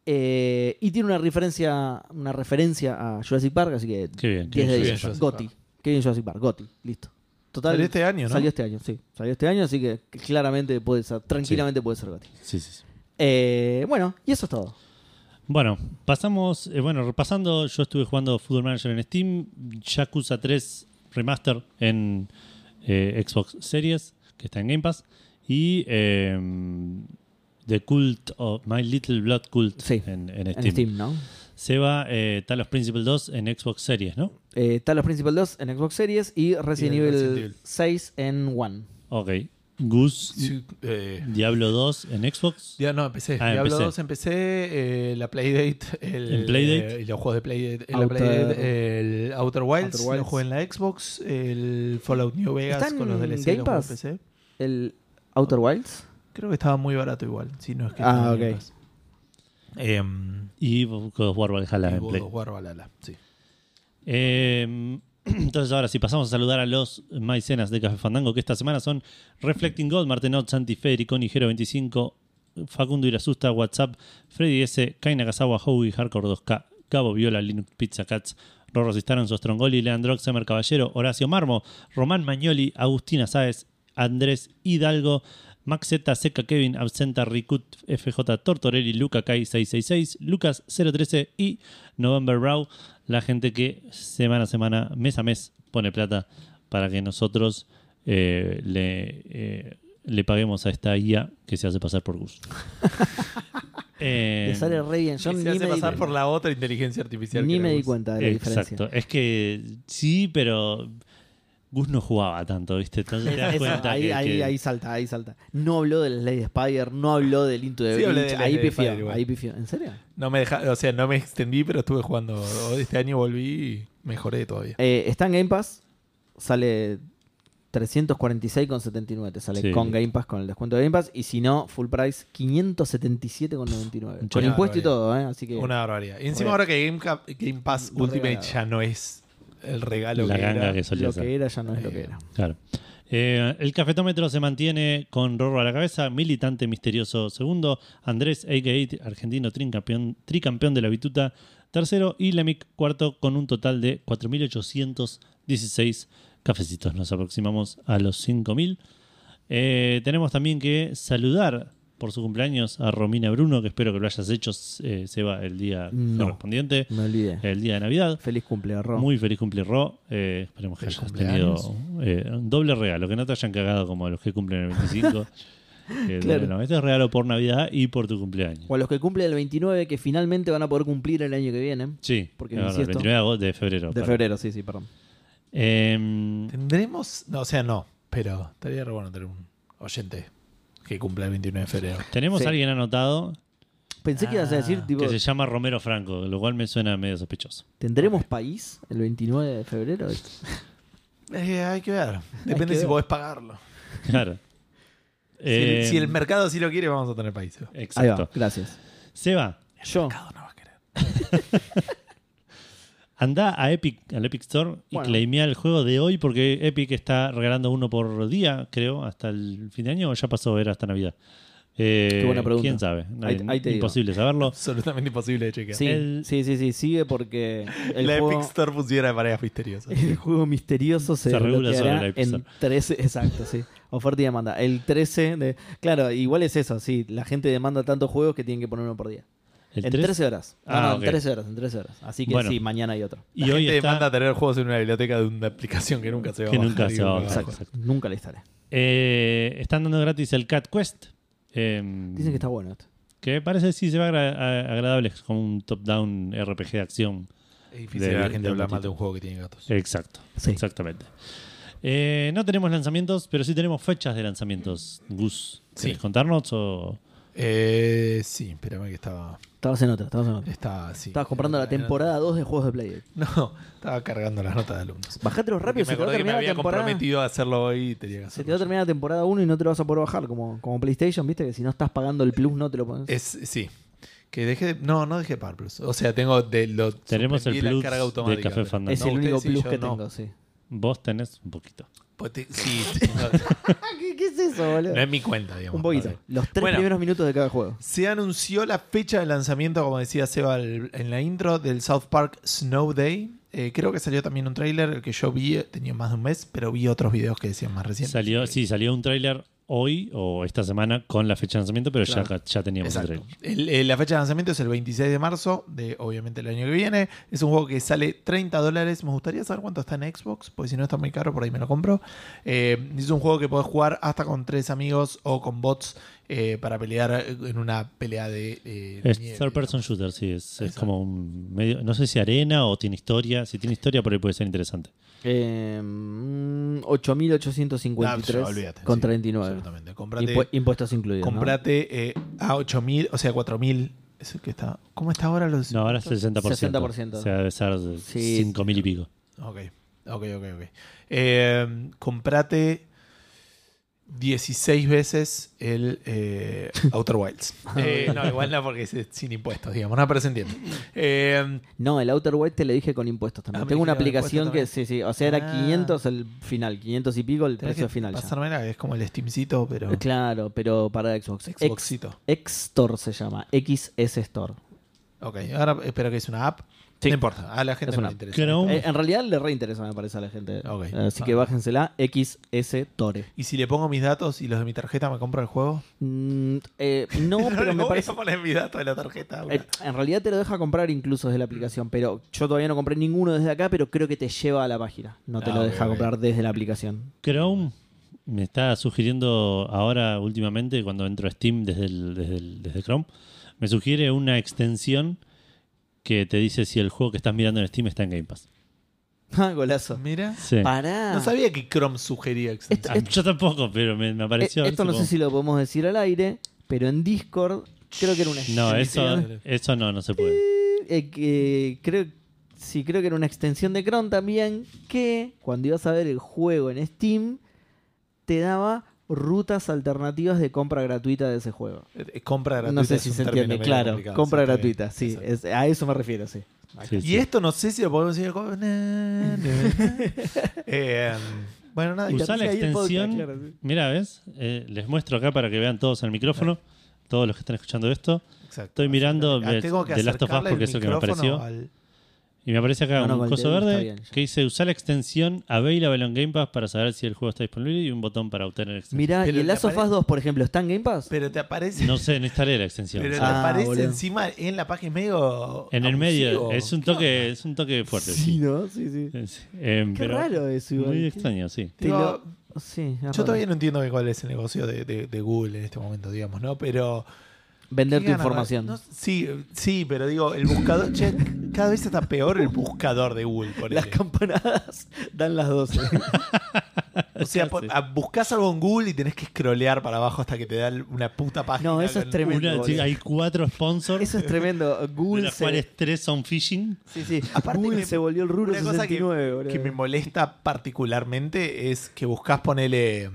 S1: Eh, y tiene una referencia, una referencia a Jurassic Park, así que
S2: Qué bien. qué
S1: 10 de
S2: bien.
S3: bien
S1: 10.
S3: Jurassic
S1: Gotti.
S3: Park.
S1: Qué bien Jurassic Park, Gotti. Listo. Total,
S3: Salió este año, ¿no?
S1: Salió este año, sí. Salió este año, así que claramente puede ser, tranquilamente puede ser Gotti.
S2: Sí, sí, sí.
S1: Eh, bueno, y eso es todo.
S2: Bueno, pasamos, eh, bueno, repasando, yo estuve jugando Football Manager en Steam, Yakuza 3 Remaster en eh, Xbox Series, que está en Game Pass, y eh, The Cult of My Little Blood Cult
S1: Sí,
S2: en, en
S1: En
S2: Steam.
S1: Steam, ¿no?
S2: Seba, eh, Talos Principle 2 en Xbox Series, ¿no?
S1: Eh, Talos Principal 2 en Xbox Series y Resident
S3: Y en
S1: Evil
S3: Resident Evil.
S1: 6 en One.
S2: Ok. Goose
S3: Sí, eh,
S2: Diablo 2 en Xbox.
S3: Dia- no, empecé.
S2: Ah,
S3: Diablo
S2: empecé.
S3: 2 empecé, eh, la Playdate. El,
S2: ¿En Playdate?
S3: eh, y los juegos de Playdate. eh, la
S1: Outer-
S3: Playdate, el Outer Wilds,
S1: Outer Wilds.
S3: Lo jugué en la Xbox. El Fallout New Vegas
S1: ¿Está
S3: con los
S1: en
S3: DLC.
S1: Game
S3: lo jugué en
S1: Pass?
S3: PC.
S1: El Outer Wilds.
S3: Creo que estaba muy barato igual. Si no es que
S1: Ah,
S3: estaba en
S1: ok.
S3: Game Pass. Em,
S2: Y God of War Valhalla
S3: y
S2: Ah, en
S3: God
S2: Play.
S3: of War Valhalla, sí.
S2: Eh, entonces, ahora sí, pasamos a saludar a los maicenas de Café Fandango, que esta semana son Reflecting God, Martenot, Santi Federico, Nigero25, Facundo Irasusta, WhatsApp, Freddy S, Kaina Kazawa, Howie, Hardcore 2K, Cabo Viola, Linux Pizza Cats, Rorro Cistaron, Sostrongoli, Leandro Xemer Caballero, Horacio Marmo, Román Magnoli, Agustina Sáez, Andrés Hidalgo, Maxeta, Seca Kevin, Absenta, Ricut, FJ Tortorelli, Luca Kai 666, Lucas 013 y November Raw, la gente que semana a semana, mes a mes, pone plata para que nosotros eh, le, eh, le paguemos a esta guía que se hace pasar por Gus. Eh,
S1: Le sale re bien. Yo
S3: Y
S1: ni
S3: se
S1: me,
S3: hace
S1: di,
S3: pasar por la otra inteligencia artificial.
S1: ni
S3: que
S1: me
S3: era
S1: di
S3: Gus.
S1: cuenta de la diferencia.
S2: Exacto. Es que sí, pero Gus no jugaba tanto, ¿viste? Entonces te das
S1: Eso,
S2: cuenta
S1: ahí,
S2: que-
S1: ahí,
S2: que-
S1: ahí salta, ahí salta. No habló de Lady Spider, no habló del Into the
S3: Sí, hablé
S1: Breach,
S3: de
S1: ahí
S3: Slay the Spire
S1: pifió,
S3: igual.
S1: ahí pifió. ¿En serio?
S3: No me deja, o sea, no me extendí, pero estuve jugando. Este año volví y mejoré todavía.
S1: Eh, está en Game Pass, sale 346,79, te sale
S2: Sí.
S1: con Game Pass, con el descuento de Game Pass, y si no, full price 577,99. Con
S3: Una
S1: impuesto y
S3: barbaridad.
S1: todo, ¿eh? Así que...
S3: Una barbaridad. Y encima
S1: Bueno.
S3: ahora que Game, Cap- Game Pass
S1: Lo
S3: Ultimate
S1: regalado.
S3: ya no es el regalo
S2: La
S3: que
S2: ganga
S3: era.
S2: que solía
S1: Lo
S2: hacer.
S1: que era ya no es lo que era.
S2: Claro. Eh, el cafetómetro se mantiene con Rorro a la cabeza, militante misterioso segundo, Andrés, a.k.a. argentino tricampeón, tricampeón de la bituta tercero y Lemic cuarto con un total de 4.816 cafecitos. Nos aproximamos a los 5.000. Eh, tenemos también que saludar por su cumpleaños a Romina Bruno, que espero que lo hayas hecho, eh, Seba, el día
S1: No.
S2: correspondiente,
S1: Me olvidé.
S3: eh,
S2: el día de Navidad.
S1: Feliz cumpleaños, Ro.
S2: Muy feliz cumple Ro. Eh, esperemos que
S3: Feliz
S2: hayas
S3: cumpleaños.
S2: tenido eh, un doble regalo, que no te hayan cagado como a los que cumplen el 25. Eh,
S1: Claro.
S2: no, este es regalo por Navidad y por tu cumpleaños.
S1: O a los que cumplen el 29, que finalmente van a poder cumplir el año que viene.
S2: Sí,
S1: Porque
S2: es verdad,
S1: insisto-
S2: el 29 de agosto- de febrero.
S1: De
S2: perdón.
S1: febrero, sí, sí, perdón.
S2: Em,
S3: Tendremos, no, o sea, no, pero estaría re bueno tener un oyente que cumpla el 29 de febrero.
S2: tenemos
S1: Sí.
S2: a alguien anotado
S1: Pensé que ibas a decir,
S3: Ah,
S1: tipo,
S2: que se llama Romero Franco, lo cual me suena medio sospechoso.
S1: ¿tendremos país el 29 de febrero?
S3: Eh, hay que ver. Depende
S1: que
S3: si
S1: ver.
S3: podés pagarlo.
S2: Claro.
S3: Si el-
S2: Em,
S3: si, el, mercado sí lo quiere, vamos a tener países.
S1: Ahí
S3: El
S1: va,
S2: Exacto.
S1: gracias.
S2: Seba,
S1: Yo,
S3: mercado no va a querer.
S2: Anda a Epic, al Epic Store y
S1: Bueno.
S2: claimea el juego de hoy porque Epic está regalando uno por día, creo, hasta el fin de año o ya pasó, era hasta Navidad. Eh,
S1: Qué buena pregunta.
S2: ¿Quién sabe? No,
S1: Ahí- ahí te digo.
S2: imposible saberlo.
S3: Absolutamente imposible de chequear.
S1: sí,
S2: El-
S1: sí, sí, sí, sigue porque el
S3: la
S1: juego...
S3: Epic Store pusiera de maneras misteriosas.
S1: El juego misterioso se,
S2: Se regula
S1: desbloqueará
S2: sobre la Epic
S1: en
S2: Store.
S1: 13, exacto, sí. Oferta y demanda. El 13 de... Claro, igual es eso, sí. La gente demanda tantos juegos que tienen que poner uno por día.
S2: El
S1: en
S2: 3.
S1: 13 horas. No,
S2: Ah,
S1: no,
S2: ok.
S1: en 13 horas, en 13 horas. Así que
S2: Bueno.
S1: sí, mañana hay otro.
S2: y
S3: La
S2: hoy
S3: gente
S2: está
S3: demanda tener juegos en una biblioteca de una aplicación que nunca se va
S2: que
S3: a bajar.
S2: nunca
S3: y
S2: se va a
S3: nunca
S2: bajar.
S1: Exacto. Nunca le instalé.
S2: Eh, están dando gratis el Cat Quest. eh,
S1: Dicen que está bueno esto.
S2: que parece sí se va agra- a- agradable, es como un top-down RPG de acción.
S3: Es difícil
S2: De-
S3: de, la
S2: de-
S3: gente
S2: de
S3: hablar
S2: un
S3: mal de un juego que tiene gatos.
S2: Exacto,
S1: Sí.
S2: exactamente. Eh, no tenemos lanzamientos, pero sí tenemos fechas de lanzamientos. Gus,
S3: Sí.
S2: ¿quieres contarnos o...?
S3: Eh, sí, espérame que estaba.
S1: Estabas en otra, estabas en otra.
S3: Estaba así.
S1: Estabas comprando la
S3: Era- era-
S1: temporada 2 de juegos de Play.
S3: No, estaba cargando las notas de alumnos.
S1: Bajate los rápidos,
S3: me
S1: se te va a
S3: acordé que me
S1: terminar la
S3: había
S1: temporada.
S3: comprometido a hacerlo hoy y tenía que
S1: Se
S3: hacerlo.
S1: te va a terminar la temporada 1 y no te lo vas a poder bajar, como, como PlayStation, ¿viste? Que si no estás pagando el plus no te lo pones.
S3: Es, sí. Que dejé de- No, no dejé de pagar Plus. O sea, tengo de lo
S2: Tenemos el
S3: suspendí la
S2: plus
S3: carga
S2: de
S3: automática,
S2: Café
S3: pero-
S2: Fandango.
S1: Es
S3: No,
S1: el único
S3: ustedes sí,
S1: plus
S3: yo
S1: que
S3: no.
S1: tengo, sí.
S2: Vos tenés un poquito.
S3: Pues te- sí, no,
S1: ¿Qué, qué es eso, boludo?
S3: no es mi cuenta, digamos.
S1: Un poquito.
S3: no sé.
S1: Los tres
S3: Bueno.
S1: primeros minutos de cada juego.
S3: Se anunció la fecha de lanzamiento, como decía Seba el- en la intro, del South Park Snow Day. Eh, creo que salió también un tráiler el que yo vi, eh, tenía más de un mes, pero vi otros videos que decían más recién.
S2: Salió, sí, salió un tráiler hoy o esta semana con la fecha de lanzamiento, pero ya, ya teníamos el
S3: Exacto.
S2: tráiler.
S3: El- el- la fecha de lanzamiento es el 26 de marzo, de obviamente el año que viene. Es un juego que sale 30 dólares. Me gustaría saber cuánto está en Xbox, porque si no está muy caro, por ahí me lo compro. Eh, es un juego que podés jugar hasta con tres amigos o con bots. eh, para pelear en una pelea de. eh,
S2: Es
S3: nieve,
S2: third person
S3: digamos.
S2: shooter, sí, es, es
S3: Exacto.
S2: como un medio, no sé si arena o tiene historia, si tiene historia por ahí puede ser interesante.
S1: Eh, mm, 8.853
S3: Ah, olvídate,
S1: con
S3: sí,
S1: 39.
S3: Absolutamente. Comprate,
S1: Impu- impuestos incluidos. ¿no?
S3: comprate, eh, a 8000, o sea, 4000. Es el que está. ¿Cómo está ahora los.?
S2: No, ahora es 60%.
S1: 60%.
S2: O sea, debe ser de
S1: Sí.
S2: 5.000 y pico.
S3: Ok, ok, ok, ok. Eh, comprate 16 veces el eh, Outer Wilds.
S1: Ah,
S3: Eh, no, igual no, porque es eh, sin impuestos, digamos. No, pero se entiende. Eh,
S1: No, el Outer Wilds te lo dije con impuestos también.
S3: Ah, me
S1: Tengo una
S3: dijiste con
S1: aplicación que,
S3: impuestos
S1: sí, sí. O sea, era
S3: Ah.
S1: 500 el final, 500 y pico el
S3: tenés
S1: precio
S3: que
S1: final. ya.
S3: pasármela, es como el Steamcito, pero.
S1: Claro, pero para Xbox. Xbox.
S3: Xboxito.
S1: Store se llama. XS Store.
S3: Ok, ahora espero que es una app.
S1: Sí.
S3: No importa, a la gente
S1: Es
S3: no
S1: una
S3: le
S1: app.
S3: interesa.
S2: Chrome.
S1: Eh, en realidad le reinteresa, me parece, a la gente.
S3: Uh. Ok.
S1: Así que
S3: Ah.
S1: bájensela. XS Store.
S3: Y si le pongo mis datos y los de mi tarjeta, ¿me compro el juego?
S1: Mm, eh, no, pero
S3: le
S1: me
S3: voy
S1: parece.
S3: a poner mis datos de la tarjeta.
S1: Eh, En realidad te lo deja comprar incluso desde la aplicación, pero yo todavía no compré ninguno desde acá, pero creo que te lleva a la página. No te
S3: Ah,
S1: lo
S3: ok,
S1: deja
S3: ok.
S1: comprar desde la aplicación.
S2: Chrome me está sugiriendo ahora últimamente cuando entro a Steam desde, el- desde, el- desde Chrome, me sugiere una extensión que te dice si el juego que estás mirando en Steam está en Game Pass.
S1: Ah, golazo.
S3: Mira.
S2: Sí.
S1: Pará.
S3: No sabía que Chrome sugería
S2: Ah,
S3: extensiones.
S2: Yo tampoco, pero me, me
S1: Eh,
S2: apareció.
S1: esto no sé si lo podemos decir al aire, pero en Discord creo que era una
S2: No, eso,
S1: extensión,
S2: eso no, no se puede.
S1: eh, que creo, sí, creo que era una extensión de Chrome también, que cuando ibas a ver el juego en Steam, te daba rutas alternativas de compra gratuita de ese juego.
S3: Eh, Compra gratuita.
S1: No sé
S3: es
S1: si
S3: un
S1: se
S3: término
S1: entiende,
S3: medio
S1: claro.
S3: complicado,
S1: Compra
S3: está bien.
S1: gratuita, sí.
S3: Exacto.
S1: es- a eso me refiero, sí.
S2: Sí,
S3: y
S2: sí.
S3: esto no sé si lo podemos decir. como- na, na, na. Eh, bueno, nada. y
S2: Usá la
S3: ahí el podcast,
S2: extensión.
S3: claro, sí.
S2: Mira, ¿ves? Eh, les muestro acá para que vean todos el micrófono, todos los que están escuchando esto.
S3: Exacto.
S2: Estoy mirando
S3: Ah, tengo que
S2: The Last of Us
S3: acercarle
S2: porque es el que me
S3: micrófono
S2: apareció.
S3: al-
S2: Y me aparece acá
S1: No, no,
S2: un
S1: con el
S2: coso
S1: dedo está
S2: verde
S1: bien, ya.
S2: que dice usar la extensión Available on Game Pass para saber si el juego está disponible y un botón para obtener extensión.
S1: Mirá,
S3: Pero
S1: ¿y el
S3: le
S1: Last of Us
S3: aparece-
S1: 2, por ejemplo, está en Game Pass?
S3: Pero te aparece.
S2: No sé, no instalé la extensión.
S3: pero te
S1: Ah,
S3: aparece
S1: boludo.
S3: encima en la página es medio.
S2: en el
S3: abusivo.
S2: medio, es un
S3: ¿Qué onda?
S2: toque, es un toque fuerte.
S1: sí,
S2: Sí.
S1: ¿no? Sí, sí.
S3: Eh,
S2: Es- em,
S1: Qué
S2: pero
S1: raro eso, igual.
S2: Muy extraño, sí.
S1: Te lo-
S3: Digo,
S1: Sí, es
S3: Yo
S1: raro.
S3: todavía no entiendo cuál es el negocio de, de- de Google en este momento, digamos, ¿no? Pero.
S1: Vender
S3: ¿Qué
S1: tu
S3: gana?
S1: información.
S3: No, sí, sí, pero digo, el buscador. che, cada vez está peor el buscador de Google, por
S1: Las campanadas dan las 12.
S3: O sea, po- a- buscás algo en Google y tenés que scrollear para abajo hasta que te da el- una puta página.
S1: No, eso
S3: con-
S1: es tremendo.
S2: Una- sí,
S1: boludo.
S2: hay cuatro sponsors,
S1: Eso es tremendo.
S2: de
S1: Google
S2: los
S1: se,
S2: cuales tres son phishing.
S1: sí, sí.
S3: Aparte
S1: Google
S3: me-
S1: se volvió el rubro
S3: una cosa que-
S1: 69, boludo.
S3: Que me molesta particularmente es que buscas ponele.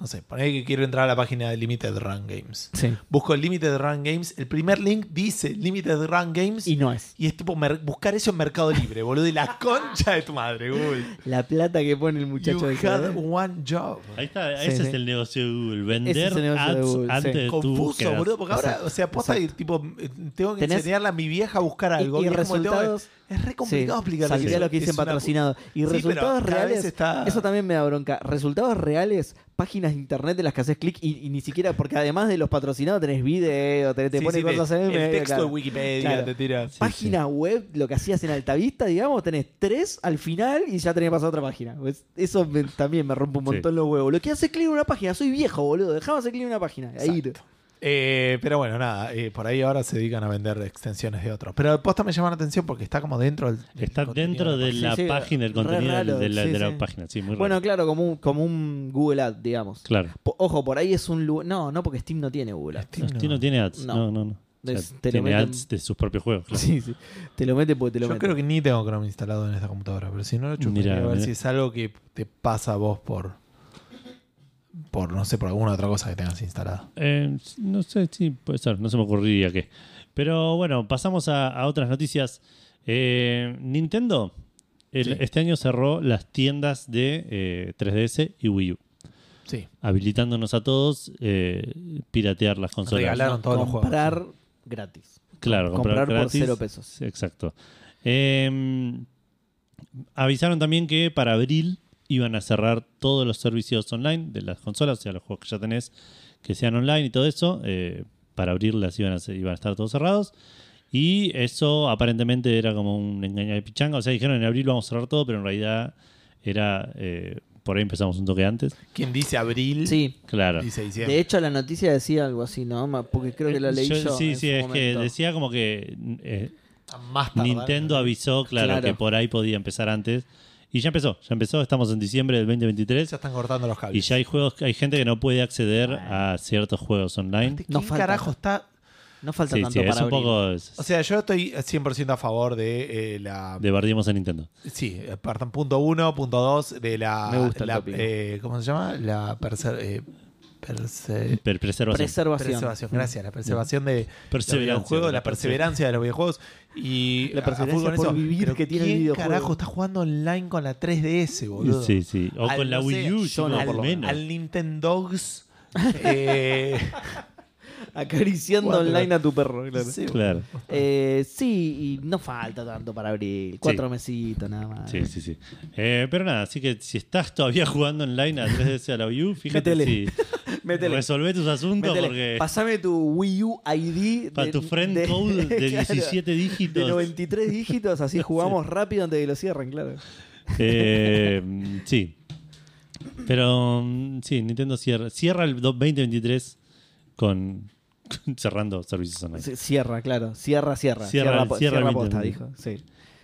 S3: No sé, ponele que quiero entrar a la página de Limited Run Games.
S1: Sí.
S3: Busco Limited Run Games. El primer link dice Limited Run Games.
S1: Y
S3: Y,
S1: no es.
S3: es tipo mer- buscar eso en Mercado Libre, boludo. Y la concha de tu madre, Google.
S1: La plata que pone el
S3: You
S1: muchacho de
S3: had
S1: cada-
S3: one job.
S2: Ahí está,
S1: Sí,
S2: ese
S1: sí.
S2: es el negocio de Google, vender
S1: Ese es el negocio de
S2: ads
S1: Google,
S2: antes
S1: sí.
S2: de tu
S3: confuso,
S2: búsqueda.
S3: boludo, porque ahora,
S1: Exacto,
S3: o sea, posta que, tipo, eh, tengo que
S1: Tenés-
S3: enseñarle a mi vieja a buscar algo.
S1: y
S3: es como que tengo que-
S1: resultados-
S3: es re complicado
S1: Sí,
S3: explicarle
S1: saldría
S3: eso.
S1: lo que dicen
S3: Es una pu-
S1: patrocinado. Y
S3: Sí, pero
S1: resultados
S3: cada vez
S1: reales.
S3: está-
S1: Eso también me da bronca. Resultados reales, páginas de internet de las que haces clic y, y ni siquiera, porque además de los patrocinados tenés video, te, te
S3: Sí,
S1: pone
S3: sí,
S1: cosas en
S3: el,
S1: medio,
S3: texto
S1: claro.
S3: de Wikipedia
S1: Claro.
S3: te tira.
S2: Sí,
S1: Página web, lo que hacías en altavista, digamos, tenés tres al final y ya tenés pasado otra página. Pues eso me- también me rompe un
S2: Sí.
S1: montón los huevos. Lo que hace clic en una página, soy viejo, boludo. Dejaba hacer clic en una página. Ahí.
S3: Exacto. Eh, pero bueno, nada, eh, por ahí ahora se dedican a vender extensiones de otros. Pero posta me llama la atención porque está como dentro del. del
S2: Está
S3: contenido
S2: dentro
S3: de
S2: de
S1: Sí,
S2: la
S1: sí,
S2: página, del
S1: re
S2: contenido
S1: raro,
S2: de la,
S1: sí,
S2: de la
S1: sí.
S2: página. Sí, muy raro.
S1: Bueno, claro, como un, como un Google Ad, digamos.
S2: claro.
S1: Po- Ojo, por ahí es un lugar. No, no, porque Steam no tiene Google Ad.
S3: Steam
S2: No,
S3: no.
S2: Steam no tiene ads.
S1: No.
S2: No, no, no. O sea,
S1: Es- te lo
S2: tiene
S1: meten-
S2: ads de sus propios juegos. claro.
S1: Sí, sí. Te lo mete porque te lo
S3: Yo
S1: mete.
S3: creo que ni tengo Chrome instalado en esta computadora, pero si no lo chupé,
S2: Mirá,
S3: a ver
S2: mirá.
S3: si es algo que te pasa a vos por. Por, no sé, por alguna otra cosa que tengas instalada.
S2: Eh, no sé, sí, puede ser. No se me ocurriría qué. Pero bueno, pasamos a, a otras noticias. Eh, Nintendo el-
S3: Sí.
S2: este año cerró las tiendas de eh, 3DS y Wii U,
S3: Sí.
S2: habilitándonos a todos eh, piratear las consolas.
S3: Regalaron todos los juegos.
S1: comprar gratis.
S2: Claro, comprar,
S1: Comprar por
S2: gratis.
S1: cero pesos.
S2: Sí, Exacto. Eh, avisaron también que para abril iban a cerrar todos los servicios online de las consolas, o sea, los juegos que ya tenés que sean online y todo eso. eh, para abrirlas iban a, ser- iban a estar todos cerrados. Y eso aparentemente era como un engaño de pichanga. O sea, dijeron en abril vamos a cerrar todo, pero en realidad era eh, por ahí empezamos un toque antes.
S3: Quien dice abril,
S1: Sí.
S2: Claro.
S3: dice diciembre.
S1: De hecho, la noticia decía algo así, ¿no? Ma- Porque creo que la leí yo.
S2: Eh, Yo- sí,
S1: en
S2: sí,
S1: su
S2: es que
S1: momento.
S2: decía como que eh,
S3: A más tardar.
S2: Nintendo avisó, claro,
S1: Claro.
S2: que por ahí podía empezar antes. Y ya empezó, ya empezó, estamos en diciembre del 2023
S3: Ya están cortando los
S2: y
S3: cables.
S2: ya hay juegos, hay gente que no puede acceder a ciertos juegos online.
S3: ¿Quién
S1: Nos falta.
S3: carajo está?
S1: No falta
S2: Sí,
S1: tanto
S2: sí,
S1: para
S2: es un
S1: abrir.
S2: poco es-
S3: O sea, yo estoy 100% a favor de eh, la
S2: de bardeemos a Nintendo.
S3: Sí, eh, perdón, punto uno, punto dos de la.
S1: Me gusta el
S3: la-
S1: tópico.
S3: eh, ¿Cómo se llama? La perse- eh,
S1: eh,
S3: perse-
S2: Per- preservación.
S1: Preservación. Mm.
S3: preservación. Gracias, la preservación de los
S2: Perseverancia,
S3: videojuegos, la
S2: la
S3: perseverancia de los videojuegos. Y
S1: La
S3: a- a
S1: perseverancia
S3: full con
S1: por
S3: eso.
S1: vivir
S3: Pero
S1: que tiene el
S3: ¿quién
S1: videojuego?
S3: carajo está jugando online con la 3DS, boludo?
S2: Sí, sí. O
S3: Al-
S2: con la
S3: no sé,
S2: Wii U,
S1: yo
S2: yo
S1: no,
S2: al
S1: por lo
S2: menos.
S3: Al Nintendogs. eh,
S1: Acariciando
S3: Cuatro.
S1: online a tu perro, claro.
S3: sí,
S2: Claro.
S1: Eh, sí, y no falta tanto para abrir. Cuatro mesitos nada más.
S2: Sí, sí, sí. Eh, pero nada, así que si estás todavía jugando online a 3DS a la Wii U, fíjate
S1: Métele.
S2: si
S1: Métele.
S2: resolvé tus asuntos
S1: Métele.
S2: porque
S1: Pasame tu Wii U ID.
S2: para
S1: de-
S2: tu friend
S1: de-
S2: code de
S1: claro,
S2: 17
S1: De
S2: dígitos.
S1: 93 dígitos, así jugamos rápido antes de que lo cierren, claro.
S2: Eh, mm, sí. Pero mm, sí, Nintendo cierra, cierra el do- 2023 con, con- cerrando servicios online.
S1: C- Cierra, claro. Cierra, cierra.
S2: Cierra-
S1: po-
S2: cierra el
S1: posta,
S2: 20.
S1: dijo. Sí.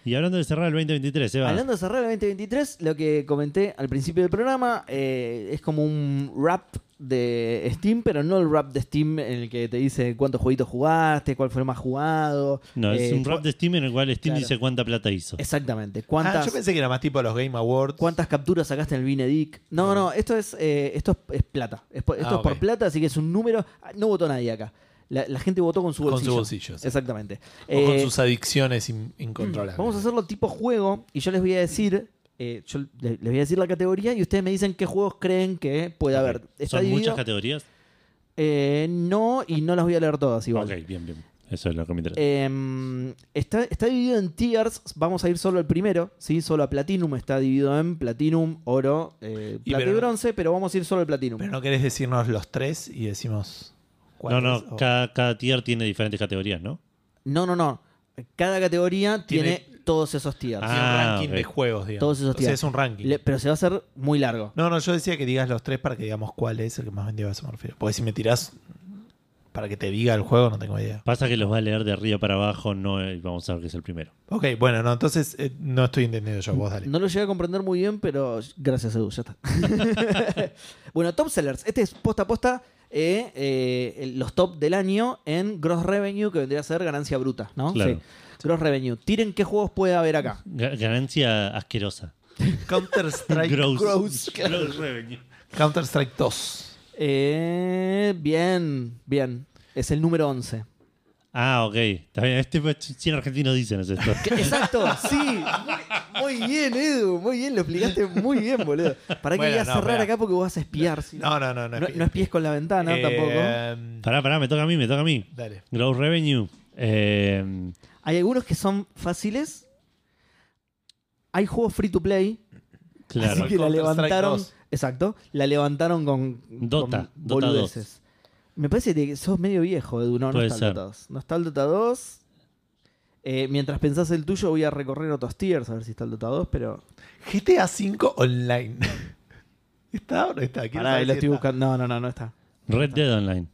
S2: Y hablando de cerrar el 2023, Eva.
S1: Hablando de cerrar el 2023, lo que comenté al principio del programa eh, es como un rap de Steam, pero no el rap de Steam en el que te dice cuántos jueguitos jugaste, cuál fue el más jugado.
S2: no, es
S1: eh,
S2: un rap de Steam en el cual Steam
S1: claro.
S2: dice cuánta plata hizo.
S1: Exactamente.
S3: Ah,
S1: ¿Cuántas,
S3: yo pensé que era más tipo los Game Awards.
S1: ¿Cuántas capturas sacaste en el Vinedic? No, no, esto es, eh, esto es, es plata. Es por- esto
S3: Ah,
S1: es por
S3: ok.
S1: plata, así que es un número. Ah, No votó nadie acá. La, la gente votó con su
S3: Con
S1: bolsillo.
S3: su bolsillo, sí.
S1: Exactamente.
S3: O con
S1: Eh,
S3: sus adicciones in- incontrolables.
S1: vamos a hacerlo tipo juego y yo les voy a decir. eh, yo le- les voy a decir la categoría y ustedes me dicen qué juegos creen que puede haber. Está
S2: ¿Son
S1: dividido,
S2: muchas categorías?
S1: eh, no, y no las voy a leer todas igual.
S2: Ok, bien, bien. Eso es lo que me interesa.
S1: Eh, está, está dividido en tiers. Vamos a ir solo al primero, ¿sí? Solo a Platinum. Está dividido en Platinum, Oro, eh,
S3: Y
S1: Plata y
S3: pero-
S1: Bronce, pero vamos a ir solo al Platinum.
S3: Pero no querés decirnos los tres y decimos.
S2: no, no,
S3: cuáles, o-
S2: cada, cada tier tiene diferentes categorías, ¿no?
S1: No, no, no. Cada categoría tiene,
S3: Tiene-
S1: todos esos tiers.
S3: Tiene
S2: Ah,
S3: un ranking
S2: ok.
S3: de juegos, digamos.
S1: Todos esos
S3: Entonces
S1: tiers.
S3: es un ranking.
S1: Le- pero se va a hacer muy largo.
S3: No, no, yo decía que digas los tres para que digamos cuál es el que más vendió a eso me refiero. Porque si me tirás para que te diga el juego, no tengo idea.
S2: Pasa que los va a leer de arriba para abajo, no eh, vamos a ver qué es el primero.
S3: Ok, bueno, no, entonces eh, no estoy entendiendo yo. Vos dale.
S1: No lo llegué a comprender muy bien, pero gracias Edu, ya está. bueno, top sellers. Este es posta a posta eh, eh, el- los top del año en gross revenue, que vendría a ser ganancia bruta, ¿no?
S2: Claro.
S1: Sí. Gross revenue. Tiren qué juegos puede haber acá.
S2: Ga- Ganancia asquerosa.
S3: Counter-Strike
S2: Gross.
S3: Gross.
S2: Gross revenue.
S3: Counter-Strike 2.
S1: Eh, bien, bien. Es el número 11.
S2: Ah, ok. Está bien. Este fue 100 argentinos dicen es esto.
S1: Que- Exacto, sí. Muy, muy bien, Edu. Muy bien, lo explicaste muy bien, boludo. Para que
S3: Bueno,
S1: voy a
S3: no,
S1: cerrar
S3: pará.
S1: acá porque vos vas a espiar. ¿sí?
S3: No, no, no, no.
S1: No,
S3: es
S1: no
S3: que-
S1: espies con la ventana tampoco.
S3: Eh,
S2: Pará, pará, me toca a mí, me toca a mí.
S3: Dale.
S2: Gross revenue. Eh,
S1: Hay algunos que son fáciles. Hay juegos free to play.
S2: claro.
S1: así que la
S3: Counter-Strike
S1: levantaron.
S3: 2.
S1: Exacto. La levantaron con,
S2: Dota,
S1: con
S2: Dota 2.
S1: boludeces. Me parece que sos medio viejo, Edu. No, no
S2: Puede
S1: está el
S2: ser.
S1: Dota 2. No está el Dota 2. Eh, mientras pensás el tuyo, voy a recorrer otros tiers a ver si está el Dota 2, pero.
S3: GTA 5 Online. ¿Está o no está? Quiero
S1: Pará,
S3: saber
S1: ahí lo
S3: si
S1: estoy
S3: está.
S1: buscando. No, no, no, no está.
S2: Red Dead Online.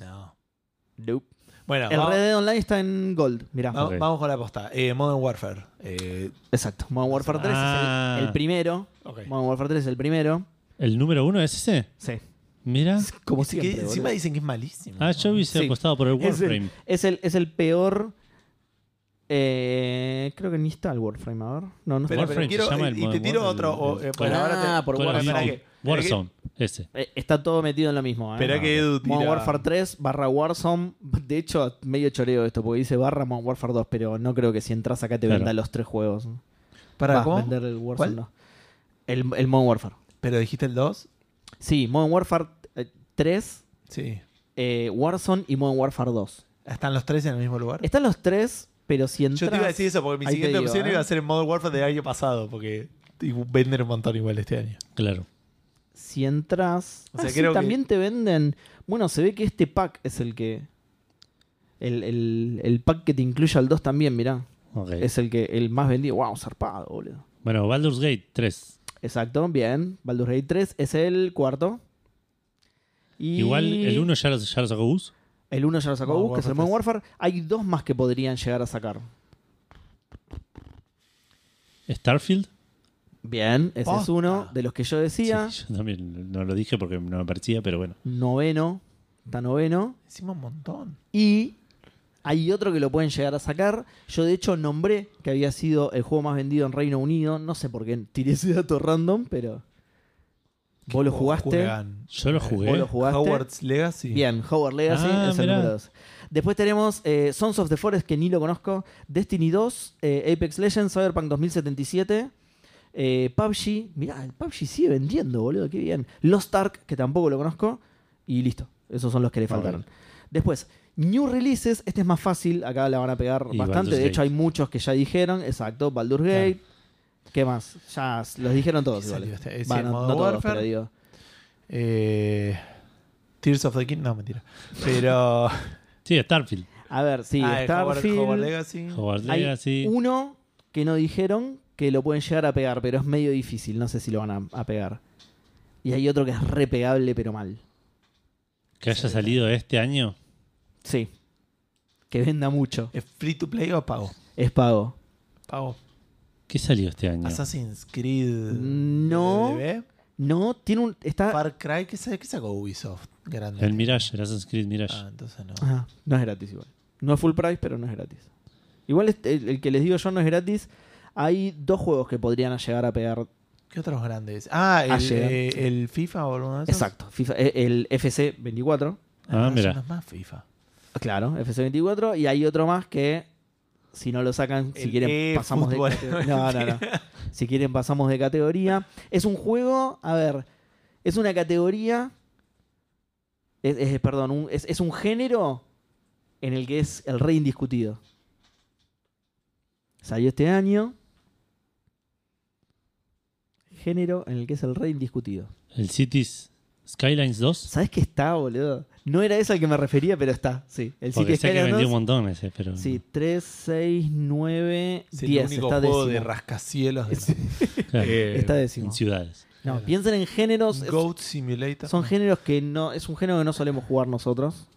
S3: No.
S1: Nope.
S3: Bueno,
S1: El
S3: vamos,
S1: Red Dead Online está en Gold, mirá.
S3: vamos-
S2: Ok.
S3: vamos con la posta. Eh, Modern Warfare. Eh,
S1: Exacto. Modern Warfare 3
S2: Ah.
S1: es el, el primero.
S3: ok.
S1: Modern Warfare 3 es el primero.
S2: ¿El número uno es ese?
S1: Sí.
S2: Mira.
S1: Como
S3: Así que
S1: siempre,
S3: encima
S1: boludo.
S3: dicen que es malísimo.
S2: Ah, yo hubiese
S1: Sí.
S2: apostado por el
S1: es
S2: Warframe.
S1: el, es el, es el peor. eh, creo que ni está el Warframe, a ver. No, no está.
S3: Pero, pero
S2: Warframe
S3: quiero,
S2: se llama el
S3: y te
S2: Modern
S3: tiro
S2: Warfare,
S3: otro.
S2: el-
S3: o, eh,
S2: el-
S3: por
S1: Ah,
S3: ahora te-
S1: por
S3: espera
S1: Warfare.
S3: que-
S1: Espera
S3: espera que-
S2: Warzone, ese.
S1: Eh, está todo metido en lo mismo. ¿eh?
S3: Espera que Edu tira.
S1: Modern Warfare 3 barra Warzone. De hecho, medio choreo esto, porque dice barra Modern Warfare 2, pero no creo que si entras acá te
S2: Claro.
S1: venda los tres juegos.
S3: Pará,
S1: Vas a
S3: ¿cómo?
S1: vender el Warzone,
S3: ¿Cuál?
S1: no. El, el Modern Warfare.
S3: Pero dijiste el 2.
S1: Sí, Modern Warfare eh, 3,
S3: Sí.
S1: eh, Warzone y Modern Warfare 2.
S3: ¿Están los tres en el mismo lugar?
S1: Están los tres, pero si entras...
S3: Yo te iba a decir eso porque mi
S1: ahí te
S3: siguiente
S1: digo,
S3: opción
S1: ¿eh?
S3: iba a ser el Modern Warfare del año pasado. Porque y venden un montón igual este año.
S2: Claro.
S1: Si entras...
S3: O sea,
S1: Ah, sí,
S3: creo que-
S1: también te venden... Bueno, se ve que este pack es el que... El, el- el pack que te incluye al 2 también, mirá.
S2: Ok.
S1: Es el que el más vendido. Wow, zarpado, boludo.
S2: Bueno, Baldur's Gate 3.
S1: Exacto, bien. Baldur's Gate 3 es el cuarto. Y-
S2: Igual el 1 ya, lo- ya lo sacó Gus.
S1: El 1 ya lo sacó
S3: Modern
S1: Gus, que es el Modern Warfare. Hay dos más que podrían llegar a sacar.
S2: Starfield.
S1: Bien, ese es
S3: Posta.
S1: uno de los que yo decía.
S2: Sí, yo también no lo dije porque no me parecía, pero bueno.
S1: Noveno. Está noveno.
S3: Hicimos un montón.
S1: Y hay otro que lo pueden llegar a sacar. Yo, de hecho, nombré que había sido el juego más vendido en Reino Unido. No sé por qué tiré ese dato random, pero. Vos lo jugaste.
S3: Juegan.
S2: Yo lo
S1: Vos
S2: jugué.
S1: lo jugaste.
S3: Hogwarts Legacy.
S1: Bien, Howard Legacy
S2: Ah,
S1: es el
S2: mirá.
S1: número 2. Después tenemos eh, Sons of the Forest, que ni lo conozco. Destiny 2, eh, Apex Legends, Cyberpunk 2077. eh, PUBG, mirá, el PUBG sigue vendiendo, boludo, qué bien. Lost Ark, que tampoco lo conozco. Y listo, esos son los que le
S2: Ah,
S1: faltaron.
S2: bueno.
S1: Después, New Releases, este es más fácil, acá la van a pegar
S2: Y
S1: bastante.
S2: Baldur's
S1: de hecho,
S2: Gate.
S1: hay muchos que ya dijeron, exacto, Baldur's
S2: Claro.
S1: Gate. ¿Qué más? Ya s- los dijeron todos.
S3: ¿Qué
S1: igual.
S3: salió este? Eh, sí,
S1: Va,
S3: el
S1: no,
S3: Modern
S1: no todos,
S3: Warfare.
S1: pero digo.
S3: Eh, Tears of the King. No, mentira. Pero.
S2: Sí, Starfield.
S1: A ver, sí,
S3: Ah, el Hogwarts-
S1: Starfield.
S3: Hogwarts Legacy.
S2: Hogwarts
S1: Hay
S2: Legacy.
S1: uno que no dijeron que lo pueden llegar a pegar, pero es medio difícil. No sé si lo van a, a pegar. Y hay otro que es repegable, pero mal.
S2: Que haya salido este año.
S1: Sí. Que venda mucho.
S3: ¿Es free to play o pago?
S1: Es pago.
S3: Pago.
S2: ¿Qué salió este año?
S3: Assassin's Creed.
S1: No.
S3: BBB.
S1: No, tiene un. Está.
S3: Far Cry. ¿Qué, sa- qué sacó Ubisoft? Grande.
S2: El Mirage, el Assassin's Creed Mirage.
S3: Ah, entonces no.
S1: Ah, no es gratis igual. No es full price, pero no es gratis. Igual este- el, el que les digo yo no es gratis. Hay dos juegos que podrían llegar a pegar.
S3: ¿Qué otros grandes? Ah, el,
S1: Ayer.
S3: eh, el FIFA o alguno de esos.
S1: Exacto. FIFA- eh, el FC24.
S2: Ah,
S3: no,
S2: mira.
S3: eso no es más FIFA.
S1: Claro, FC24 y hay otro más que si no lo sacan, si
S3: El
S1: quieren pasamos de
S3: eFootball.
S1: categoría. No, no, no. Si quieren pasamos de categoría. Es un juego, a ver, es una categoría es, es- perdón, un- es, es un género en el que es el rey indiscutido. Salió este año. Género en el que es el rey indiscutido.
S2: El Cities Skylines 2.
S1: ¿Sabes qué está, boludo? No era ese al que me refería, pero está, sí. El
S2: Porque
S1: City
S2: sé que
S1: Skylines
S2: vendió
S1: 2.
S2: un montón ese, pero.
S1: Sí, 3, 6, 9,
S3: Es
S1: 10.
S3: el único
S1: está
S3: juego de
S1: décimo.
S3: rascacielos. De
S1: Sí.
S2: Claro,
S3: Eh,
S1: Está décimo.
S2: en ciudades.
S1: No,
S3: claro.
S1: piensen en géneros. es-
S3: Goat Simulator.
S1: son géneros que no. Es un género que no solemos jugar nosotros.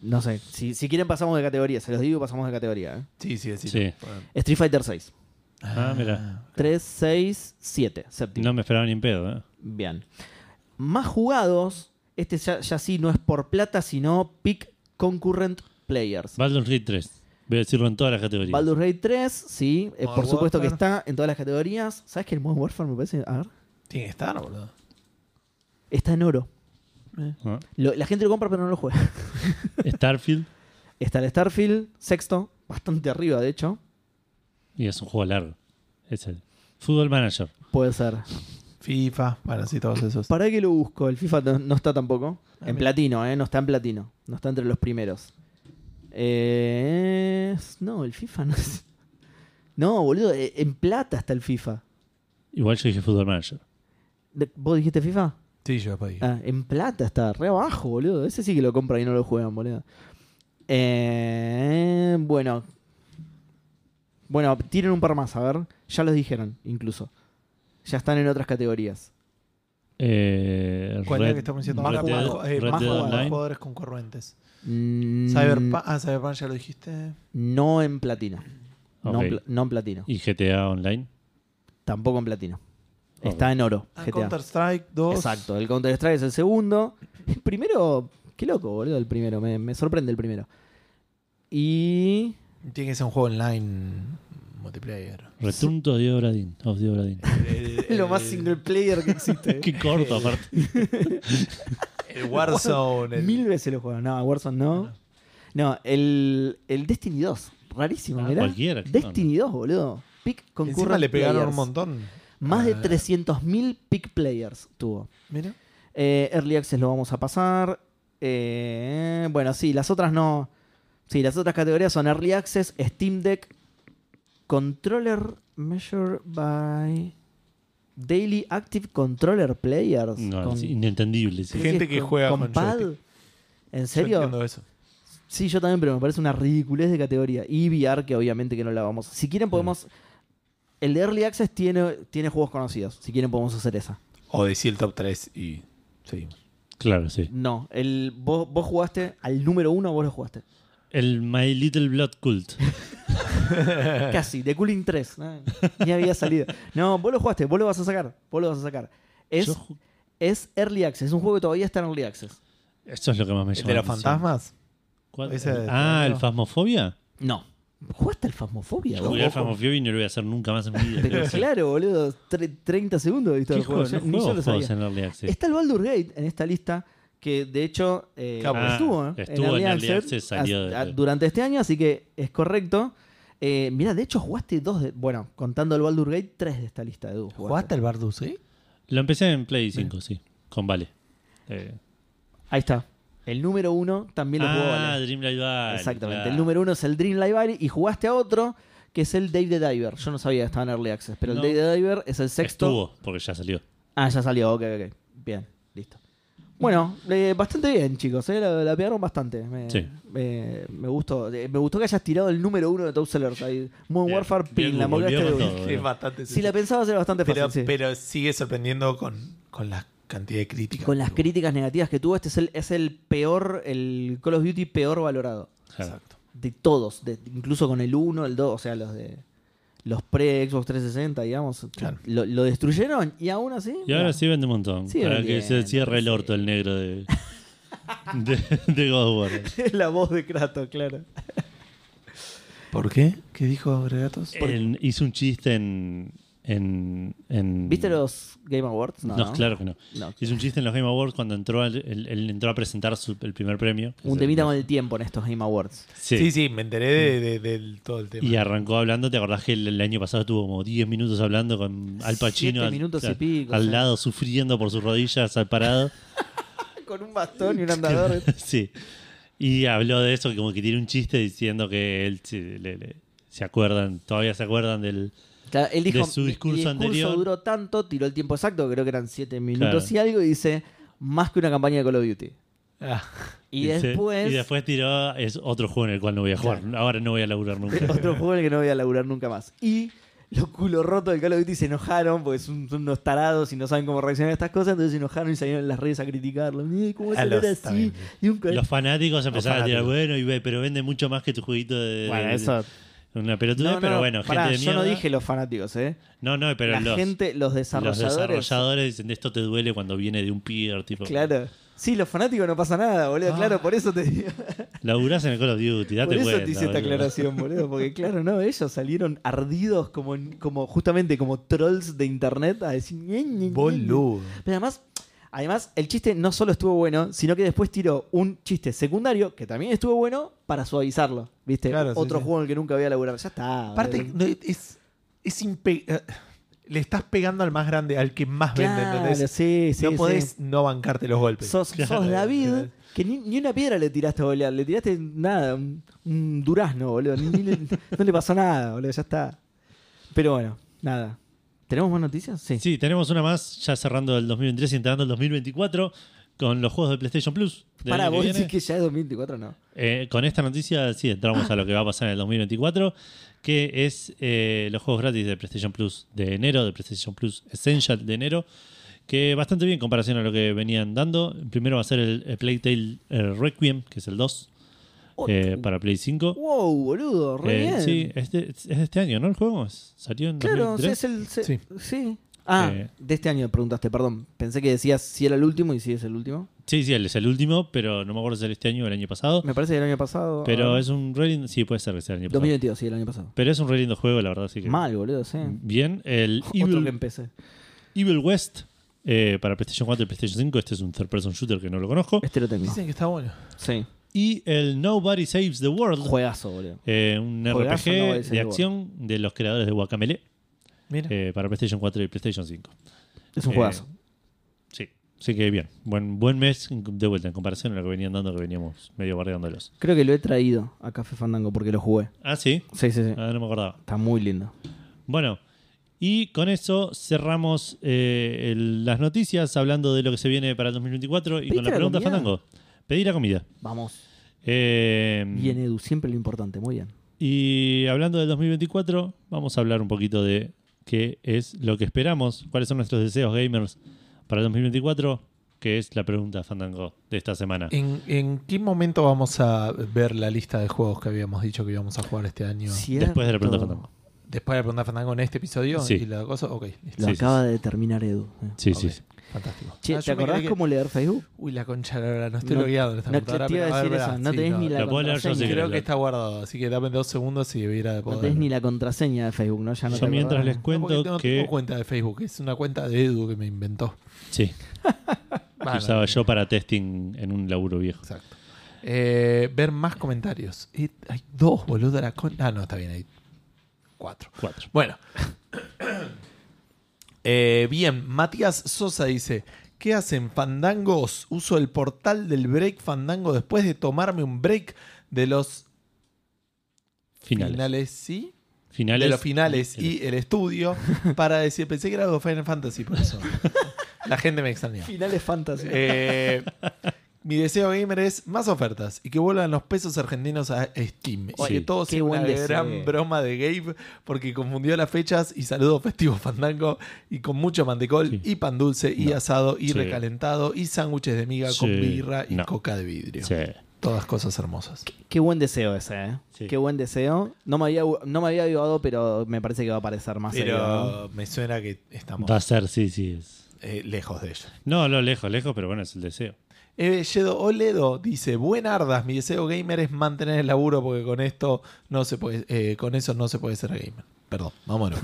S1: No sé. Si, si quieren, pasamos de categoría. Se los digo, pasamos de categoría. ¿eh?
S3: Sí, sí, sí.
S2: Sí.
S3: Bueno.
S1: Street Fighter 6.
S2: Ah, mira.
S1: 3, 6, 7. Séptimo.
S2: No me esperaba ni en pedo, ¿eh?
S1: Bien. Más jugados. Este ya, ya sí no es por plata, sino Pick Concurrent Players.
S2: Baldur's Gate 3. Voy a decirlo en todas las categorías.
S1: Baldur's Gate 3, sí, eh, por
S3: Modern
S1: supuesto que
S3: Warfare.
S1: está en todas las categorías. ¿Sabes que el Modern Warfare me parece? A ver.
S3: Tiene que estar, boludo.
S1: Está en oro.
S2: Ah.
S1: Lo- la gente lo compra pero no lo juega.
S2: Starfield.
S1: Está el Starfield, sexto, bastante arriba de hecho.
S2: Y es un juego largo. Es el Fútbol Manager.
S1: Puede ser.
S3: FIFA. Bueno, sí, todos esos.
S1: ¿Para qué lo busco? El FIFA no, no está tampoco.
S3: Ah,
S1: en
S3: mira.
S1: platino, ¿eh? No está en platino. No está entre los primeros. Eh, no, el FIFA no es... No, boludo, eh, en plata está el FIFA.
S2: Igual yo dije Fútbol Manager.
S1: De- ¿Vos dijiste FIFA?
S3: Sí, yo después dije.
S1: Ah, en plata está, re abajo, boludo. Ese sí que lo compran y no lo juegan, boludo. Eh, bueno. Bueno, tienen un par más, a ver. Ya los dijeron, incluso. Ya están en otras categorías.
S2: Eh,
S3: ¿Cuál
S2: Red-
S3: es la que estamos diciendo?
S2: Red
S3: Más
S2: Dead-
S3: jugadores, eh,
S2: Red
S3: más
S2: Dead
S3: jugadores,
S2: Online.
S3: jugadores concurrentes.
S1: Mm,
S3: Cyberpunk, ah, Cyberpunk ya lo dijiste.
S1: No en platino. No,
S2: Ok.
S1: en pla- no en platino.
S2: Y GTA Online.
S1: Tampoco en platino.
S2: Ok.
S1: Está en oro.
S3: Ah,
S1: GTA.
S3: Counter-Strike 2.
S1: Exacto, el Counter Strike es el segundo. El primero, qué loco, boludo, el primero. Me, me sorprende el primero. Y...
S3: Tiene que ser un juego online multiplayer.
S2: Return to the Obra Dinn- of the Obra Dinn.
S3: El- el-
S1: Lo más single player que existe.
S2: Qué corto,
S1: eh,
S2: aparte.
S3: El Warzone. el-
S1: Mil veces lo juego. No, Warzone no. No, el, el Destiny 2. Rarísimo,
S2: Ah,
S1: mirá.
S2: cualquiera, claro.
S1: Destiny 2, boludo. Pick
S3: Encima
S1: concurrente.
S3: le pegaron un montón.
S1: Más de
S3: Ah.
S1: 300.000 pick players tuvo.
S3: Mira.
S1: Eh, Early Access lo vamos a pasar. Eh, bueno, sí, las otras no. Sí, las otras categorías son Early Access, Steam Deck, Controller Measure by Daily Active Controller Players.
S2: No,
S1: Con-
S2: es inentendible. sí.
S3: Gente
S1: es
S3: que juega con
S1: pad.
S3: joystick.
S1: ¿En
S3: Yo
S1: serio?
S3: entiendo eso.
S1: Sí, yo también, pero me parece una ridiculez de categoría. Y VR, que obviamente que no la vamos. Si quieren, podemos el de Early Access tiene, tiene juegos conocidos. Si quieren podemos hacer esa.
S3: O decir el top 3 y seguimos.
S2: Claro, sí.
S1: No, el, vos, vos jugaste al número uno, vos lo jugaste.
S2: El My Little Blood Cult. Eh.
S1: Casi, The Cooling 3. ¿no? Ni había salido. No, vos lo jugaste, vos lo vas a sacar. Vos lo vas a sacar. Es,
S2: Yo ju-
S1: es Early Access, es un juego que todavía está en Early Access.
S2: Esto es lo que más me
S3: ¿El
S2: llama.
S3: de
S2: la
S3: los
S2: atención.
S3: fantasmas?
S2: ¿Cuál-
S3: Ese de-
S2: ah, el
S3: no.
S2: Fasmofobia.
S1: No. ¿Jugaste al Fasmofobia?
S2: Jugué al
S1: vos?
S2: Fasmofobia y no lo voy a hacer nunca más en mi vida.
S1: Pero
S2: creo.
S1: claro, boludo. tre- 30 segundos de
S2: ¿Qué
S1: historia del
S2: juego?
S1: juego.
S2: No
S1: Yo- Ni yo
S2: juego
S1: lo
S2: juegos
S1: sabía.
S2: en Early Access.
S1: Está el Baldur's Gate en esta lista que de hecho eh,
S3: Claro, porque
S1: estuvo,
S2: estuvo,
S1: ¿eh?
S2: estuvo en Early Access, salió
S1: as- a-
S2: después.
S1: durante este año, así que es correcto. Eh, mira, de hecho jugaste dos de, bueno, contando el Baldur's Gate, tres de esta lista de Edu,
S3: ¿Jugaste al Bardus, eh?
S2: Lo empecé en Play 5, sí. Con Vale. Eh,
S1: Ahí está. El número uno también lo jugó
S2: ah,
S1: Vale.
S2: Dreamlight Valley.
S1: Exactamente.
S2: claro.
S1: El número uno es el Dream Live Valley y jugaste a otro que es el Dave the Diver. Yo no sabía que estaba en Early Access, pero
S2: No.
S1: el Dave the Diver es el sexto.
S2: Estuvo, porque ya salió.
S1: Ah, ya salió, ok, ok. Bien, listo. Bueno, eh, bastante bien, chicos. eh, La, la pegaron bastante. Me,
S2: Sí.
S1: me- me gustó. Eh, Me gustó que hayas tirado el número uno de Toad Sellers ahí. Modern
S2: Bien,
S1: Warfare
S2: bien,
S1: Pin, la
S2: volvió
S1: mocaste de
S2: con
S1: una.
S2: todo.
S3: Es bastante
S1: Si la pensabas era bastante
S3: pero,
S1: fácil. sí.
S3: pero sigue sorprendiendo con, con la cantidad de críticas.
S1: Con las críticas negativas que tuvo, este es el, es el peor, el Call of Duty peor valorado.
S2: Claro.
S3: Exacto.
S1: De todos, de- incluso con el 1, el 2, o sea, los de los pre-Xbox 360, digamos.
S3: Claro.
S1: Lo, lo destruyeron y aún así.
S2: Y ahora
S1: mirá.
S2: sí vende un montón.
S1: Sí,
S2: para que
S1: vendiendo,
S2: se cierre el
S1: sí.
S2: orto el negro de, de, de God of War.
S1: la voz de Kratos, claro.
S3: ¿Por qué? ¿Qué dijo Gregatos?
S2: En- hizo un chiste en, en, en-
S1: ¿Viste los Game Awards?
S2: No, claro que no.
S1: No.
S2: Hizo un chiste en los Game Awards cuando entró al- él, él entró a presentar su- el primer premio.
S1: Un temita con el tiempo en estos Game Awards.
S2: Sí.
S3: Sí, sí, me enteré de, de- del todo el tema.
S2: Y arrancó hablando, ¿te acordás que el, el año pasado estuvo como 10 minutos hablando con Al Pacino?
S1: Siete
S2: al-
S1: minutos y
S2: al-
S1: pico,
S2: Al
S1: sí.
S2: lado, sufriendo por sus rodillas, al parado.
S1: Con un bastón y un andador.
S2: sí. Y habló de eso, que como que tiene un chiste diciendo que él se, le- le- se acuerdan, todavía se acuerdan del.
S1: Claro, él dijo,
S2: De su
S1: "Mi- mi
S2: discurso anterior".
S1: duró tanto, tiró el tiempo exacto, creo que eran 7 minutos
S2: Claro.
S1: y algo, y dice, más que una campaña de Call of Duty.
S3: Ah,
S1: Y,
S2: dice-
S1: después,
S2: Y después tiró, es otro juego en el cual no voy a jugar. Ahora no voy a laburar nunca.
S1: otro juego en el que no voy a laburar nunca más. Y los culos rotos del Call of Duty se enojaron, porque son, son unos tarados y no saben cómo reaccionar a estas cosas, entonces se enojaron y salieron en las redes a criticarlo. "Eh, ¿Cómo es
S3: A
S1: a
S3: los-
S1: hablar
S3: está
S1: así?
S3: bien.
S1: Y un Call-
S2: Los fanáticos empezaron a tirar,
S3: fanáticos.
S2: bueno, y ve, pero vende mucho más que tu jueguito de. de-
S1: Bueno,
S2: de-
S1: eso...
S2: Una pelotuda,
S1: No,
S2: pero
S1: no,
S2: bueno,
S1: pará,
S2: gente de
S1: yo no
S2: mierda.
S1: dije los fanáticos, ¿eh?
S2: No, no, pero
S1: la
S2: los,
S1: gente, los
S2: los
S1: desarrolladores.
S2: desarrolladores dicen, esto te duele cuando viene de un peer, tipo.
S1: Claro. Sí, los fanáticos no pasa nada, boludo.
S3: Ah.
S1: Claro, por eso te digo.
S2: Laburás en el Call of Duty, date
S1: Por eso
S2: cuenta,
S1: te hice esta
S2: boludo.
S1: aclaración, boludo. Porque claro, no, ellos salieron ardidos como, como justamente como trolls de internet a decir. "Ñe, ñe, ñe".
S3: boludo.
S1: Pero además, además, el chiste no solo estuvo bueno, sino que después tiró un chiste secundario que también estuvo bueno para suavizarlo. ¿Viste?
S3: Claro, sí,
S1: Otro
S3: sí.
S1: juego en el que nunca voy a laburar. Ya está.
S3: Aparte,
S1: boludo.
S3: no, es, es impe- eh, Le estás pegando al más grande, al que más vende,
S1: Claro,
S3: ¿entendés?
S1: sí, sí,
S3: no
S1: sí.
S3: podés no bancarte los golpes.
S1: Sos,
S2: Claro.
S1: sos David, que ni, ni una piedra le tiraste a golear, le tiraste nada, un, un durazno, boludo. ni- ni le- no le pasó nada, boludo, ya está. Pero bueno, nada. ¿Tenemos más noticias? Sí.
S2: Sí, tenemos una más, ya cerrando el 2023 y entrando el 2024, con los juegos de PlayStation Plus. del
S1: Para
S2: año que
S1: vos
S2: viene.
S1: decís que ya es 2024, no.
S2: Eh, con esta noticia, sí, entramos a lo que va a pasar en el 2024, que es eh, los juegos gratis de PlayStation Plus de enero, de PlayStation Plus Essential de enero, que bastante bien en comparación a lo que venían dando. Primero va a ser el, el Playtale eh, Requiem, que es el 2, eh,
S1: Oh,
S2: para Play 5.
S1: Wow, boludo, re
S2: Eh,
S1: bien.
S2: sí, es de, es de este año, ¿no? El juego Es- salió en
S1: claro, sí,
S2: 2003.
S1: es el. se-
S3: Sí.
S1: sí. Ah,
S2: Eh.
S1: de este año preguntaste, perdón. Pensé que decías si era el último y si es el último.
S2: Sí, sí, el- es el último, pero no me acuerdo si era este año o el año pasado.
S1: Me parece que el año pasado.
S2: Pero
S1: ah,
S2: es un re lindo- Sí, puede ser que sea el año pasado.
S1: 2022, sí, el año pasado.
S2: Pero es un re lindo juego, la verdad, así que.
S1: Mal, boludo, sí.
S2: Bien. El
S1: Otro que
S2: Evil,
S1: empecé.
S2: Evil West eh, para PlayStation 4 y PlayStation 5. Este es un third person shooter que no lo conozco.
S1: Este lo tengo.
S3: Dicen que está bueno.
S1: Sí.
S2: Y el Nobody Saves the World.
S1: Juegazo, boludo.
S2: eh, un
S1: Juegazo Nobody
S2: RPG
S1: Saves
S2: de
S1: the
S2: acción de los creadores de Guacamele
S3: Mira.
S2: para PlayStation 4 y PlayStation 5.
S1: Es un
S2: Eh,
S1: juegazo.
S2: Sí. Así que bien. Buen, buen mes de vuelta en comparación a lo que venían dando, que veníamos medio bardeándolos.
S1: Creo que lo he traído a Café Fandango porque lo jugué.
S2: Ah, sí.
S1: Sí, sí, sí.
S2: Ah, no me acordaba.
S1: Está muy lindo.
S2: Bueno, y con eso cerramos eh, el- las noticias hablando de lo que se viene para el 2024 y
S1: ¿Pediste
S2: con la
S1: la
S2: pregunta
S1: comida?
S2: Fandango. Pedir la comida.
S1: Vamos.
S2: Eh,
S1: Bien, Edu, siempre lo importante. Muy bien.
S2: y hablando del 2024, vamos a hablar un poquito de qué es lo que esperamos, cuáles son nuestros deseos gamers para el 2024, que es la pregunta Fandango de esta semana.
S3: ¿En, en qué momento vamos a ver la lista de juegos que habíamos dicho que íbamos a jugar este año?
S2: Después de la pregunta Fandango.
S3: Después de preguntar Fandango en este episodio
S2: Sí.
S3: y la cosa. Ok, listo.
S1: Lo
S2: Sí, sí,
S1: acaba de terminar Edu. eh.
S2: Sí,
S3: Ok,
S2: sí, sí.
S3: Fantástico.
S1: Che,
S3: Ah,
S1: ¿Te
S3: yo me
S1: acordás
S3: quedé que-
S1: cómo leer Facebook?
S3: Uy, la concha, la, verdad, no estoy
S1: No-
S3: logueado en esta
S1: no te-
S3: computadora,
S1: te iba a
S3: pero-
S1: decir
S3: ver,
S1: eso,
S3: verá,
S1: no
S3: sí,
S1: tenés ni la
S2: Lo puedo leer yo si
S1: contraseña.
S2: querés.
S3: Creo que está guardado, así que dame dos segundos y hubiera de
S1: No
S3: poder.
S1: tenés ni la contraseña de Facebook, ¿no? Ya no
S2: Yo
S1: te acordás.
S2: mientras les
S3: No, porque
S2: cuento
S3: no
S2: que...
S3: tengo cuenta de Facebook, es una cuenta de Edu que me inventó.
S2: Sí, que
S3: Vale.
S2: usaba yo para testing en un laburo viejo.
S3: Exacto. Eh, ver más comentarios. Eh, hay dos, boludo. La con- ah, no, está bien, hay cuatro.
S2: Cuatro.
S3: Bueno. Eh, bien, Matías Sosa dice: ¿Qué hacen fandangos? Uso el portal del break fandango después de tomarme un break de los
S2: Finales. Finales.
S3: finales ¿sí? de los finales y el estudio para decir, pensé que era algo de Final Fantasy, por eso. La gente me extrañó.
S1: Finales fantasy.
S3: Eh, mi deseo gamer es más ofertas y que vuelvan los pesos argentinos a Steam. Y
S2: Sí.
S3: que todo
S1: Qué
S3: sea una
S1: buen deseo.
S3: gran broma de Gabe porque confundió las fechas y saludos festivos fandango y con mucho mantecol
S2: Sí.
S3: y pan dulce y
S2: No.
S3: asado y
S2: Sí.
S3: recalentado y sándwiches de miga
S2: Sí.
S3: con birra y
S2: No.
S3: coca de vidrio.
S2: Sí.
S3: Todas cosas hermosas.
S1: Qué buen deseo ese, ¿eh?
S2: Sí.
S1: Qué buen deseo. No me había, no me había avivado, pero me parece que va a aparecer más seguido, ¿no?
S3: Pero me suena que estamos
S2: Va a ser, sí, sí. es.
S3: eh, lejos de ello.
S2: No, no, lejos, lejos, pero bueno, es el deseo.
S3: Eve Eh, Yedo Oledo dice, buen Ardas, mi deseo gamer es mantener el laburo porque con esto no se puede, eh, con eso no se puede ser gamer. Perdón, vámonos.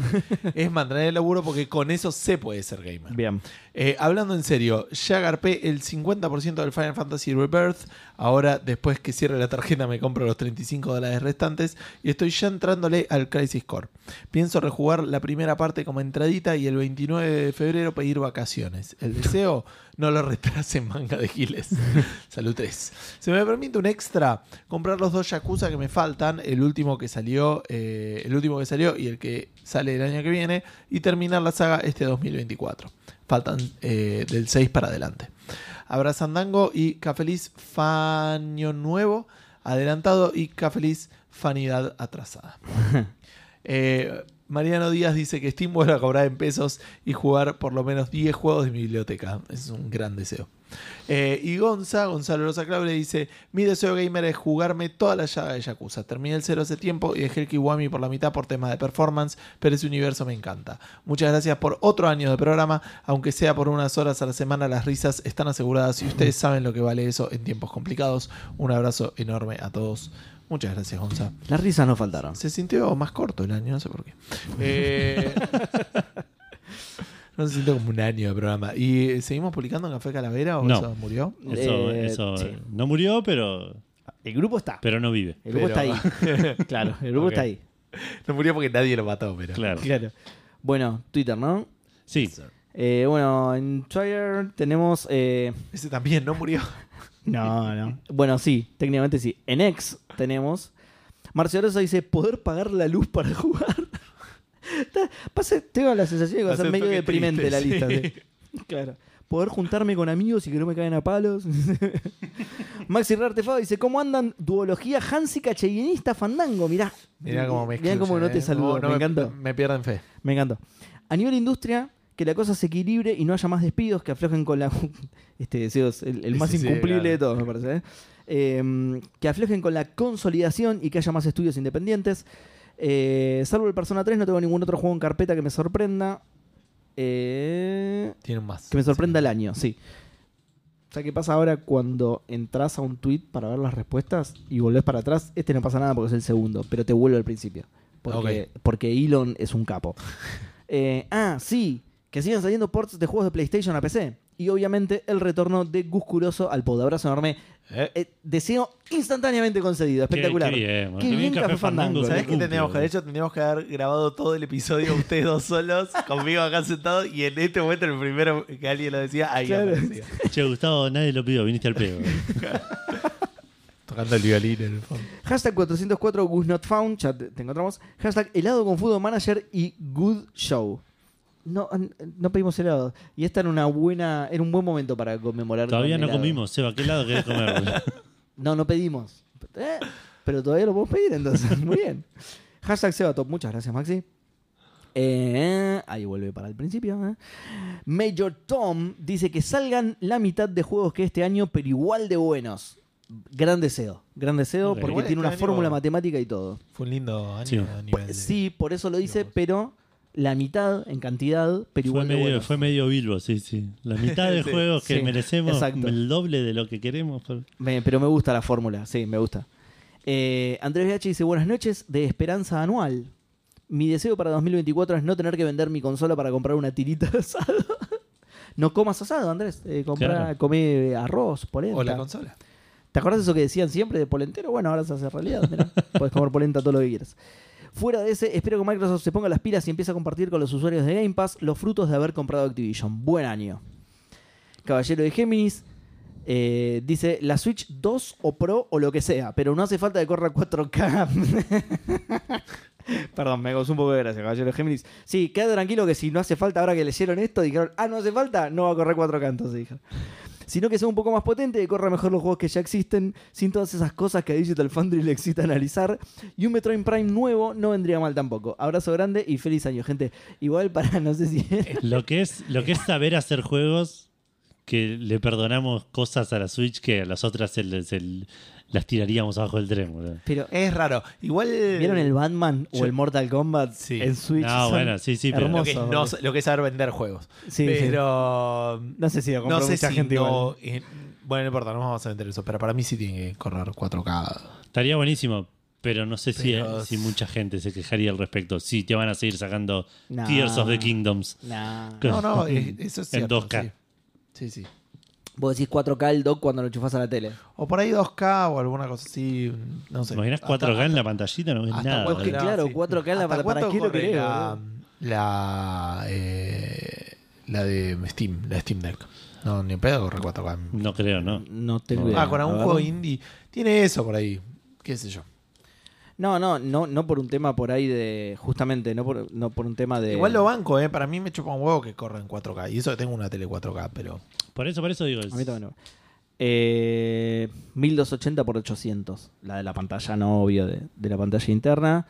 S3: es mantener el laburo porque con eso se puede ser gamer.
S1: Bien.
S3: Eh, hablando en serio, ya agarpé el 50% del Final Fantasy Rebirth. Ahora, después que cierre la tarjeta, me compro los 35 dólares restantes. Y estoy ya entrándole al Crisis Core. Pienso rejugar la primera parte como entradita y el 29 de febrero pedir vacaciones. El deseo no lo retrasen, manga de giles. Salud 3. Se me permite un extra comprar los dos Yakuza que me faltan. El último que salió, eh, el último que salió y el que sale el año que viene. Y terminar la saga este 2024. Faltan eh, del 6 para adelante. Abrazandango y Cafeliz Faño Nuevo adelantado y Cafeliz Fanidad atrasada. Eh, Mariano Díaz dice que Steam vuelve a cobrar en pesos y jugar por lo menos 10 juegos de mi biblioteca. Es un gran deseo. Eh, y Gonza, Gonzalo Rosa Clauble dice: Mi deseo gamer es jugarme toda la llaga de Yakuza. Terminé el 0 hace tiempo y dejé el Kiwami por la mitad por temas de performance, pero ese universo me encanta. Muchas gracias por otro año de programa, aunque sea por unas horas a la semana, las risas están aseguradas y ustedes saben lo que vale eso en tiempos complicados. Un abrazo enorme a todos. Muchas gracias, Gonza.
S1: Las risas no faltaron.
S3: Se sintió más corto el año, no sé por qué. Eh, no se sintió como un año de programa. ¿Y eh, seguimos publicando en Café Calavera o
S2: No.
S3: eso murió?
S2: Eso,
S1: Eh,
S2: eso
S1: sí.
S2: no murió, pero,
S1: El grupo está.
S2: pero no vive.
S1: el grupo está
S3: pero-
S1: ahí. claro, el grupo
S3: Ok.
S1: está ahí.
S3: No murió porque nadie lo mató, pero.
S2: Claro.
S1: Claro. Bueno, Twitter, ¿no?
S2: Sí,
S1: Eh, bueno, en Twitter tenemos. eh,
S3: Ese también no murió.
S1: No, no. Bueno, sí, técnicamente sí. En X tenemos. Marcio Rosa dice: poder pagar la luz para jugar. Está- Pasa, tengo la sensación de que va a ser
S3: Hace un
S1: medio
S3: toque
S1: deprimente
S3: triste,
S1: la lista.
S3: sí.
S1: sí. Claro. Poder juntarme con amigos y que no me caigan a palos. Maxi Rartefado dice: ¿Cómo andan? Duología Hansica Cheyenista Fandango. Mirá.
S3: Mirá cómo me
S1: Mirá cómo
S3: excluyen,
S1: no te
S3: ¿eh?
S1: saludo.
S3: No,
S1: me,
S3: no me,
S1: encantó.
S3: Me pierden fe.
S1: Me encantó. A nivel industria, que la cosa se equilibre y no haya más despidos que aflojen con la. Este deseo es el, el más
S3: Sí, sí,
S1: incumplible
S3: claro.
S1: de todos, me parece. ¿eh? Eh, que aflojen con la consolidación y que haya más estudios independientes. Eh, salvo el Persona 3, no tengo ningún otro juego en carpeta que me sorprenda. Eh,
S3: Tienen más.
S1: que me sorprenda
S3: Sí.
S1: el año, sí. O sea, ¿qué pasa ahora cuando entras a un tweet para ver las respuestas y volvés para atrás? Este no pasa nada porque es el segundo, pero te vuelve al principio. Porque, porque Elon es un capo. Eh, ah, sí, que sigan saliendo ports de juegos de PlayStation a PC. Y obviamente el retorno de Gus Curoso al pod. Abrazo enorme.
S3: Eh,
S1: Eh, deseo instantáneamente concedido.
S2: Qué-
S1: Espectacular.
S2: qué bien, bueno,
S1: Qué bien Café Fandango,
S2: se
S3: ¿Sabés qué
S2: cumple,
S3: tendríamos que haber
S2: boludo.
S3: hecho? Tendríamos que haber grabado todo el episodio ustedes dos solos, conmigo acá sentados, y en este momento el primero que alguien lo decía, ahí
S1: Claro.
S3: aparecía.
S2: Che, Gustavo, nadie lo pidió, viniste al pedo.
S3: Tocando el violín en el fondo.
S1: Hashtag 404 Goose Not Found, ya te, te encontramos. Hashtag helado con fútbol manager y good show. No, n- no pedimos helado. Y esta era una buena, era un buen momento para conmemorar.
S2: Todavía
S1: con
S2: no
S1: helado.
S2: comimos, Seba, ¿qué lado querés comer? boludo?
S1: No, no pedimos. Eh, pero todavía lo podemos pedir, entonces. Muy bien. Hashtag Sebatop, muchas gracias, Maxi. eh, ahí vuelve para el principio. eh. Major Tom dice que salgan la mitad de juegos que este año, pero igual de buenos. Gran deseo, gran deseo,
S2: Ok.
S1: porque
S3: Igual
S1: tiene una
S3: este año-
S1: fórmula matemática y todo.
S3: Fue un lindo año
S2: Sí.
S3: a nivel de-
S1: Pues Sí, por eso lo dice,
S3: Digamos.
S1: pero la mitad en cantidad, pero
S2: Fue
S1: igual de
S2: medio,
S1: buenos.
S2: fue medio Bilbo, sí, sí. La mitad de
S3: Sí,
S2: juegos que
S1: sí,
S2: merecemos,
S1: exacto.
S2: el doble de lo que queremos. por-
S1: Me- pero me gusta la fórmula, sí, me gusta. Eh, Andrés VH dice, buenas noches, de Esperanza Anual. Mi deseo para 2024 es no tener que vender mi consola para comprar una tirita de asado. no comas asado, Andrés. Eh, comprá-
S2: Claro.
S1: Comé arroz,
S3: O la
S1: polenta.
S3: consola.
S1: ¿Te acordás de eso que decían siempre de polentero? Bueno, ahora se hace realidad. mirá. Podés comer polenta todo lo que quieras. Fuera de ese, espero que Microsoft se ponga las pilas y empiece a compartir con los usuarios de Game Pass los frutos de haber comprado Activision. Buen año. Caballero de Géminis eh, dice la Switch 2 o Pro o lo que sea, pero no hace falta que corra 4K. Perdón, me causó un poco de gracia, caballero de Géminis. Sí, quédate tranquilo que si no hace falta, ahora que leyeron esto, dijeron, ah, no hace falta, no va a correr 4K, entonces dijeron. Sino que sea un poco más potente, que corra mejor los juegos que ya existen, sin todas esas cosas que a Digital Foundry le excita analizar. Y un Metroid Prime nuevo no vendría mal tampoco. Abrazo grande y feliz año, gente. Igual para, no sé si...
S2: Lo que es, lo que es saber hacer juegos que le perdonamos cosas a la Switch que a las otras se les- se las tiraríamos abajo del tren. boludo.
S1: Pero
S3: Es raro. Igual.
S1: ¿Vieron el Batman
S3: Yo-
S1: o el Mortal Kombat
S3: Sí.
S1: en Switch?
S2: No,
S1: Son-
S2: bueno, sí, sí, pero
S1: hermoso.
S3: lo que, es no-
S1: boludo.
S3: lo que es saber vender juegos.
S1: Sí,
S3: pero.
S1: No sé si lo compró
S3: No sé
S1: mucha
S3: si
S1: gente
S3: no- eh, bueno, no importa, no vamos a meter eso. Pero para mí sí tiene que correr 4K.
S2: estaría buenísimo. Pero no sé si,
S3: Pero-
S2: si mucha gente se quejaría al respecto. Sí, te van a seguir sacando
S1: Nah.
S2: Tears of the Kingdoms.
S1: Nah.
S2: ¿Qué?
S3: No, no, eh, eso es
S2: En
S3: cierto.
S2: 2K.
S3: Sí. sí, sí.
S1: Vos decís 4K el dock cuando lo enchufás a la tele.
S3: O por ahí 2K o alguna cosa así. No
S2: ¿Te
S3: sé.
S2: imaginas
S3: Hasta-
S2: 4K en la pantallita? No ves
S3: hasta
S2: nada. eh.
S3: cuatro-
S1: Es que
S2: boludo.
S1: claro,
S3: sí.
S1: 4K la-
S3: ¿Hasta
S1: para, para
S3: cuánto
S1: qué lo
S3: corre
S1: querés,
S3: La,
S1: boludo?
S3: la, eh, la de Steam, la Steam Deck. No, ni en pedo corre 4K.
S2: No creo, no.
S1: No tengo
S2: Ah,
S1: idea.
S3: Ah, con algún
S1: la
S3: juego
S1: verdad.
S3: indie. Tiene eso por ahí. Qué sé yo.
S1: No, no, no, no por un tema por ahí de. Justamente, no por, no por un tema de.
S3: Igual lo banco, ¿eh? Para mí me chupa un huevo que corra en 4K. Y eso que tengo una tele 4K, pero.
S2: Por eso, por eso digo.
S1: A mí también no. Eh, 1280 por 800 La de la pantalla, no obvio, de, de la pantalla interna.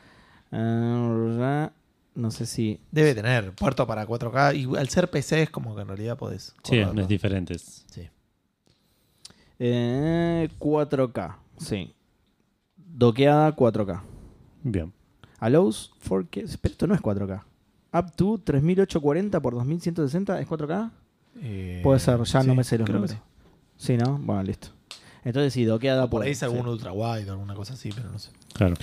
S1: Ah, no sé si.
S3: Debe tener puerto para 4K. Y al ser PC es como que en realidad podés.
S2: Sí,
S3: correrlo.
S2: no es diferente. es-
S3: Sí.
S1: Eh, 4K, sí. Doqueada 4K.
S2: Bien.
S1: Allows 4K. Pero esto no es 4K. Up to 3840 por 2160 es 4K.
S3: Eh,
S1: Puede ser, ya no
S3: sí,
S1: me sé los
S3: creo que
S1: números. Sí. ¿no? Bueno, listo. Entonces sí, doqueada
S3: sí. Ah, Por ahí es
S1: sí.
S3: algún ultra wide o alguna cosa así, pero no sé.
S2: Claro.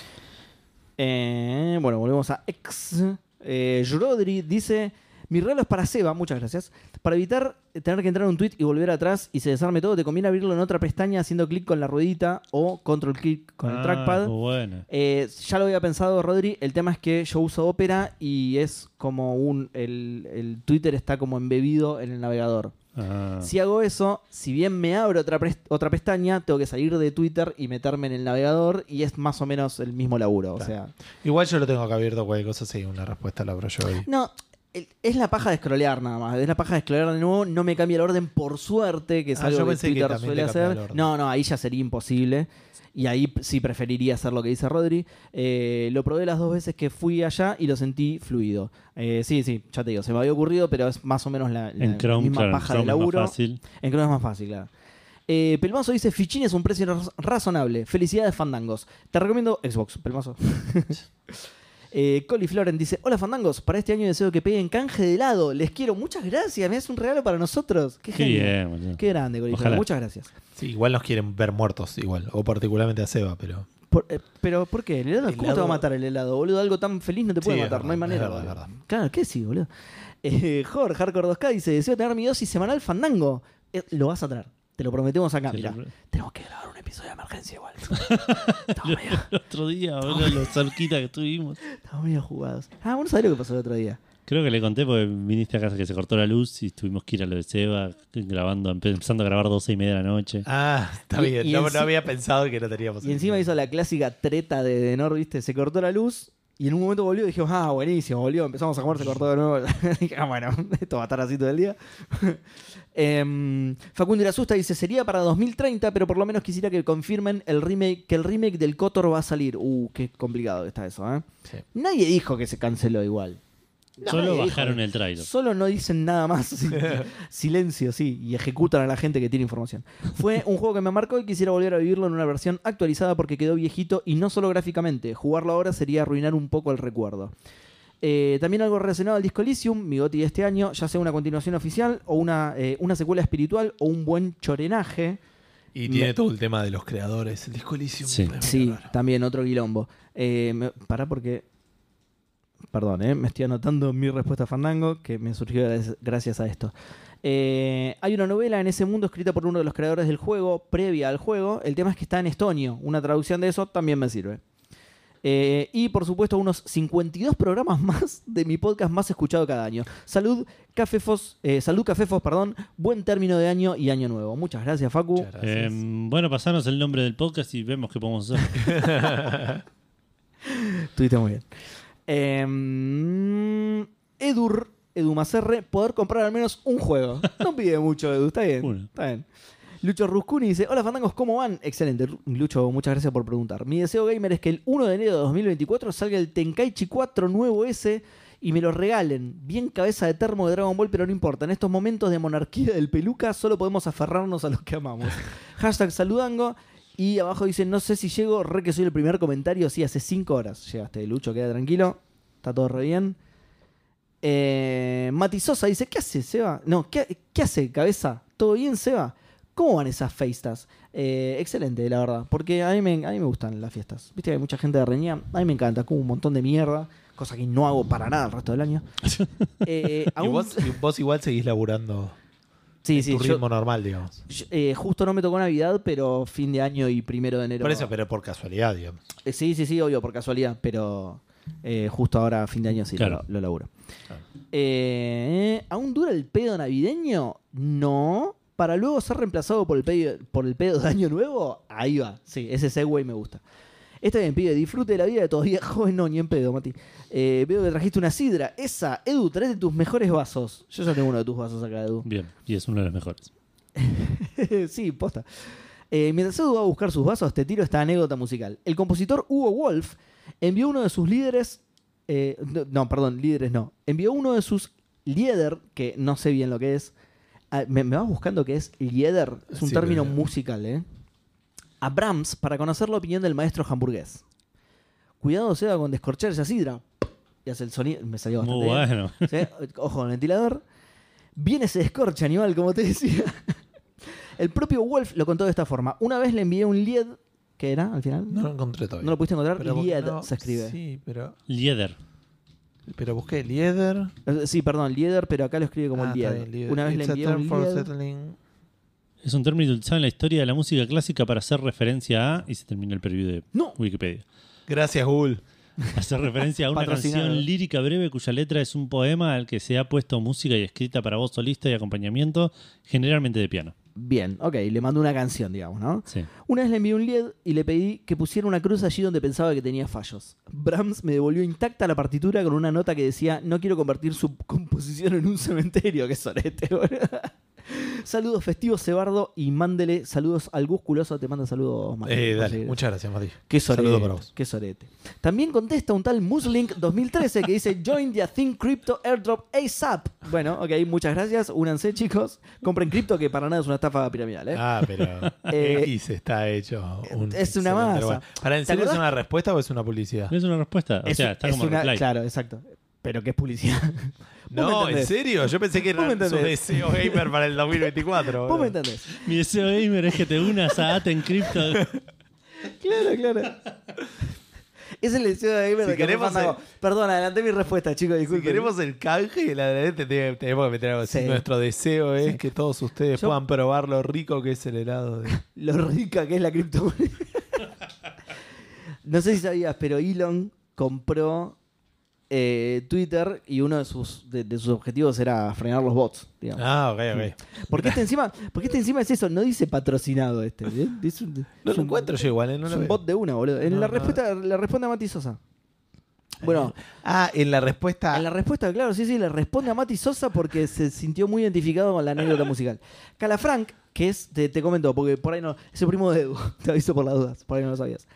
S1: Eh, bueno, volvemos a ex. Eh, Rodri dice: Mi regalo es para Seba, muchas gracias. Para evitar tener que entrar a un tweet y volver atrás y se desarme todo, te conviene abrirlo en otra pestaña haciendo clic con la ruedita o control clic con el
S2: Ah,
S1: trackpad.
S2: muy buena.
S1: Eh, ya lo había pensado, Rodri. El tema es que yo uso Opera y es como un. El, el Twitter está como embebido en el navegador.
S2: Ah.
S1: Si hago eso, si bien me abro otra, pres- otra pestaña, tengo que salir de Twitter y meterme en el navegador y es más o menos el mismo laburo. O sea.
S3: Igual yo lo tengo que abierto cualquier cosa, sí, una respuesta la abro yo hoy.
S1: No, el- es la paja de scrollear nada más. Es la paja de scrollear de nuevo. No me cambia el orden, por suerte, que es
S3: Ah, yo
S1: algo que
S3: pensé que
S1: Twitter
S3: también
S1: suele
S3: te cambiaba el
S1: hacer.
S3: orden.
S1: No, no, ahí ya sería imposible. Y ahí p- sí preferiría hacer lo que dice Rodri. Eh, lo probé las dos veces que fui allá y lo sentí fluido. Eh, sí, sí, ya te digo, se me había ocurrido, pero es más o menos la, la
S2: En Chrome,
S1: misma
S2: claro, en
S1: paja de
S2: Chrome es más
S1: laburo.
S2: fácil.
S1: En Chrome es más fácil, claro. Eh, Pelmazo dice, Fichín es un precio raz- razonable. Felicidades, Fandangos. Te recomiendo Xbox, Pelmazo. eh, Coli Floren dice, hola, Fandangos. Para este año deseo que peguen canje de helado. Les quiero. Muchas gracias. Me hace un regalo para nosotros. Qué
S2: Qué
S1: genio.
S2: bien, boludo.
S1: Qué grande, Coli Floren.
S2: Ojalá.
S1: Muchas gracias.
S3: Sí, igual nos quieren ver muertos, igual. O particularmente a Seba, pero.
S1: Por- eh, pero, ¿por qué? ¿El helado? ¿Cómo te va
S3: Helado-
S1: a matar el helado, boludo? Algo tan feliz no te puede
S3: Sí, es
S1: matar. no hay
S3: verdad,
S1: manera.
S3: es verdad,
S1: boludo.
S3: es verdad.
S1: Claro, ¿qué sí, boludo? Eh, Jorge, Hardcore 2K dice, deseo tener mi dosis semanal Fandango. Eh, lo vas a traer. Te lo prometemos acá,
S2: Te
S1: mira.
S2: lo pro-
S1: Tenemos que grabar un episodio de emergencia igual. estamos, medio,
S2: El otro día, boludo, los cerquita que estuvimos.
S1: estamos medio jugados. Ah, bueno, sabés lo que pasó el otro día.
S2: Creo que le conté porque viniste a casa que se cortó la luz y tuvimos que ir a lo de Seba, grabando, empezando a grabar 12 y media de la noche.
S3: Ah, está
S1: Y-
S3: bien.
S1: y
S3: no,
S1: enci-
S3: no había pensado que no teníamos.
S1: Y encima hizo la clásica treta de Denor, ¿viste? Se cortó la luz y en un momento volvió y dijimos, ah, buenísimo, volvió. Empezamos a comer, se cortó de nuevo. Dije, ah, bueno, esto va a estar así todo el día. Em, Facundo Irasusta dice, sería para 2030, pero por lo menos quisiera que confirmen el remake, que el remake del Kotor va a salir. Uh, qué complicado que está eso, ¿eh?
S3: Sí.
S1: Nadie dijo que se canceló igual. No,
S2: Solo
S1: nadie dijo
S2: bajaron
S1: que-
S2: el trailer.
S1: Solo no dicen nada más. sí. Silencio, sí. Y ejecutan a la gente que tiene información. Fue un juego que me marcó y quisiera volver a vivirlo en una versión actualizada porque quedó viejito y no solo gráficamente. Jugarlo ahora sería arruinar un poco el recuerdo. Eh, también algo relacionado al disco Elysium, mi goti de este año, ya sea una continuación oficial o una, eh, una secuela espiritual o un buen chorenaje.
S3: Y tiene
S1: Me-
S3: todo el tema de los creadores. El disco Elysium
S2: Sí.
S3: es medio
S1: Sí,
S3: raro.
S1: también otro quilombo. Eh, me- pará porque. Perdón, eh, me estoy anotando mi respuesta a Fandango, que me surgió gra- gracias a esto. Eh, hay una novela en ese mundo escrita por uno de los creadores del juego, previa al juego. El tema es que está en estonio. Una traducción de eso también me sirve. Eh, y por supuesto, unos 52 programas más de mi podcast más escuchado cada año. Salud, Cafefos, eh, salud, Cafefos, perdón. Buen término de año y año nuevo. Muchas gracias, Facu.
S3: Muchas gracias.
S2: Em, bueno, pasanos el nombre del podcast y vemos qué podemos hacer.
S1: Estuviste muy bien. Em, Edur, Edu Macerre, poder comprar al menos un juego. No pide mucho, Edu, está bien.
S2: Uno.
S1: Está bien. Lucho Ruscuni dice, hola fandangos, ¿cómo van? Excelente, Ru- Lucho, muchas gracias por preguntar. Mi deseo gamer es que el 1 de enero de 2024 salga el Tenkaichi 4 nuevo S y me lo regalen. Bien cabeza de termo de Dragon Ball, pero no importa. En estos momentos de monarquía del peluca solo podemos aferrarnos a los que amamos. Hashtag saludango. Y abajo dice, no sé si llego, re que soy el primer comentario. Sí, hace 5 horas llegaste, Lucho, queda tranquilo. Está todo re bien. Eh, Mati Sosa dice, ¿qué hace, Seba? No, ¿qué, qué hace, cabeza? ¿Todo bien, Seba? ¿Cómo van esas fiestas? Eh, excelente, la verdad. Porque a mí, me, a mí me gustan las fiestas. Viste que hay mucha gente de reñía. A mí me encanta, como un montón de mierda. Cosa que no hago para nada el resto del año. Eh,
S3: y
S1: aún-
S3: vos, y vos igual seguís laburando
S1: sí,
S3: en
S1: sí,
S3: tu
S1: yo-
S3: ritmo normal, digamos.
S1: yo- eh, justo no me tocó Navidad, pero fin de año y primero de enero.
S3: Por eso, pero por casualidad, digamos.
S1: Eh, sí, sí, sí, obvio, por casualidad, pero eh, justo ahora, fin de año, sí,
S2: Claro.
S1: lo, lo laburo.
S3: Claro.
S1: Eh, ¿Aún dura el pedo navideño? No. Para luego ser reemplazado por el pedo, por el pedo de año nuevo, ahí va. Sí, ese segue me gusta. Está bien, pibe, disfrute de la vida de todavía joven, no, ni en pedo, Mati. Eh, veo que trajiste una sidra. Esa, Edu, traete tus mejores vasos. Yo ya tengo uno de tus vasos acá, Edu.
S2: Bien, y es uno de los mejores.
S1: sí, posta. Eh, mientras Edu va a buscar sus vasos, te tiro esta anécdota musical. El compositor Hugo Wolf envió uno de sus líderes. eh, no, no, perdón, líderes no. Envió uno de sus líder, que no sé bien lo que es. Ah, me, me vas buscando qué es líder. Es un
S3: Sí,
S1: término
S3: pero-
S1: musical, ¿eh? A Brahms para conocer la opinión del maestro hamburgués. Cuidado, Seba, con descorchar esa sidra. Y hace el sonido. Me salió bastante.
S2: Muy
S1: bien.
S2: bueno.
S1: ¿Sí? Ojo con el ventilador. Viene ese descorche, animal, como te decía. El propio Wolf lo contó de esta forma. Una vez le envié un lied. ¿Qué era al final?
S3: No lo encontré todavía.
S1: No lo pudiste encontrar.
S3: Pero porque
S1: lied
S3: no-
S1: se escribe. Eh,
S3: Sí, pero,
S2: Lieder.
S3: pero busqué Lieder.
S1: Sí. perdón, lieder, pero acá lo escribe como
S3: Ah,
S1: el
S3: está
S1: lied.
S3: bien, Lieder.
S1: Una vez
S3: It's
S1: le
S3: a
S1: envié
S3: term
S1: un
S3: for
S1: lied.
S3: settling-
S2: Es un término utilizado en la historia de la música clásica para hacer referencia a. Y se termina el preview de
S1: No.
S2: Wikipedia.
S3: Gracias, Google.
S2: Hacer referencia a una
S1: Patrocinado.
S2: canción lírica breve cuya letra es un poema al que se ha puesto música y escrita para voz solista y acompañamiento, generalmente de piano.
S1: Bien, ok, le mandó una canción, digamos, ¿no?
S2: Sí.
S1: Una vez le envié un lied y le pedí que pusiera una cruz allí donde pensaba que tenía fallos. Brahms me devolvió intacta la partitura con una nota que decía no quiero convertir su composición en un cementerio, que sorete, boludo. Saludos festivos, Cebardo, y mándele saludos al Gusculoso. Te manda saludos, Mati.
S3: Eh,
S1: Así
S3: dale,
S1: que-
S3: muchas gracias, Mati.
S1: Qué sorete,
S3: Saludo para vos.
S1: qué sorete. También contesta un tal Muslink 2013 que dice Join the Think Crypto Airdrop ASAP. Bueno, ok, muchas gracias. Únanse, chicos. Compren cripto, que para nada es una estafa piramidal, ¿eh?
S3: Ah, pero
S1: Eh,
S3: X está hecho. un
S1: es una
S3: excelente
S1: masa.
S3: lugar. ¿Para en
S1: ¿Te
S3: serio es
S1: acordás?
S3: una respuesta o es una publicidad?
S2: Es una respuesta. O sea, está como
S1: una-
S2: reply.
S1: Claro, exacto. Pero que es publicidad. ¿Vos me
S3: No, en
S1: entendés?
S3: serio, yo pensé que
S1: ¿Vos me
S3: era su
S1: entendés?
S3: deseo gamer para el 2024.
S1: ¿Vos
S3: boludo.
S1: me entendés?
S2: Mi deseo gamer es que te unas a Aten Crypto.
S1: Claro, claro. Es el deseo de gamer
S3: Si
S1: de que
S3: queremos
S1: Fernando- Perdón, adelanté mi respuesta, chicos.
S3: Si
S1: disculpen.
S3: queremos el canje, la verdad te- te- tenemos que meter algo así.
S1: Sí.
S3: Nuestro deseo es que todos ustedes
S1: Yo-
S3: puedan probar lo rico que es el helado. de-
S1: Lo rica que es la criptomoneda. no sé si sabías, pero Elon compró eh, Twitter y uno de sus, de, de sus objetivos era frenar los bots. Digamos.
S3: Ah, ok, ok.
S1: Porque este encima, porque este encima es eso, no dice patrocinado este. ¿eh? Es un,
S3: No
S1: es
S3: lo
S1: un-
S3: encuentro yo igual, ¿eh? no
S1: es
S3: lo
S1: un
S3: veo.
S1: bot de una, boludo. En
S3: No,
S1: la
S3: no.
S1: respuesta le responde a Mati Sosa. Bueno,
S3: Ah, en la respuesta.
S1: en la respuesta, claro, sí, sí, le responde a Mati Sosa porque se sintió muy identificado con la anécdota musical. Calafranc, que es, te, te comento, porque por ahí no, es el primo de Edu, te aviso por las dudas, por ahí no lo sabías.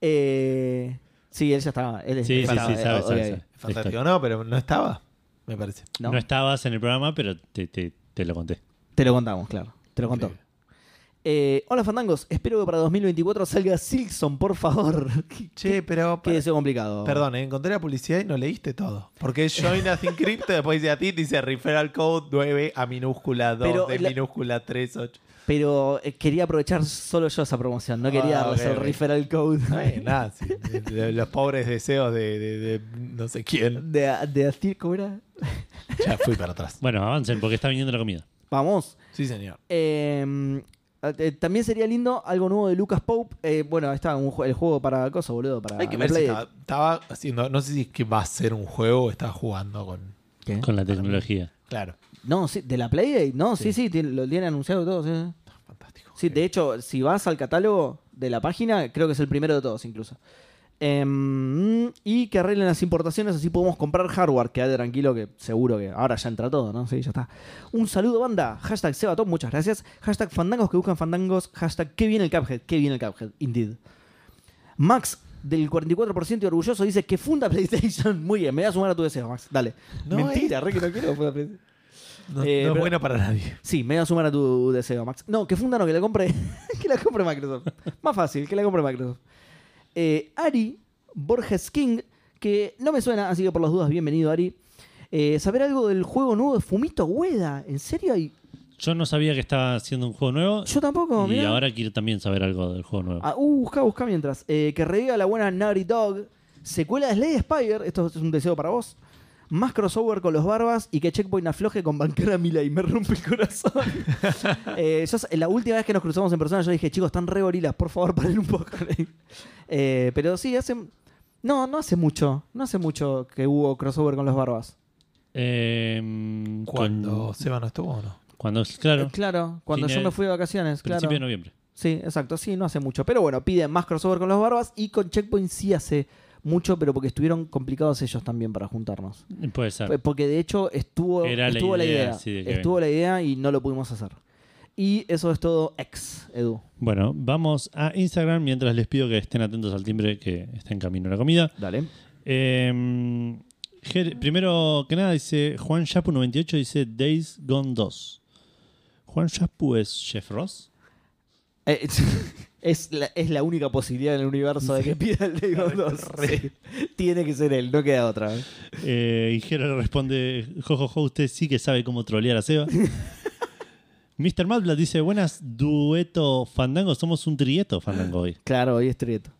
S1: Eh, sí, él ya estaba. Él
S2: Sí, sí, sí,
S1: estaba, eh,
S2: sabe,
S1: ok,
S2: sabe,
S1: ok.
S2: sabe.
S3: Fantástico, no, pero no estaba. me parece.
S1: ¿no?
S2: ¿no? estabas en el programa, pero te, te- te lo conté.
S1: Te lo contamos, claro. Te lo contó.
S3: Increíble.
S1: Eh, hola, Fandangos. Espero que para 2024 salga Silkson, por favor. Qué-
S3: Che, pero.
S1: Qué deseo complicado.
S3: Perdón, eh, encontré la publicidad y no leíste todo. Porque es Join as Encrypted, después dice a ti, dice referral code 9 a minúscula 2
S1: Pero
S3: de
S1: la-
S3: minúscula 3, 8.
S1: Pero eh, quería aprovechar solo yo esa promoción. No quería
S3: Ah,
S1: darles
S3: ok,
S1: el
S3: ok.
S1: referral code
S3: No es nada, sí, de- de- los pobres deseos de, de- de no sé quién.
S1: de, de Astir Cobra.
S3: Ya fui para atrás.
S2: Bueno, avancen porque está viniendo la comida.
S1: Vamos.
S3: Sí, señor.
S1: Eh, eh, también sería lindo algo nuevo de Lucas Pope. Eh, bueno, ahí está un ju- el juego para cosa, boludo. Para
S3: Hay que
S1: la
S3: ver si
S1: Play.
S3: Ah, estaba, estaba haciendo. No sé si es que va a ser un juego o está jugando con.
S1: ¿Qué?
S2: Con la tecnología.
S3: Claro.
S1: No, sí, de la Play. No, sí,
S3: Sí.
S1: sí, tiene- lo tiene anunciado todo. Sí.
S3: Fantástico.
S1: Sí, de hecho, si vas al catálogo de la página, creo que es el primero de todos incluso. Em, y que arreglen las importaciones, así podemos comprar hardware. Quédate tranquilo que seguro que ahora ya entra todo, ¿no? Sí, ya está. Un saludo, banda. Hashtag Sebatop, muchas gracias. Hashtag fandangos que buscan fandangos. Hashtag que viene el Cuphead, que viene el Cuphead, indeed. Max, del 44% y orgulloso, dice que funda PlayStation. Muy bien, me voy a sumar a tu deseo, Max. Dale.
S3: No,
S1: Mentira, re que no quiero que funda PlayStation.
S3: No,
S1: eh,
S3: no es
S1: pero-
S3: bueno para nadie.
S1: Sí, me voy a sumar a tu deseo, Max. No, que funda no, que la compre, que la compre Microsoft. Más fácil, que la compre Microsoft. Eh, Ari Borges King, que no me suena, así que por las dudas, bienvenido, Ari. Eh, saber algo del juego nuevo de Fumito Ueda. ¿En serio? Y
S2: Yo no sabía que estaba haciendo un juego nuevo.
S1: yo tampoco,
S2: y
S1: mirá.
S2: ahora quiero también saber algo del juego nuevo.
S1: Ah, uh, busca, busca mientras. Eh, que reviva la buena Naughty Dog. Secuela de Slade Spire. Esto es un deseo para vos. Más crossover con los barbas y que Checkpoint afloje con banquera Mila y me rompe el corazón. Eh, yo s- la última vez que nos cruzamos en persona, yo dije, chicos, están re gorilas, por favor, paren un poco. Eh, pero sí, hace. No, no hace mucho. No hace mucho que hubo crossover con los barbas.
S2: Eh,
S3: Cuando
S2: con-
S3: Seba no estuvo o no.
S2: cuando claro,
S1: Eh, claro, cuando
S2: Sí,
S1: yo
S2: eh,
S1: me fui de vacaciones,
S2: principio
S1: claro.
S2: de noviembre.
S1: Sí, exacto, sí, no hace mucho. Pero bueno, piden más crossover con los barbas y con Checkpoint sí hace mucho, pero porque estuvieron complicados ellos también para juntarnos.
S2: Puede ser.
S1: P- Porque de hecho estuvo,
S2: Era la
S1: estuvo la idea.
S2: idea, sí, de que
S1: estuvo la idea y no lo pudimos hacer. Y eso es todo ex, Edu.
S2: Bueno, vamos a Instagram mientras les pido que estén atentos al timbre que está en camino la comida.
S1: Dale.
S2: Eh, Ger- primero que nada, dice Juan Yapu98, dice Days Gone 2. Juan Yapu es Chef Ross.
S1: Eh, es, la, es la única posibilidad en el universo de que pida el Day of 2. Sí. Tiene que ser él, no queda otra.
S2: Eh, y Jero responde, jojojo, usted sí que sabe cómo trolear a Seba. Mr. Madblad dice, buenas, dueto fandango, somos un trieto fandango hoy.
S1: Claro, hoy es trileto.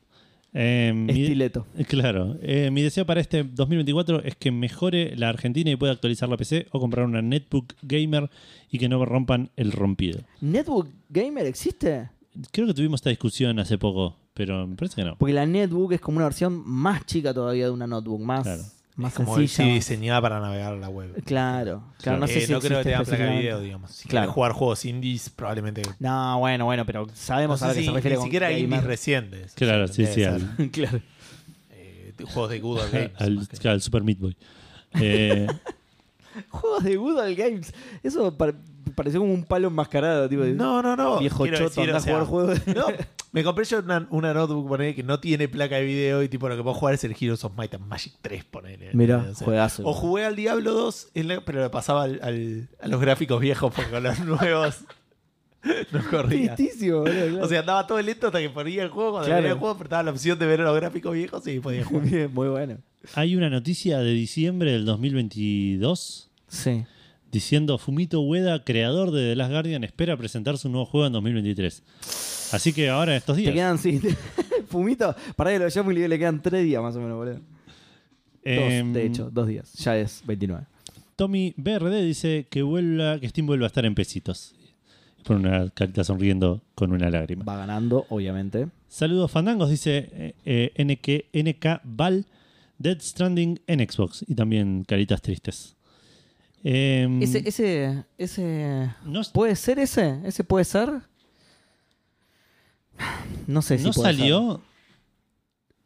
S2: Eh, mi-
S1: Estileto.
S2: Claro, Eh, mi deseo para este 2024 es que mejore la Argentina y pueda actualizar la PC o comprar una netbook gamer y que no rompan el rompido.
S1: ¿Netbook Gamer existe?
S2: Creo que tuvimos esta discusión hace poco, pero me parece que no.
S1: Porque la netbook es como una versión más chica todavía de una notebook, más,
S2: Claro.
S1: más
S3: Como
S1: sencilla.
S3: si
S1: más-
S3: diseñada para navegar la web.
S1: Claro, claro,
S2: Claro.
S1: no
S3: No,
S1: sé si
S3: no creo
S1: existe
S3: que tenga placa de
S1: específicamente.
S3: video, digamos. Si
S1: Claro.
S3: querés jugar juegos indies, probablemente.
S1: No, bueno, bueno, pero
S3: No
S1: sabemos a ver
S3: sé si
S1: qué se refiere
S3: ni
S1: con
S3: siquiera hay indies
S1: gamer.
S3: recientes.
S2: Claro, sí,
S3: debe
S2: sí,
S3: ser,
S2: al-
S1: claro.
S3: eh, juegos de Google Games.
S2: Al,
S3: más que-
S2: al Super Meat Boy. Eh,
S1: Juegos de Google Games. Eso pa- pareció como un palo enmascarado, tipo. de-
S3: No, no, no.
S1: Viejo
S3: Quiero
S1: choto, andá a jugar juegos.
S3: No, me compré yo una, una notebook, ponele, que no tiene placa de video y tipo lo que puedo jugar es el Heroes of Might and Magic 3, ponele.
S1: Mirá,
S3: O sea,
S1: juegazo.
S3: O jugué al Diablo 2, en la- pero lo pasaba al- al- a los gráficos viejos porque con los nuevos no corría.
S1: Tristísimo, boludo, claro.
S3: O sea, andaba todo lento hasta que ponía el juego. Cuando
S1: Claro.
S3: ponía el juego, apretaba la opción de ver los gráficos viejos y podía jugar.
S1: Bien, muy bueno.
S2: hay una noticia de diciembre del 2022
S1: Sí.
S2: diciendo Fumito Ueda, creador de The Last Guardian, espera presentar su nuevo juego en 2023. Así que ahora en estos
S1: Te
S2: días.
S1: quedan, sí. Fumito, para que lo llamo y le quedan tres días más o menos, boludo.
S2: Em,
S1: dos, de hecho, dos días. Ya es 29.
S2: Tommy BRD dice que vuelva, que Steam vuelva a estar en pesitos. Y pone una carita sonriendo con una lágrima.
S1: Va ganando, obviamente.
S2: Saludos fandangos, dice eh, eh, NK, NK Val, Dead Stranding en Xbox. Y también caritas tristes. Em,
S1: Ese, ese, ese.
S2: no s-
S1: ¿Puede ser ese? ¿Ese puede ser? No sé si
S2: ¿no
S1: puede ser.
S2: salió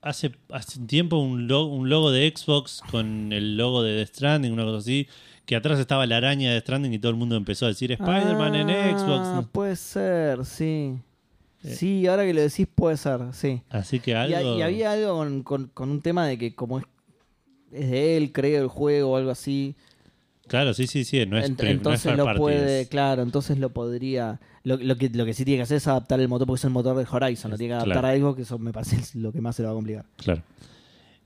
S2: hace, hace un tiempo un logo, un logo de Xbox con el logo de Dead Stranding, una cosa así, que atrás estaba la araña de Death Stranding y todo el mundo empezó a decir Spider-Man en
S1: Ah,
S2: Xbox.
S1: Puede ser, sí.
S2: Eh.
S1: Sí, ahora que lo decís, puede ser, sí.
S2: Así que
S1: Y,
S2: algo...
S1: ha- y había algo con, con- con un tema de que, como es, es de él, creo, el juego o algo así.
S2: Claro, sí, sí, sí. No es,
S1: Ent-
S2: pre- no es
S1: entonces
S2: third
S1: lo
S2: party,
S1: puede,
S2: es-
S1: claro, entonces lo podría. Lo, lo que, lo que sí tiene que hacer es adaptar el motor, porque es el motor de Horizon, lo tiene que adaptar
S2: Claro.
S1: a algo que eso me parece es lo que más se lo va a complicar.
S2: Claro.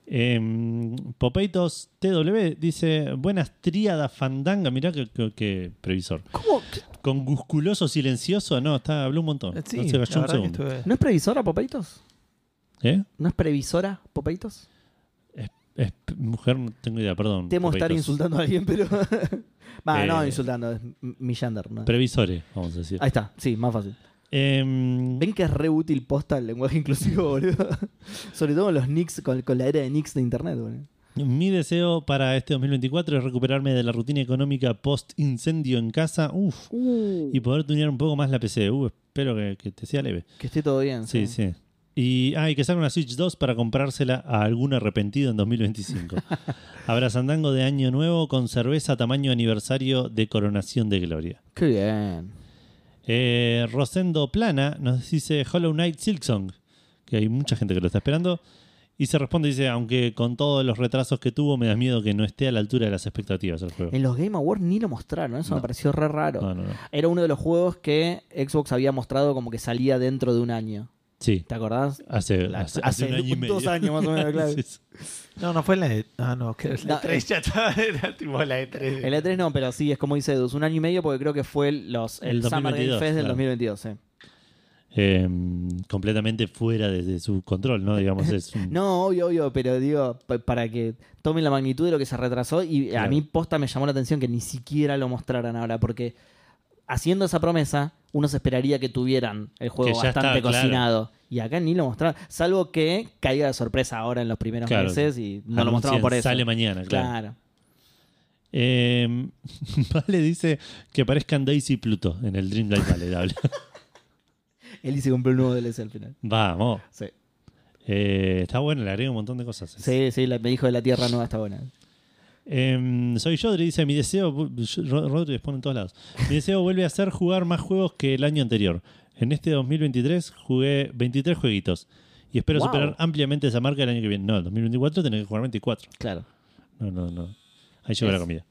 S2: Em, Popeitos TW dice: Buenas tríadas fandanga. Mirá que, que- que previsor.
S1: ¿Cómo?
S2: Con gusculoso silencioso, no, está, habló un montón.
S3: Sí,
S2: no se
S3: la
S2: cayó un
S3: verdad que
S2: segundo.
S3: estuve-
S1: ¿No es previsora, Popeitos?
S2: ¿Eh?
S1: ¿No es previsora, Popeitos?
S2: Es p- mujer, no tengo idea, perdón.
S1: Temo estar
S2: Mm, Popeitos.
S1: insultando a alguien, pero. Va, no
S2: Eh.
S1: insultando, es m- mi gender. ¿no?
S2: Previsores, vamos a decir.
S1: Ahí está, sí, más fácil.
S2: Em,
S1: Ven que es re útil posta el lenguaje inclusivo, boludo. Sobre todo en los nicks, con, con la era de nicks de internet, boludo.
S2: mi deseo para este 2024 es recuperarme de la rutina económica post incendio en casa. Uf,
S1: Uh.
S2: y poder tunear un poco más la PC. Uh, espero que- que te sea leve.
S1: Que esté todo bien.
S2: Sí, sí. Y hay que sacar una Switch 2 para comprársela a algún arrepentido en 2025. Habrá sandango de año nuevo con cerveza tamaño aniversario de coronación de gloria.
S1: Qué bien.
S2: Eh, Rosendo Plana nos dice Hollow Knight Silksong, que hay mucha gente que lo está esperando. Y se responde, dice, aunque con todos los retrasos que tuvo, me da miedo que no esté a la altura de las expectativas el juego.
S1: En los Game Awards ni lo mostraron, eso me
S2: No.
S1: pareció re raro.
S2: No, no, no.
S1: Era uno de los juegos que Xbox había mostrado como que salía dentro de un año.
S2: Sí,
S1: ¿Te acordás?
S2: hace,
S1: La-
S2: hace, hace un año y medio.
S1: dos años más o menos, claro.
S2: Sí, sí.
S3: No, no fue en la de. Ah, no, que es la
S1: No,
S3: E3 ya estaba. Era tipo la E3.
S1: El E3 no, pero sí, es como dice Edus, un año y medio porque creo que fue los, el,
S2: El
S1: Summer Game
S2: 2022,
S1: Fest del
S2: claro.
S1: 2022. sí.
S2: eh, completamente fuera de, de su control, ¿no? Digamos, es un-
S1: No, obvio, obvio, pero digo, pa- para que tomen la magnitud de lo que se retrasó y a
S2: Claro.
S1: mí posta me llamó la atención que ni siquiera lo mostraran ahora porque haciendo esa promesa uno se esperaría que tuvieran el juego
S2: Que ya
S1: bastante
S2: estaba, claro.
S1: cocinado. Y acá ni lo mostraron, salvo que caiga de sorpresa ahora en los primeros
S2: Claro.
S1: meses y no
S2: anuncian,
S1: lo mostraron por eso.
S2: Sale mañana, claro.
S1: claro.
S2: Eh, vale dice que parezcan Daisy y Pluto en el Dreamlight Valley. habla.
S1: Él dice compró un nuevo DLC al final.
S2: Vamos.
S1: Sí.
S2: Eh, está bueno, le agrego un montón de cosas.
S1: Sí, sí, la- me dijo de la Tierra Nueva está buena.
S2: Em, soy Jodri, dice, mi deseo, Ro- Rodri pone en todos lados, mi deseo vuelve a ser jugar más juegos que el año anterior. En este 2023 jugué 23 jueguitos y espero
S1: Wow.
S2: superar ampliamente esa marca el año que viene. No, el 2024 tenés que jugar 24.
S1: Claro.
S2: No, no, no. Ahí llegó
S1: Es-
S2: la comida.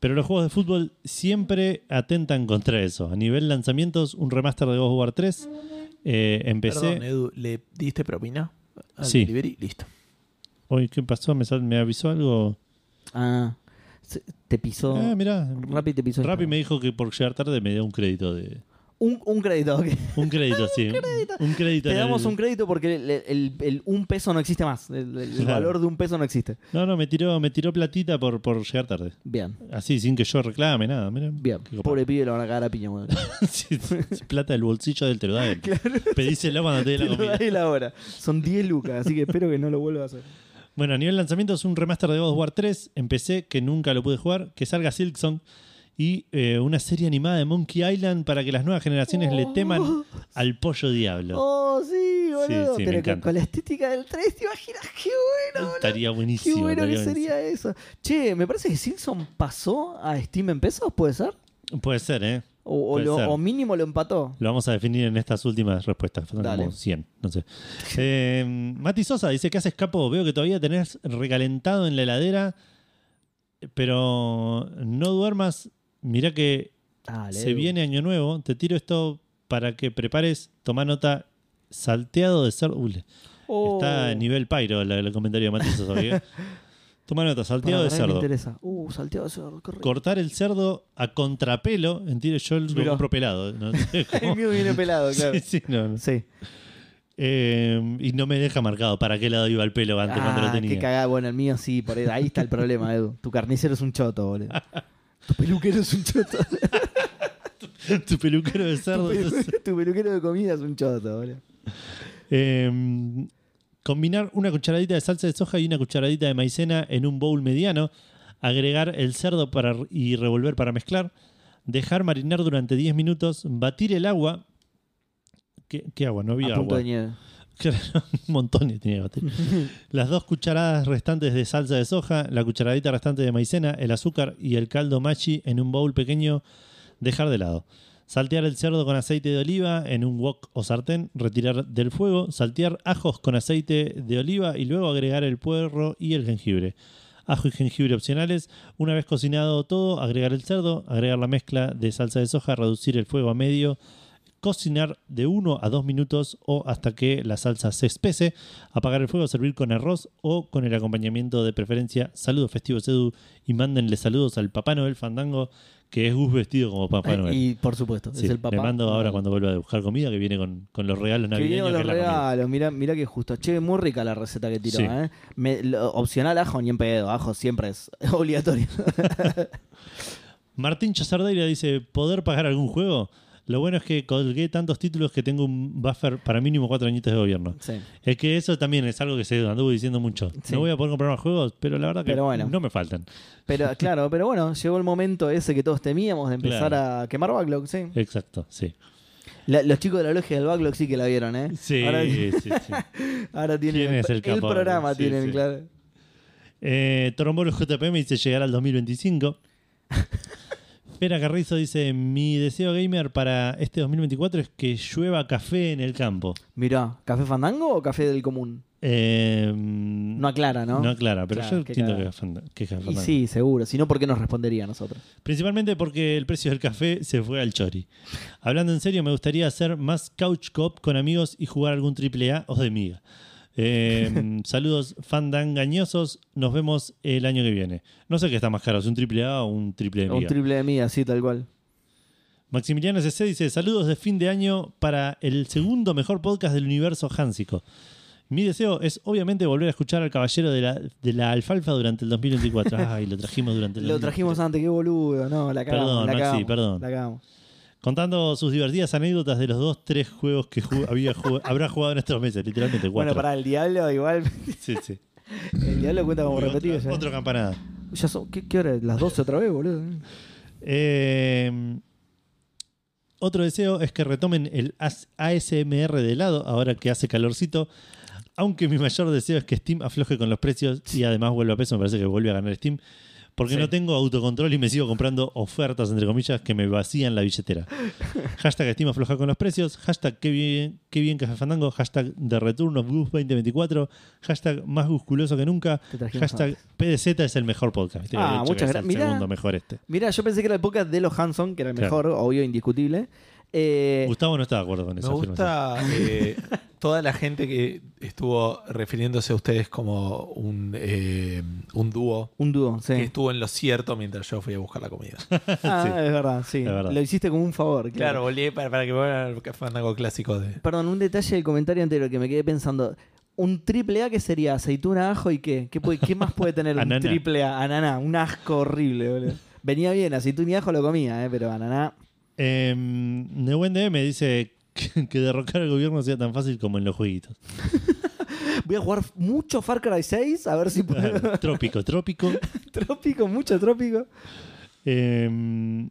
S2: Pero los juegos de fútbol siempre atentan contra eso. A nivel lanzamientos, un remaster de God of War 3. eh, empecé.
S3: Perdón, Edu, ¿le diste propina? al
S2: Sí.
S3: delivery? listo.
S2: Uy, ¿qué pasó? ¿Me, sal- me avisó algo?
S1: Ah, se- te pisó.
S2: Ah, mirá.
S1: Rappi te pisó.
S2: Rappi me dijo que por llegar tarde me dio un crédito de.
S1: Un, un crédito. ok.
S2: Un crédito, sí. un- Un crédito.
S1: Te
S2: en el-
S1: damos un crédito porque el, el- el un peso no existe más. El, el
S2: Claro.
S1: valor de un peso no existe.
S2: No, no, me tiró, me tiró platita por, por llegar tarde.
S1: Bien,
S2: Así, sin que yo reclame nada. mirá,
S1: bien.
S2: qué copado.
S1: Pobre pibe lo van a cagar a piña. boludo.
S2: Sí, sí, sí, Plata del bolsillo del te lo da él. Pedíselo cuando te dé
S1: Te
S2: la
S1: lo
S2: comida.
S1: dais la hora. Son 10 lucas, así que espero que no lo vuelva a hacer.
S2: Bueno, a nivel lanzamiento es un remaster de God of War 3. Empecé, que nunca lo pude jugar. Que salga Silksong. Y eh, una serie animada de Monkey Island para que las nuevas generaciones le teman al pollo diablo.
S1: Oh, sí, boludo.
S2: sí,
S1: Pero
S2: me
S1: con,
S2: encanta.
S1: con la estética del 3, ¿te imaginas qué bueno, boludo?
S2: estaría
S1: Qué
S2: buenísimo.
S1: bueno que
S2: estaría buenísimo.
S1: sería eso. Che, me parece que Simpson pasó a Steam en pesos, ¿puede ser?
S2: Puede ser, ¿eh?
S1: O, o
S2: Puede
S1: lo-
S2: ser.
S1: o mínimo lo empató.
S2: Lo vamos a definir en estas últimas respuestas. Faltan
S1: Dale.
S2: como 100, no sé. Eh, Mati Sosa dice, ¿qué haces, capo? Veo que todavía tenés recalentado en la heladera, pero no duermas. Mirá que
S1: Dale,
S2: se
S1: Edu.
S2: viene año nuevo. Te tiro esto para que prepares, toma nota, salteado de cerdo. Uy,
S1: Oh.
S2: Está a nivel pairo el, el comentario de Mati Sosa. ¿vio? toma nota,
S1: Pará,
S2: salteado de
S1: pará, me
S2: cerdo.
S1: interesa. Uh, salteado de cerdo, qué rico.
S2: Cortar el cerdo a contrapelo, entiendo, yo lo
S1: Mirá.
S2: compro pelado. ¿no?
S1: El mío viene pelado, claro.
S2: Sí, sí, no, no.
S1: Sí.
S2: Eh, y no me deja marcado para qué lado iba el pelo antes cuando lo
S1: Ah, qué
S2: tenía.
S1: cagada. Bueno, el mío sí, por ahí, ahí está el problema, Edu. Tu carnicero es un choto, boludo. Tu peluquero es un choto.
S2: tu peluquero de
S1: Tu,
S2: cerdo.
S1: pelu- tu peluquero de comida es un choto, boludo.
S2: Eh, combinar una cucharadita de salsa de soja y una cucharadita de maicena en un bowl mediano. Agregar el cerdo para, y revolver para mezclar. Dejar marinar durante 10 minutos. Batir el agua. ¿Qué, qué agua? No había
S1: A punto
S2: agua.
S1: de nieve.
S2: Claro, un montón de tenía que batir. Las dos cucharadas restantes de salsa de soja, la cucharadita restante de maicena, el azúcar y el caldo machi en un bowl pequeño, dejar de lado. Saltear el cerdo con aceite de oliva en un wok o sartén, retirar del fuego, saltear ajos con aceite de oliva y luego agregar el puerro y el jengibre. ajo y jengibre opcionales. Una vez cocinado todo, agregar el cerdo, agregar la mezcla de salsa de soja, reducir el fuego a medio, cocinar de 1 a 2 minutos o hasta que la salsa se espese, apagar el fuego, servir con arroz o con el acompañamiento de preferencia. Saludos festivos Edu y mándenle saludos al Papá Noel Fandango, que es Gus vestido como Papá Noel.
S1: Eh, Y por supuesto,
S2: Sí,
S1: es el papá.
S2: Le mando ahora
S1: Noel.
S2: cuando vuelva a buscar comida, que viene con, con los regalos
S1: Que viene
S2: navideños.
S1: con
S2: que
S1: los
S2: es la comida.
S1: regalos, mirá, mirá que justo. Che, muy rica la receta que tiró,
S2: Sí.
S1: ¿eh? Me- lo- opcional ajo, ni en pedo, ajo siempre es obligatorio.
S2: Martín Chazardeira dice: ¿Poder pagar algún juego? Lo bueno es que colgué tantos títulos que tengo un buffer para mínimo cuatro añitos de gobierno.
S1: Sí.
S2: Es que eso también es algo que se anduvo diciendo mucho.
S1: Sí.
S2: No voy a poder comprar más juegos, pero la verdad que
S1: Pero bueno.
S2: no me faltan.
S1: Pero claro, pero bueno, llegó el momento ese que todos temíamos de empezar
S2: Claro. Eh.
S1: a quemar backlog, sí.
S2: Exacto, sí.
S1: La- los chicos de la logia del backlog sí que la vieron, ¿eh?
S2: Sí,
S1: Ahora,
S2: sí, sí.
S1: ahora tienen
S2: ¿Quién es el capaz?
S1: programa,
S2: Sí,
S1: tienen,
S2: sí.
S1: claro.
S2: Eh, Torombolo JP me dice llegar al 2025. Fera Carrizo dice: Mi deseo gamer para este 2024 es que llueva café en el campo.
S1: Mirá, ¿café fandango o café del común?
S2: Eh,
S1: No aclara, ¿no?
S2: No aclara, pero
S1: Claro,
S2: yo
S1: qué
S2: entiendo que
S1: cagada.
S2: es fan- que es fan-
S1: Y sí, seguro. Si no, ¿por qué nos respondería a nosotros?
S2: Principalmente porque el precio del café se fue al chori. Hablando en serio, me gustaría hacer más couch cop con amigos y jugar algún triple A o de miga. Eh, saludos fandangañosos, nos vemos el año que viene. No sé qué está más caro, si un triple A o un triple de
S1: Un
S2: miga.
S1: triple de mí, así tal cual.
S2: Maximiliano CC dice: Saludos de fin de año para el segundo mejor podcast del universo Hansico. Mi deseo es obviamente volver a escuchar al caballero de la, de la alfalfa durante el 2024. Ay, lo trajimos durante el
S1: Lo
S2: 2023.
S1: trajimos antes, qué boludo. No, la cagamos.
S2: Perdón,
S1: la
S2: Maxi,
S1: cagamos,
S2: perdón.
S1: La cagamos.
S2: Contando sus divertidas anécdotas de los dos, tres juegos que ju- había ju- habrá jugado en estos meses, literalmente
S1: Bueno,
S2: cuatro.
S1: para el diablo igual.
S2: Sí, sí.
S1: El diablo cuenta como
S2: Uy,
S1: repetido
S2: otra,
S1: ya.
S2: otra campanada.
S1: Ya son, ¿qué, qué hora es? ¿Las 12 otra vez, boludo?
S2: Eh, otro deseo es que retomen el AS- ASMR de helado ahora que hace calorcito. Aunque mi mayor deseo es que Steam afloje con los precios y además vuelva a peso, me parece que vuelve a ganar Steam. Porque
S1: Sí.
S2: no tengo autocontrol y me sigo comprando ofertas, entre comillas, que me vacían la billetera. Hashtag Steam afloja con los precios. Hashtag qué bien, qué bien Café Fandango. Hashtag The Return of Goose 2024. Hashtag más musculoso que nunca.
S1: Te trajimos
S2: Hashtag
S1: antes.
S2: PDZ es el mejor podcast. Viste que
S1: Ah,
S2: había dicho que
S1: muchas
S2: es el
S1: gra- mirá.
S2: segundo mejor este.
S1: Mira, yo pensé que era el podcast de los Hanson, que era el
S2: Claro.
S1: mejor, obvio, indiscutible. Eh,
S2: Gustavo no está de acuerdo con
S3: Me
S2: esa
S3: gusta eh, toda la gente que estuvo refiriéndose a ustedes como un, eh, un dúo
S1: un dúo,
S3: que
S1: sí.
S3: estuvo en lo cierto mientras yo fui a buscar la comida.
S1: Ah, es verdad, sí.
S2: es verdad.
S1: Lo hiciste como un favor,
S3: claro, volví para, para que vuelvan al fandango clásico de.
S1: Perdón, un detalle del comentario anterior que me quedé pensando. Un triple A que sería aceituna, ajo y qué. ¿Qué, puede- qué más puede tener un
S2: Ananá.
S1: triple A? Ananá, un asco horrible, boludo. Venía bien, aceituna y ajo lo comía, eh, pero ananá.
S2: Eh, Neuwen DM me dice que, que derrocar al gobierno sea tan fácil como en los jueguitos.
S1: Voy a jugar mucho Far Cry 6, a ver si puedo.
S2: Claro, trópico, trópico.
S1: trópico, mucho trópico.
S2: Eh,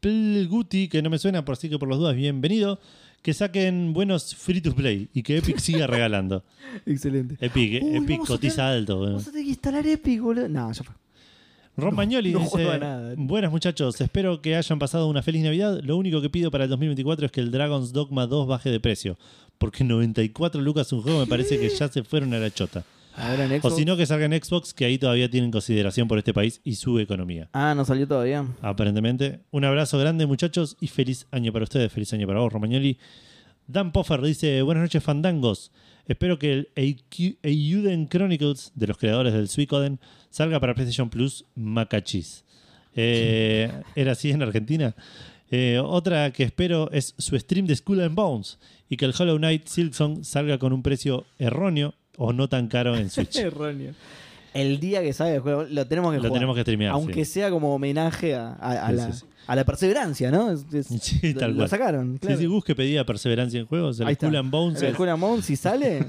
S2: Pl Guti, que no me suena, por así que por las dudas, bienvenido. Que saquen buenos free to play y que Epic siga regalando.
S1: Excelente.
S2: Epic,
S1: Uy,
S2: Epic
S1: vamos a
S2: cotiza alto. bueno.
S1: Vos tenés que instalar Epic, boludo. No, ya fue.
S2: Ron Magnoli
S1: no juego
S2: dice:
S1: a nada.
S2: Buenas muchachos, espero que hayan pasado una feliz Navidad. Lo único que pido para el 2024 es que el Dragon's Dogma 2 baje de precio. Porque 94 lucas un juego me parece que ya se fueron a la chota.
S1: Ahora en
S2: O
S1: Xbox.
S2: si no, que salga en Xbox, que ahí todavía tienen consideración por este país y su economía.
S1: Ah, no salió todavía.
S2: Aparentemente. Un abrazo grande, muchachos, y feliz año para ustedes. Feliz año para vos, Romagnoli. Dan Poffer dice: Buenas noches, fandangos. Espero que el Eiku- Eiyuden Chronicles, de los creadores del Suicoden, salga para PlayStation Plus Macachis. Eh, era así en Argentina. Eh, otra que espero es su stream de Skull and Bones y que el Hollow Knight Silksong salga con un precio erróneo o no tan caro en Switch.
S1: Erróneo. El día que salga el juego, lo tenemos que
S2: Lo
S1: jugar.
S2: tenemos que streamear.
S1: Aunque
S2: sí.
S1: sea como homenaje a, a- a
S2: Sí,
S1: la,
S2: sí, sí.
S1: a la perseverancia, ¿no? Es- es-
S2: Sí,
S1: lo-
S2: tal
S1: lo,
S2: cual.
S1: sacaron,
S2: Sí,
S1: claro.
S2: sí, Gus que pedía perseverancia en juegos,
S1: Ahí
S2: el
S1: está.
S2: Cool and Bones.
S1: El Cool and Bones, si sale.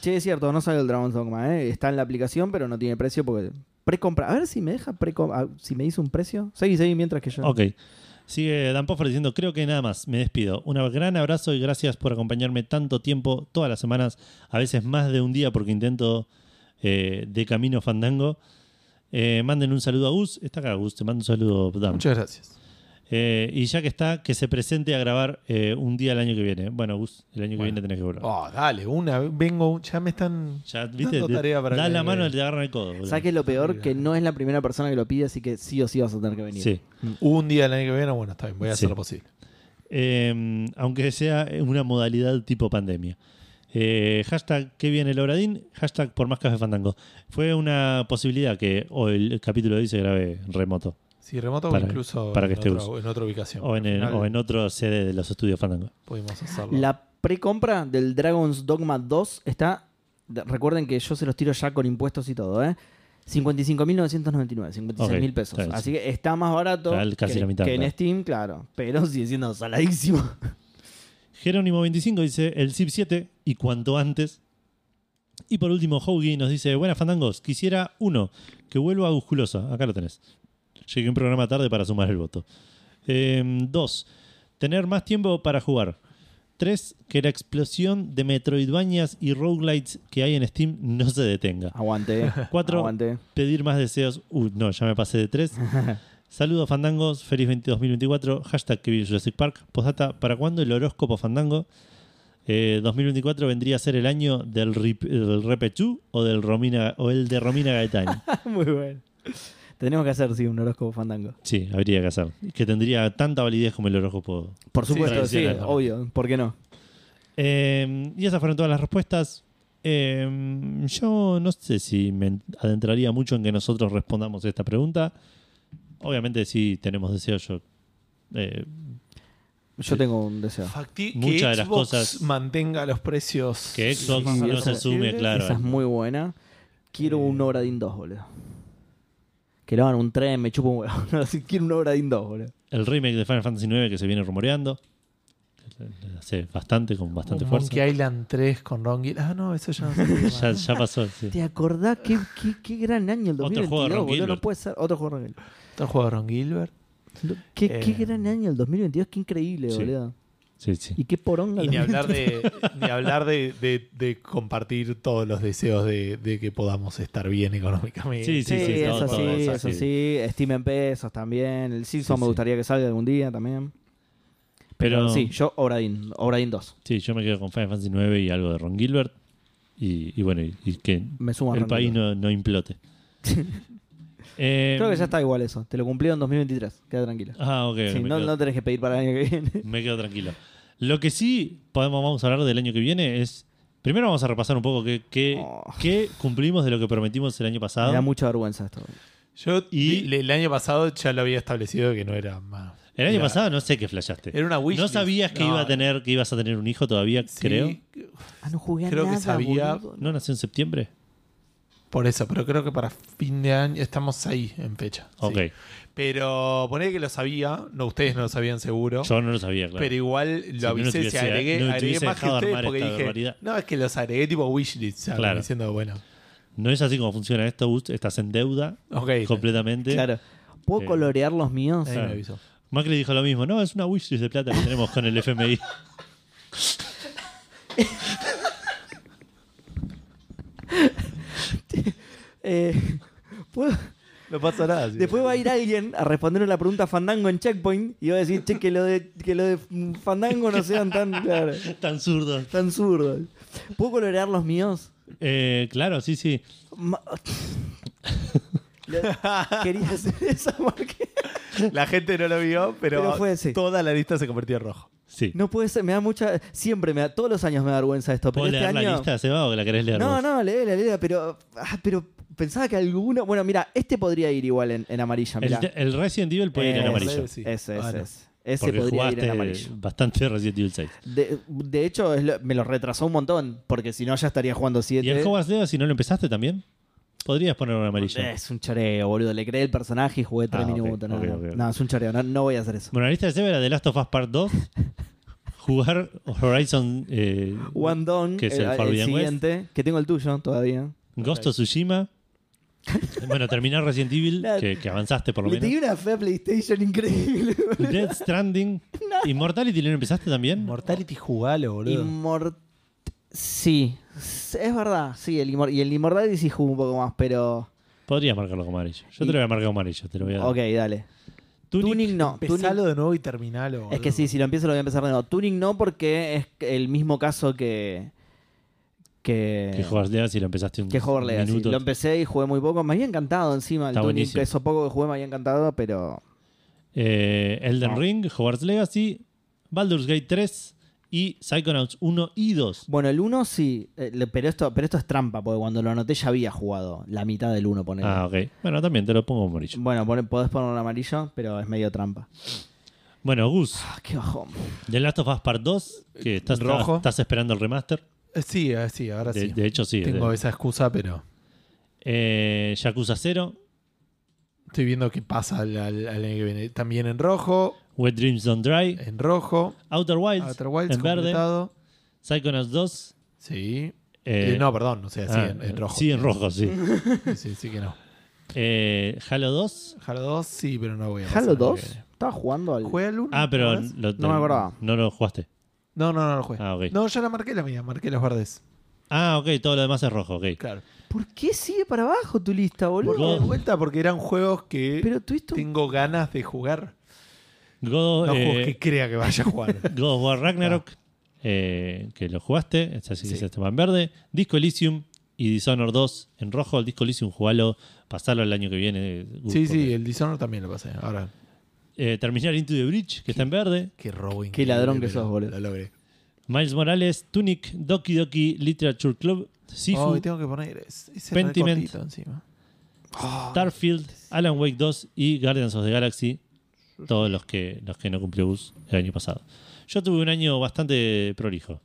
S1: che, es cierto, no sale el Dragon's Dogma, ¿eh? Está en la aplicación, pero no tiene precio porque. Precompra. A ver si me deja precom- a- si me dice un precio. Seguí, seguí mientras que yo.
S2: Ok. Sigue Dan Poffer diciendo, creo que nada más, me despido. Un gran abrazo y gracias por acompañarme tanto tiempo, todas las semanas, a veces más de un día porque intento eh, de camino fandango. Eh, manden un saludo a Gus. Está acá Gus, te mando un saludo, Dan.
S3: Muchas gracias.
S2: Eh, y ya que está, que se presente a grabar eh, un día el año que viene. Bueno, Gus, el año que
S3: Bueno.
S2: viene tenés que volver.
S3: Oh, dale, una, vengo, ya me están.
S2: Ya, viste,
S3: Dando
S2: te-
S3: tarea para
S2: da
S3: que-
S2: la mano y te agarran el codo. boludo.
S1: ¿Sabes qué es lo peor? Que no es la primera persona que lo pide, así que sí o sí vas a tener que venir.
S2: Sí.
S3: Hubo un día el año que viene, bueno, está bien, voy a
S2: Sí.
S3: hacer lo posible.
S2: Eh, aunque sea una modalidad tipo pandemia. Eh, hashtag que viene el Obradín, hashtag por más café fandango. Fue una posibilidad que o el capítulo de hoy se grabe remoto
S3: Sí, remoto
S2: Para-
S3: o incluso
S2: para que
S3: en,
S2: esté
S3: otra-
S2: Gus.
S3: en otra ubicación.
S2: o en,
S3: Al
S2: el-
S3: final
S2: o en otro sede de los estudios fandango.
S3: Pudimos hacerlo.
S1: La precompra del Dragon's Dogma 2 está. de- Recuerden que yo se los tiro ya con impuestos y todo, ¿eh? 55.999, 56.000
S2: Ok,
S1: pesos.
S2: está bien,
S1: Así que está más barato
S2: Está casi
S1: que,
S2: la mitad,
S1: que en
S2: claro.
S1: Steam, claro. Pero sigue siendo saladísimo.
S2: Jerónimo25 dice el zip 7 y cuanto antes. Y por último, Hoagie nos dice: Buenas fandangos, quisiera uno que vuelva a Busculosa. Acá lo tenés. Llegué un programa tarde para sumar el voto. Eh, dos, tener más tiempo para jugar. Tres, que la explosión de Metroidvanias y roguelites que hay en Steam no se detenga.
S1: Aguante.
S2: Cuatro.
S1: Aguante.
S2: Pedir más deseos. Uh, no, ya me pasé de tres. Saludos, fandangos. Feliz 20 2024. Hashtag que viene Jurassic Park. Postdata, ¿para cuándo el horóscopo fandango? Eh, 2024 vendría a ser el año del, rip- del Repechú o, del Romina, o el de Romina Gaetani.
S1: Muy bueno. Tenemos que hacer, sí, un horóscopo fandango.
S2: sí, habría que hacer. Que tendría tanta validez como el horóscopo.
S1: Por
S3: Sí,
S1: supuesto, sí,
S2: tradicional, ¿no?
S1: obvio. ¿Por qué no?
S2: Eh, y esas fueron todas las respuestas. Eh, yo no sé si me adentraría mucho en que nosotros respondamos esta pregunta. Obviamente, si tenemos deseo, yo. eh,
S1: Yo tengo un deseo.
S3: Facti- que
S2: Muchas de las
S3: Xbox
S2: cosas-
S3: mantenga los precios.
S2: que Xbox
S1: sí,
S2: no
S1: esa-
S2: se sume, claro. eh.
S1: Esa es muy buena. Quiero un Obradin 2, boludo. Que lo hagan un tren, me chupo un huevo. No, sí, quiero un Obradin 2, boludo.
S2: El remake de Final Fantasy IX que se viene rumoreando. Hace bastante, con bastante
S3: Un
S2: fuerza.
S3: Monkey Island 3 con Ron Gil- Ah, no, eso ya no se
S2: Ya, ya pasó. sí.
S1: ¿Te acordás qué, qué, qué gran año el
S2: Otro juego de
S1: 2022,
S2: Ron
S1: boludo? No
S2: Gilbert.
S1: puede ser otro juego de Ron Gilbert.
S3: Otro juego de Ron Gilbert.
S1: Qué,
S3: Eh,
S1: qué gran año el 2022, qué increíble,
S2: Sí.
S1: boludo.
S2: Sí, sí.
S1: Y qué poronga.
S3: Y
S1: el
S3: ni hablar
S1: 2022.
S3: de, ni hablar de, de- de compartir todos los deseos de, de que podamos estar bien económicamente.
S2: Sí,
S1: Sí,
S2: sí,
S1: eso
S2: todo,
S1: sí,
S2: todo, eso
S1: eso
S2: sí.
S1: sí. Steam en pesos también. El Silson
S2: Sí,
S1: me
S2: sí.
S1: gustaría que salga algún día también.
S2: Pero
S1: Sí, yo Obradin, Obradin 2.
S2: sí, yo me quedo con Final Fantasy IX y algo de Ron Gilbert. Y, y bueno, y, y que
S1: Me sumo a
S2: el
S1: Ron
S2: país
S1: Gilbert.
S2: no, no implote. Eh,
S1: Creo que ya está igual eso. Te lo cumplió en 2023. Queda tranquilo.
S2: Ah, ok.
S1: Sí,
S2: me,
S1: no,
S2: quedo,
S1: no tenés que pedir para el año que viene.
S2: me quedo tranquilo. Lo que sí podemos, vamos a hablar del año que viene es. Primero vamos a repasar un poco qué, qué,
S1: Oh.
S2: qué cumplimos de lo que prometimos el año pasado.
S1: Me da mucha vergüenza esto.
S3: Yo
S2: Y-
S3: le- el año pasado ya lo había establecido que no era más.
S2: El año
S3: era-
S2: pasado no sé qué flashaste.
S3: Era una wishlist.
S2: No sabías que
S3: No.
S2: iba a tener, que ibas a tener un hijo todavía,
S3: Sí,
S2: creo.
S1: Ah, no jugué a
S3: Creo que
S1: nada,
S3: sabía-
S1: boludo.
S2: ¿No nació en septiembre?
S3: Por eso, pero creo que para fin de año estamos ahí en fecha. sí.
S2: Ok.
S3: Pero poné que lo sabía, no ustedes no lo sabían seguro.
S2: Yo no lo sabía, claro.
S3: Pero igual lo
S2: no
S3: avisé,
S2: tuviese-
S3: si agregué,
S2: no
S3: agregué
S2: tuviese
S3: más que
S2: dejado
S3: ustedes
S2: armar
S3: porque
S2: esta
S3: dije,
S2: barbaridad.
S3: no, es que los agregué tipo wishlist, ¿sabes?
S2: Claro.
S3: diciendo, bueno,
S2: No es así como funciona esto, Gus. Estás en deuda
S3: ok.
S2: completamente.
S1: Claro. ¿Puedo
S2: Eh,
S1: colorear los míos?
S3: Ahí me avisó.
S2: Macri dijo lo mismo. No, es una wishlist de plata que tenemos con el FMI.
S1: Eh, ¿puedo-
S3: No pasa nada. sí.
S1: Después va a ir alguien a responder la pregunta Fandango en Checkpoint y va a decir, che, que lo de, que lo de Fandango no sean tan, claro,
S2: Tan zurdo.
S1: tan zurdos. ¿Puedo colorear los míos?
S2: Eh, claro, sí, sí.
S1: Ma- Lo- Quería hacer esa porque
S3: La gente no lo vio, pero,
S1: Pero fue ese.
S3: toda la lista se convirtió en rojo.
S2: Sí.
S1: no puede ser, me da mucha, siempre me da, todos los años me da vergüenza esto, pero
S2: ¿Puedo
S1: este
S2: leer
S1: año...
S2: la lista, Seba, o que la querés leer
S1: No,
S2: vos?
S1: no, leela, leela, pero, ah, pero pensaba que alguno. Bueno, mira, este podría ir igual en, en amarilla,
S2: El,
S1: mirá.
S2: el Resident Evil puede ir en
S1: Eh,
S2: amarillo.
S3: sí.
S1: Ese,
S3: Ah,
S1: ese,
S3: no.
S1: ese. Ese
S2: Porque
S1: podría ir en
S2: jugaste
S1: amarillo.
S2: bastante Resident Evil 6.
S1: De, de hecho, es lo- me lo retrasó un montón, porque si no ya estaría jugando 7.
S2: ¿Y el Hogwarts Legacy si no lo empezaste también? Podrías poner un amarillo.
S1: Eh, Es un choreo, boludo. Le creé el personaje y jugué 3
S2: Ah, ok,
S1: minutos. No,
S2: ok,
S1: no.
S2: ok, ok.
S1: No, es un choreo. No, no voy a hacer eso.
S2: Bueno, la lista de Seba era The Last of Us Part 2, jugar Horizon eh,
S1: One Dawn,
S2: que es el
S1: el, el
S2: Forbidden West.
S1: siguiente, que tengo el tuyo todavía.
S2: Ghost of Tsushima. Bueno, terminar Resident Evil,
S1: La-
S2: que, que avanzaste por lo
S1: Le tenía
S2: menos.
S1: una fe a PlayStation increíble. boludo.
S2: Dead Stranding. Immortality, ¿lo empezaste también?
S3: Mortality jugalo, boludo.
S1: Inmort... Sí, s- es verdad. Sí, el Immor- y el Immortality sí jugó un poco más, pero...
S2: Podrías marcarlo como amarillo. Yo
S1: Y-
S2: te lo voy a marcar como amarillo, te lo voy a dar.
S1: Ok, dale.
S2: Tunic-
S1: Tuning no.
S3: Empezalo
S1: Tuning-
S3: de nuevo y terminalo.
S1: es
S3: boludo.
S1: que sí, si lo empiezo lo voy a empezar de nuevo. Tuning no porque es el mismo caso que... Que,
S2: Que Hogwarts Legacy lo empezaste un
S1: que Hogwarts Legacy.
S2: minuto.
S1: Lo empecé y jugué muy poco. Me había encantado encima el
S2: Está
S1: Tuning,
S2: buenísimo.
S1: que eso poco que jugué me había encantado, pero...
S2: Eh, Elden
S1: No.
S2: Ring, Hogwarts Legacy, Baldur's Gate 3 y Psychonauts 1 y 2.
S1: Bueno, el 1 sí, eh, le- pero esto, pero esto es trampa, porque cuando lo anoté ya había jugado la mitad del 1, ponele.
S2: Ah, ok. Bueno, también te lo pongo morillo.
S1: Bueno, pon- podés poner un amarillo, pero es medio trampa.
S2: Bueno, Gus,
S1: Ah, qué bajón.
S2: The Last of Us Part 2, que estás,
S3: Eh, Rojo.
S2: estás esperando el remaster.
S3: Eh, Sí, eh, sí, ahora
S2: De,
S3: sí.
S2: de hecho, sí.
S3: Tengo este.
S2: De-
S3: esa excusa, pero
S2: Eh, Yakuza 0,
S3: estoy viendo qué pasa al, al- al año que viene. También en rojo,
S2: Wet Dreams Don't Dry,
S3: en rojo.
S2: Outer Wilds,
S3: Eh, Outer Wilds
S2: en verde,
S3: completado.
S2: Psychonauts 2.
S3: Sí.
S2: eh,
S3: Eh, no, perdón, o sea, sí,
S2: ah,
S3: en, en rojo.
S2: Sí, en rojo, sí.
S3: Sí, sí que no.
S2: Eh, Halo 2.
S3: Halo 2, sí, pero no voy a pasar
S1: ¿Halo
S3: al que
S1: 2?
S3: viene.
S1: Estaba jugando al.
S3: ¿Jugué al 1?
S2: Ah, pero
S3: ¿no ves?
S2: lo-
S1: No me acordaba.
S2: no lo jugaste.
S3: No, no, no lo jugué.
S2: Ah, ok.
S3: No, ya la marqué la mía, marqué los verdes.
S2: Ah, ok, todo lo demás es rojo, ok.
S3: Claro.
S1: ¿Por qué sigue para abajo tu lista,
S2: Porque-
S1: boludo?
S3: De vuelta, porque eran juegos que
S1: Pero tuviste un.
S3: tengo ganas de jugar.
S2: God,
S3: No
S2: eh,
S3: juegos que crea que vaya a jugar.
S2: God of War Ragnarok, eh, que lo jugaste, es así que
S3: Ah. Sí.
S2: ese tema en verde. Disco Elysium y Dishonored 2 en rojo. El Disco Elysium, jugalo, pasalo el año que viene. eh, Gus,
S3: sí, sí,
S2: porque-
S3: el Dishonored también lo pasé. Ahora,
S2: Eh, terminar Into the Bridge, que está en verde.
S3: qué robo
S1: Qué
S3: increíble,
S1: ladrón que
S3: pero
S1: sos, boludo.
S3: Lo logré.
S2: Miles Morales, Tunic, Doki Doki Literature Club, Sifu,
S3: Oh, y tengo que poner es- ese
S2: Pentiment.
S3: recortito encima.
S2: Starfield, Alan Wake 2 y Guardians of the Galaxy. Todos los que, los que no cumplió Gus el año pasado. Yo tuve un año bastante prolijo.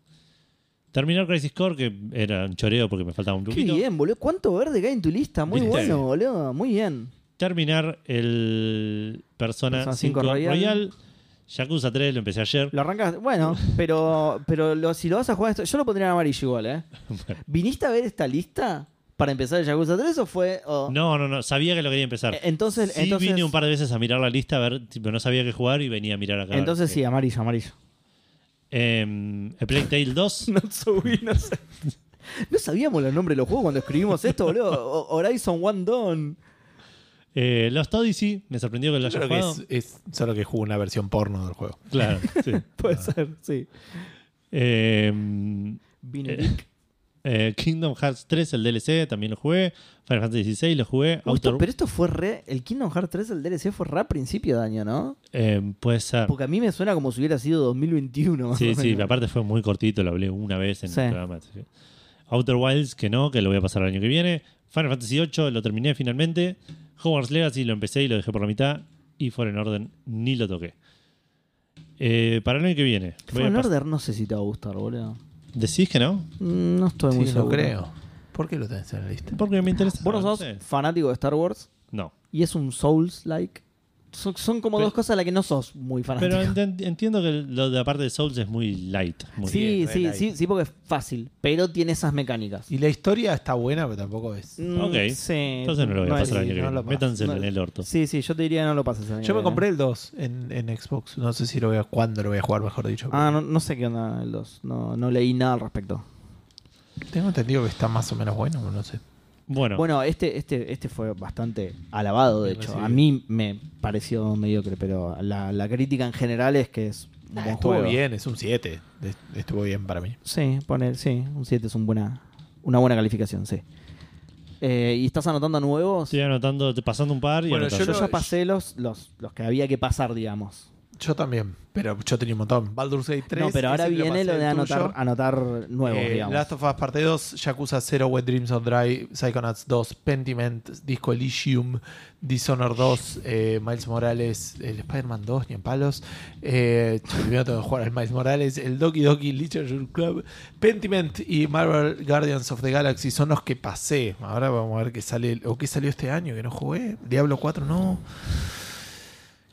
S2: Terminar Crisis Core, que era un choreo porque me faltaba un
S1: Qué
S2: truquito.
S1: bien, boludo. ¿Cuánto verde cae en tu lista? Muy
S2: ¿Viste?
S1: bueno, boludo. Muy bien.
S2: Terminar el Persona,
S1: Persona
S2: 5
S1: cinco
S2: Royal.
S1: Royal.
S2: Yakuza 3 lo empecé ayer.
S1: Lo arrancas. Bueno, pero, pero lo- si lo vas a jugar esto. Yo lo pondría en amarillo igual, ¿eh? ¿Viniste a ver esta lista para empezar el Yakuza 3 o fue.? o-
S2: No, no, no. Sabía que lo quería empezar.
S1: Eh, Entonces,
S2: sí
S1: entonces,
S2: vine un par de veces a mirar la lista, a ver, tipo, no sabía qué jugar y venía a mirar acá.
S1: entonces sí,
S2: Eh,
S1: amarillo, amarillo.
S2: em, A Plague Tale 2.
S1: No subí, no sé. No sabíamos los nombres de los juegos cuando escribimos esto, boludo. O- Horizon One Dawn.
S2: Eh, Lost Odyssey, me sorprendió que lo haya
S3: Yo creo que
S2: jugado.
S3: es, es solo que juego una versión porno del juego.
S2: Claro, sí.
S1: Puede ser, sí.
S2: Eh,
S1: Vinilic.
S2: eh, Kingdom Hearts 3, el DLC, también lo jugué. Final Fantasy XVI, lo jugué.
S1: Uy, esto-
S2: Outer-
S1: pero esto fue re. El Kingdom Hearts 3, el DLC, fue re a principio de año, ¿no?
S2: eh, puede ser.
S1: Porque a mí me suena como si hubiera sido 2021. más
S2: Sí,
S1: o
S2: sí,
S1: menos.
S2: aparte fue muy cortito, lo hablé una vez en
S1: Sí.
S2: el programa. sí. Outer Wilds, que no, que lo voy a pasar el año que viene. Final Fantasy VIII, lo terminé finalmente. Hogwarts Legacy, lo empecé y lo dejé por la mitad. Y Fallen Order, ni lo toqué. Eh, para el año que viene. voy a
S1: Fallen
S2: pas-
S1: Order no sé si te va a gustar, boludo.
S2: ¿Decís que no?
S1: Mm, No estoy muy
S3: sí, lo
S1: seguro.
S3: creo. ¿Por qué lo tenés en la lista?
S2: Porque me interesa.
S1: Vos no
S2: no
S1: sos
S2: sé.
S1: fanático de Star Wars
S2: No.
S1: y es un Souls-like. Son, son como
S2: Pero-
S1: dos cosas a las que no sos muy fanático.
S2: Pero enten- entiendo que lo de la parte de Souls es muy light. muy-
S1: Sí,
S3: bien, re
S1: sí,
S3: light.
S1: sí, sí, porque es fácil, pero tiene esas mecánicas.
S3: Y la historia está buena, pero tampoco es.
S1: Mm,
S2: Ok.
S1: sí.
S2: Entonces no lo voy a
S1: No,
S2: pasar el
S1: sí,
S2: año que
S3: no
S2: viene.
S3: lo paso.
S2: Métanse
S1: No.
S2: en el orto.
S1: Sí, sí, yo te diría no lo pases. el año
S3: Yo
S1: que
S3: me
S1: viene.
S3: compré el 2 en, en Xbox. No sé si lo voy a cuándo lo voy a jugar, mejor dicho.
S1: Ah, no, no sé qué onda el 2. No, no leí nada al respecto.
S3: Tengo entendido que está más o menos bueno, no sé.
S2: Bueno,
S1: Bueno, este, este, este fue bastante alabado, de
S3: Bien
S1: hecho.
S3: recibido.
S1: A mí me pareció mediocre, pero la, la crítica en general es que es un buen
S3: Ah, estuvo
S1: juego.
S3: bien, es un 7. Es- Estuvo bien para mí.
S1: Sí, poner, sí, un 7 es un buena, una buena calificación, sí. Eh, ¿Y estás anotando nuevos?
S2: estoy anotando, pasando un par y
S3: Bueno,
S2: anotando.
S1: yo,
S3: yo
S1: ya
S3: no-
S1: pasé los, los, los que había que pasar, digamos.
S3: Yo también, pero yo tenía un montón. Baldur's Gate 3.
S1: no, pero ahora
S3: ese
S1: viene
S3: pasé
S1: lo de
S3: el tuyo.
S1: anotar, anotar nuevos,
S3: Eh,
S1: digamos.
S3: Last of Us Parte 2, Yakuza 0, Wet Dreams on Dry, Psychonauts 2, Pentiment, Disco Elysium, Dishonored 2, eh, Miles Morales, el Spider-Man 2, ni en palos. Eh, primero tengo que jugar al Miles Morales, el Doki Doki Literature Club, Pentiment y Marvel Guardians of the Galaxy son los que pasé. Ahora vamos a ver qué sale, o qué salió este año que no jugué. Diablo 4, no.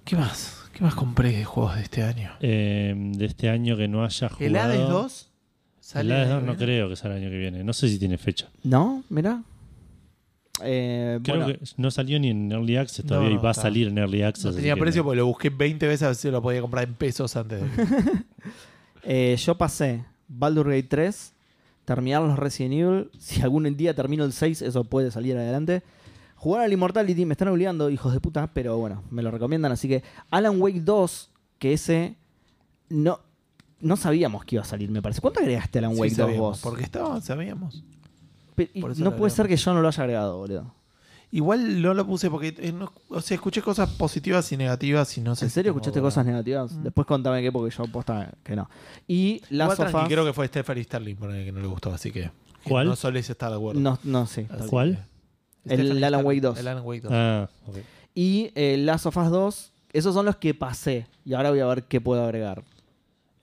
S3: ¿Qué más? ¿Qué más compré de juegos de este año?
S2: Eh, de este año que no haya jugado.
S3: ¿El Hades 2?
S2: El
S3: ¿Sale
S2: Hades
S3: el
S2: 2
S3: año
S2: no
S3: que viene?
S2: creo que sea el año que viene. No sé si tiene fecha.
S1: ¿No? Mirá. Eh,
S2: Creo
S1: bueno,
S2: que no salió ni en Early Access todavía
S3: No,
S2: y va a
S3: está.
S2: salir en Early Access.
S3: No
S2: así
S3: tenía
S2: que
S3: precio
S2: no.
S3: porque lo busqué 20 veces a ver si lo podía comprar en pesos antes. de-
S1: eh, yo pasé Baldur's Gate 3, terminar los Resident Evil. Si algún día termino el 6, eso puede salir adelante. Jugar al Immortality me están obligando, hijos de puta, pero bueno, me lo recomiendan. Así que Alan Wake 2, que ese no, no sabíamos que iba a salir, me parece. ¿Cuánto agregaste Alan
S3: Sí,
S1: Wake 2
S3: sabíamos,
S1: vos?
S3: Porque estaba, sabíamos.
S1: Pe- y
S3: por eso
S1: no
S3: lo
S1: puede
S3: agregamos.
S1: ser que yo no lo haya agregado, boludo.
S3: Igual no lo puse porque. eh, no- o sea, escuché cosas positivas y negativas y no sé.
S1: ¿En
S3: si
S1: serio
S3: tengo
S1: escuchaste
S3: duda.
S1: cosas negativas?
S3: Mm.
S1: Después contame qué, porque yo posta que no. Y
S3: Igual
S1: la
S3: tranqui,
S1: sofá.
S3: creo que fue Stephanie Sterling por el que no le gustó, así que. que
S2: ¿Cuál?
S3: No solés estar de acuerdo.
S1: No, no sé.
S3: Así que-
S2: ¿Cuál?
S1: El
S3: Stephanie
S1: Alan
S3: Sterling,
S1: Wake 2.
S3: El Alan Wake 2.
S2: Ah, ok.
S1: Y eh, Last of Us 2, esos son los que pasé. Y ahora voy a ver qué puedo agregar.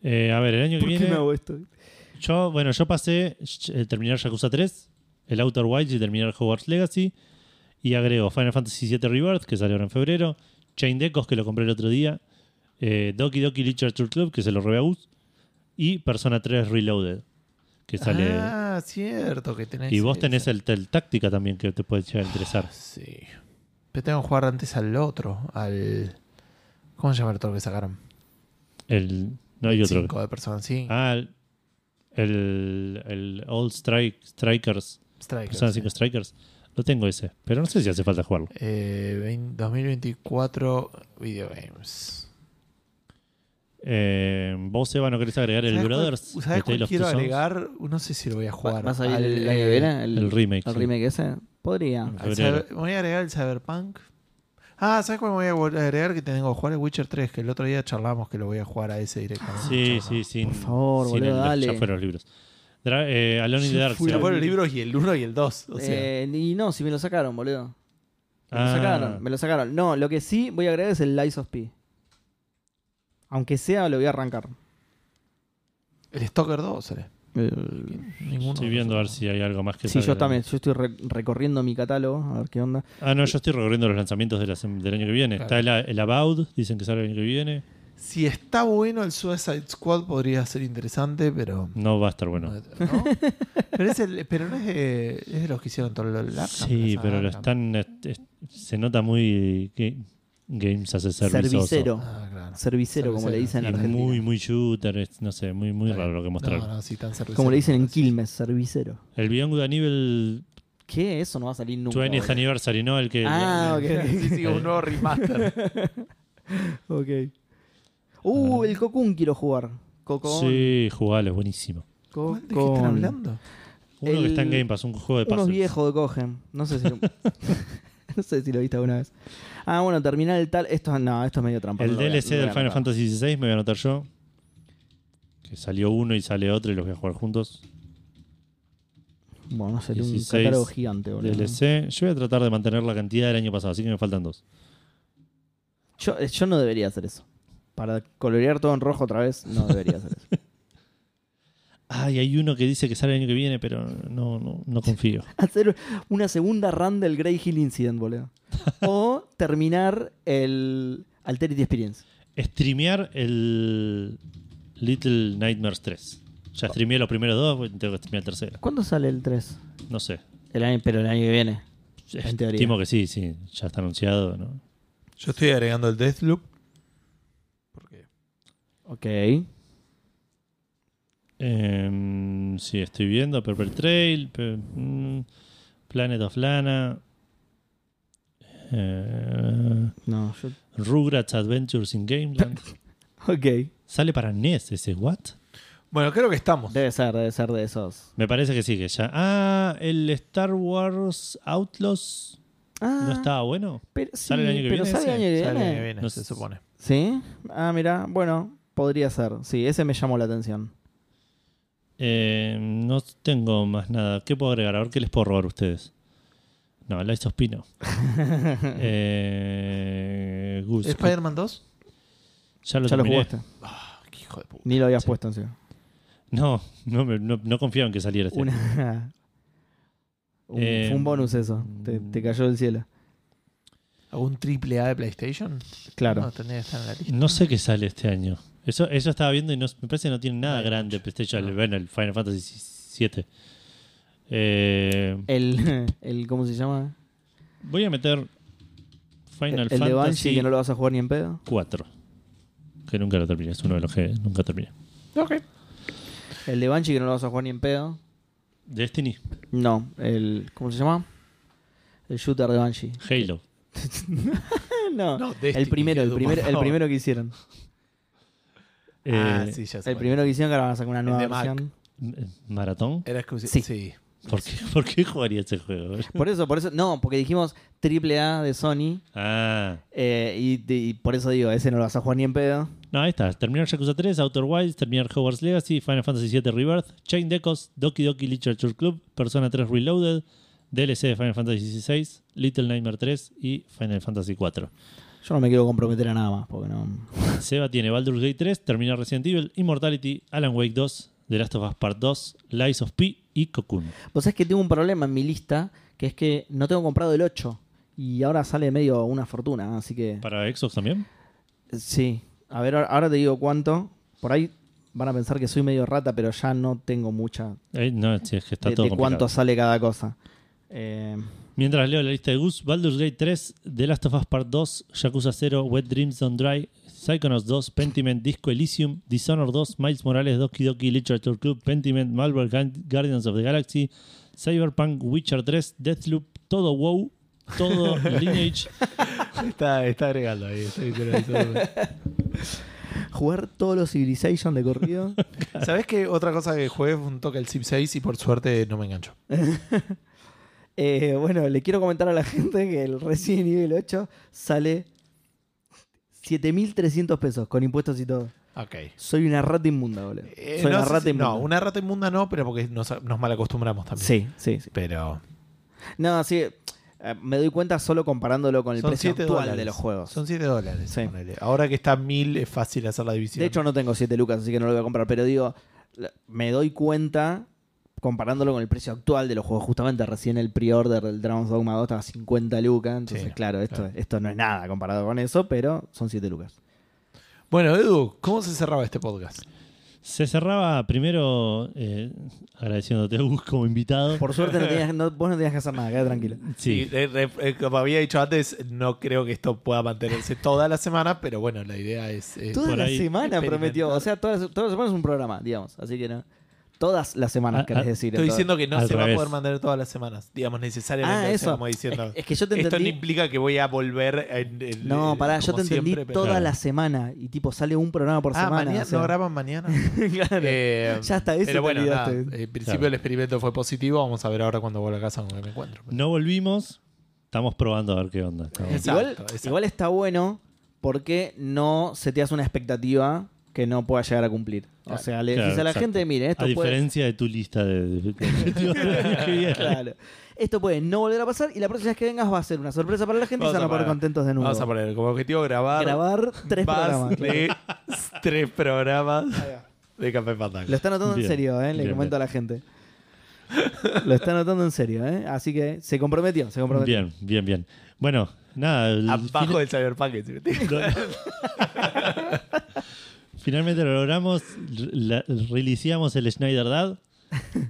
S2: Eh, a ver, el año que viene.
S1: esto?
S2: Yo, bueno, yo pasé eh, terminar Yakuza 3, el Outer Wilds y terminar Hogwarts Legacy. Y agrego Final Fantasy VII Rebirth, que salió ahora en febrero. Chain Decos, que lo compré el otro día. eh, Doki Doki Literature Club, que se lo robé a Gus. Y Persona 3 Reloaded, que sale.
S3: Ah, cierto que tenés.
S2: y vos
S3: ese.
S2: tenés el, el Táctica también, que te puede llegar a interesar.
S3: Sí. Pero tengo que jugar antes al otro, al. ¿Cómo se llama el otro que sacaron?
S2: El, no hay
S3: El
S2: otro.
S3: cinco de personas, sí.
S2: Ah, el, el, el Old Strike, Strikers.
S3: Strikers,
S2: Persona
S3: sí.
S2: 5 Strikers. Lo tengo ese, pero no sé si hace falta jugarlo.
S3: Eh, vein- 2024 video games.
S2: Eh, ¿Vos, Eva, no querés agregar el
S3: ¿Sabes cuál-
S2: Brothers? de
S3: ¿Sabes cuál
S2: Tale of
S3: quiero
S2: Two Sons?
S3: agregar? No sé si lo voy a
S1: ¿Va,
S3: jugar.
S1: va a salir
S3: Al-
S1: el año que viene? El,
S2: el remake,
S1: ¿El
S2: sí.
S1: remake ese? Podría.
S2: Mm.
S3: al
S2: febrero.
S3: cyber- voy a agregar el Cyberpunk. Ah, ¿sabes cuál me voy a vol- agregar? Que tengo que jugar el Witcher 3, que el otro día charlamos que lo voy a jugar a ese directamente.
S2: Sí,
S3: Charlamos.
S2: sí, sin,
S1: Ah, Por favor,
S2: sin
S1: boludo,
S2: el- los-
S1: dale.
S2: Ya fueron los libros. Dra- eh, Alone in the
S1: Yo
S2: Dark.
S1: fui
S2: será.
S3: Ya fueron los libros y el 1 y el 2. O sea,
S1: Eh, y no, si me lo sacaron, boludo. Me
S2: Ah.
S1: lo sacaron, me lo sacaron. No, lo que sí voy a agregar es el Lies of P. Aunque sea, lo voy a arrancar.
S3: el Stalker 2 sale. Ninguno.
S2: Estoy viendo a ver si hay algo más que
S1: Eh, Sí, yo
S2: salga.
S1: también. Yo estoy re- recorriendo mi catálogo, a ver qué onda.
S2: Ah, no, yo estoy recorriendo los lanzamientos de la sem- del año que viene.
S3: Claro.
S2: Está el, el About, dicen que sale el año que viene.
S3: Si está bueno el Suicide Squad, podría ser interesante, pero.
S2: No va a estar bueno.
S3: ¿no? pero, es el- pero no es de, es de los que hicieron todo el Arkham,
S2: Sí,
S3: la saga
S2: pero lo
S3: Arkham.
S2: están. eh, eh, se nota muy ga- Games as a Service.
S1: Servicero.
S3: Ah, claro.
S1: Servicero, como le dicen en
S2: oso. Y
S1: Argentina.
S2: muy, muy shooter. es- no sé, muy, muy
S3: Está
S2: raro lo que
S3: bien.
S2: mostraron.
S3: No, no, sí, tan servicero.
S1: Como le dicen en
S3: Pero sí.
S1: Quilmes, servicero.
S2: El Beyond Good Nivel
S1: ¿Qué? Eso no va a salir nunca.
S2: 20th
S1: boludo.
S2: Anniversary, ¿no? El que.
S1: Ah, ok.
S3: Sí, sí, un nuevo remaster.
S1: ok. Uh, el Cocoon quiero jugar. Cocoon.
S2: Sí, jugalo, es buenísimo.
S1: Cocoon.
S3: ¿De qué están hablando?
S2: Uno
S1: El-
S2: que está en Game Pass, un juego de
S1: Unos
S2: puzzles.
S1: viejos de cogen. No sé si lo, no sé si lo viste alguna vez. Ah, bueno, terminar el tal. Esto no, esto es medio trampa.
S2: El
S1: no lo voy a-
S2: DLC
S1: no lo voy
S2: del
S1: a
S2: Final
S1: anotar.
S2: Fantasy XVI me voy a anotar yo. Que salió uno y sale otro y los voy a jugar juntos.
S1: Bueno, no sé, tiene un
S2: 16
S1: catálogo gigante, boludo.
S2: DLC. Yo voy a tratar de mantener la cantidad del año pasado, así que me faltan dos.
S1: Yo, eh, yo no debería hacer eso. Para colorear todo en rojo otra vez, no debería hacer eso.
S2: Ah, y hay uno que dice que sale el año que viene, pero no, no, no confío.
S1: hacer una segunda run del Grey Hill Incident, boludo. O terminar el Alterity Experience.
S2: Streamear el Little Nightmares 3. Ya streameé los primeros dos, voy- tengo que streamear el tercero.
S1: ¿Cuándo sale el 3?
S2: No sé.
S1: El año, pero el año que viene. En teoría.
S2: Estimo que sí, sí. Ya está anunciado, ¿no?
S3: Yo estoy agregando el Deathloop. Porque
S1: Ok.
S2: Em, sí, estoy viendo Purple Trail, pe- mm, Planet of Lana, eh,
S1: No, yo.
S2: Rugrats Adventures in Gameland.
S1: Ok.
S2: Sale para NES ese, ¿what?
S3: Bueno, creo que estamos.
S1: Debe ser, debe ser de esos.
S2: Me parece que sí, que ya. Ah, el Star Wars Outlaws
S1: Ah,
S2: no estaba bueno.
S1: Pero,
S2: ¿Sale el
S1: sí,
S2: año que
S1: pero
S2: viene
S1: sale el
S2: ese?
S1: año que
S3: Sale el
S1: viene.
S3: año que viene,
S2: No
S3: se
S2: sé.
S3: supone.
S1: ¿Sí? Ah, mira, bueno, podría ser. Sí, ese me llamó la atención.
S2: Eh, no tengo más nada. ¿Qué puedo agregar? A ver qué les puedo robar a ustedes. No, el Ice of Pino. eh, Gus,
S3: ¿Spider-Man 2?
S2: ya lo
S1: ya lo
S2: terminé.
S1: jugaste.
S3: Ah, qué hijo de puta.
S1: Ni lo habías
S2: Sí.
S1: puesto encima.
S2: No, no, me- no, no confiaba en que saliera este.
S1: Una... un,
S2: Eh, mm.
S1: fue un bonus eso. Te, te cayó del cielo.
S3: ¿Algún triple A de PlayStation?
S1: Claro.
S2: Ah.
S3: No, tendría que estar en la lista.
S2: No sé qué sale este año. Eso, eso estaba viendo y no- me parece que no tiene nada grande PlayStation.
S3: No.
S2: Bueno, el Final Fantasy VII. Eh,
S1: El, el, ¿cómo se llama?
S2: voy a meter
S1: El,
S2: Final
S1: el de Banshee
S2: Fantasy
S1: que no lo vas a jugar ni en pedo.
S2: 4. Que nunca lo terminé. Es uno de los que nunca terminé.
S3: Ok.
S1: El de Banshee que no lo vas a jugar ni en pedo.
S2: Destiny.
S1: No, el, ¿cómo se llama? El shooter de Banshee.
S2: Halo.
S1: no,
S3: No, Destiny,
S1: el primero, el,
S3: Edu,
S1: primer-
S3: por
S1: el
S3: favor.
S1: primero que hicieron.
S3: ah,
S2: Eh,
S3: sí, ya sé
S1: El
S3: cuál.
S1: primero que hicieron que ahora van a sacar una
S3: El
S1: nueva
S3: de Mac.
S1: versión.
S2: m- ¿Maratón?
S3: Era exclusivo.
S1: Sí.
S3: Sí.
S2: ¿Por qué, por qué jugaría ese juego?
S1: Por eso, por eso, no, porque dijimos triple A de Sony.
S2: Ah.
S1: eh, y, y por eso digo, ese no lo vas a jugar ni en pedo.
S2: No, ahí está. Terminar Yakuza 3, Outer Wilds, terminar Hogwarts Legacy, Final Fantasy VII Rebirth, Chain Decos, Doki Doki Literature Club, Persona 3 Reloaded, DLC de Final Fantasy XVI, Little Nightmare 3 y Final Fantasy 4.
S1: Yo no me quiero comprometer a nada más, porque no.
S2: Seba tiene Baldur's Gate 3, terminar Resident Evil, Immortality, Alan Wake 2, The Last of Us Part 2, Lies of P y Cocoon.
S1: Vos sabés que tengo un problema en mi lista, que es que no tengo comprado el 8. Y ahora sale medio una fortuna, así que.
S2: ¿Para Xbox también?
S1: Sí. A ver, ahora- ahora te digo cuánto. Por ahí van a pensar que soy medio rata, pero ya no tengo mucha
S2: Eh, no, sí, es que está
S1: de,
S2: todo
S1: de cuánto
S2: complicado.
S1: sale cada cosa. Eh,
S2: Mientras leo la lista de Gus, Baldur's Gate 3, The Last of Us Part 2, Yakuza 0, Wet Dreams Don't Dry, Psychonauts 2, Pentiment, Disco Elysium, Dishonored 2, Miles Morales, Doki Doki Literature Club, Pentiment, Malware Gan- Guardians of the Galaxy, Cyberpunk, Witcher 3, Deathloop, todo WoW, todo Lineage,
S3: Está, está agregando ahí. está literalizando.
S1: jugar todos los Civilization de corrido.
S3: ¿Sabés qué? Otra cosa que jugué fue un toque el Zip 6 y por suerte no me enganchó.
S1: Eh, bueno, le quiero comentar a la gente que el Resident Evil 8 sale 7.300 pesos con impuestos y todo.
S3: Ok.
S1: Soy una rata inmunda, boludo.
S3: Eh,
S1: Soy
S3: no,
S1: una
S3: sé
S1: rata
S3: si-
S1: inmunda.
S3: no, una rata inmunda no, pero porque nos, nos malacostumbramos también.
S1: Sí, sí, sí.
S3: Pero.
S1: No, sí. eh, me doy cuenta solo comparándolo con el
S3: son
S1: precio
S3: 7
S1: actual
S3: dólares.
S1: de los juegos.
S3: Son 7 dólares.
S1: Sí.
S3: ponele. Ahora que está a 1000 es fácil hacer la división.
S1: De hecho, no tengo 7 lucas, así que no lo voy a comprar. Pero digo, la- me doy cuenta comparándolo con el precio actual de los juegos. Justamente recién el pre-order del Dragon's Dogma 2 estaba 50 lucas. Entonces,
S3: Sí,
S1: claro, esto,
S3: claro.
S1: esto no es nada comparado con eso, pero son 7 lucas.
S3: Bueno, Edu, ¿cómo se cerraba este podcast?
S2: se cerraba primero eh, agradeciéndote a Gus como invitado.
S1: Por suerte, no tenías- no- vos no tenías que hacer nada, quédate tranquilo.
S2: Sí,
S3: Y, eh, re- eh, como había dicho antes, no creo que esto pueda mantenerse toda la semana, pero bueno, la idea es. eh,
S1: Toda
S2: por
S1: la
S2: ahí
S1: semana
S3: experimentar.
S1: prometió. O sea, todas las, todas las semanas es un programa, digamos. Así que no. Todas las semanas,
S2: Ah,
S1: querés
S2: ah,
S1: decir.
S3: Estoy
S1: entonces.
S3: diciendo que no
S2: Al
S3: se va a
S2: revés.
S3: poder mantener todas las semanas, digamos, necesariamente.
S1: Ah,
S3: o sea,
S1: eso.
S3: como diciendo,
S1: Es, es que yo te
S3: esto no
S1: entendí.
S3: implica que voy a volver. En, en-
S1: No,
S3: eh,
S1: pará, yo
S3: como
S1: te entendí
S3: siempre, pero-
S1: toda
S2: Claro.
S1: la semana. Y tipo, sale un programa por
S3: Ah,
S1: semana.
S3: mañana,
S1: o sea.
S3: ¿no graban mañana?
S1: eh. Claro.
S3: Eh,
S1: Ya hasta eso te
S3: Pero bueno, nada, eh,
S1: olvidaste.
S3: en principio
S2: Claro.
S3: el experimento fue positivo. Vamos a ver ahora cuando vuelva a casa con qué me encuentro.
S2: no volvimos. Estamos probando a ver qué onda. Estamos-
S3: Exacto,
S1: igual,
S3: exacto.
S1: igual está bueno porque no se te hace una expectativa que no pueda llegar a cumplir. O
S3: Claro.
S1: sea, le
S2: Claro,
S1: decís a la
S2: exacto.
S1: gente, mire, esto
S2: a
S1: puede.
S2: diferencia de tu lista de, de- de objetivos del año que viene.
S1: Claro. Esto puede no volver a pasar y la próxima vez que vengas va a ser una sorpresa para la gente
S3: Vamos
S1: y se van
S3: a
S1: a poner
S3: parar.
S1: contentos de nuevo.
S3: Vamos a poner como objetivo grabar,
S1: Grabar tres
S3: más
S1: programas. claro.
S3: de tres programas de Café Fandango.
S1: Lo está anotando en
S2: Bien,
S1: serio, ¿eh? le
S2: bien,
S1: comento a la gente. Lo está anotando en serio, ¿eh? así que se comprometió, se comprometió.
S2: Bien, bien, bien. Bueno, nada. el
S3: Abajo
S2: fina-
S3: del Cyberpunk. si me entiendes.
S2: Finalmente lo logramos. la- Reliciamos el Schneider Dad.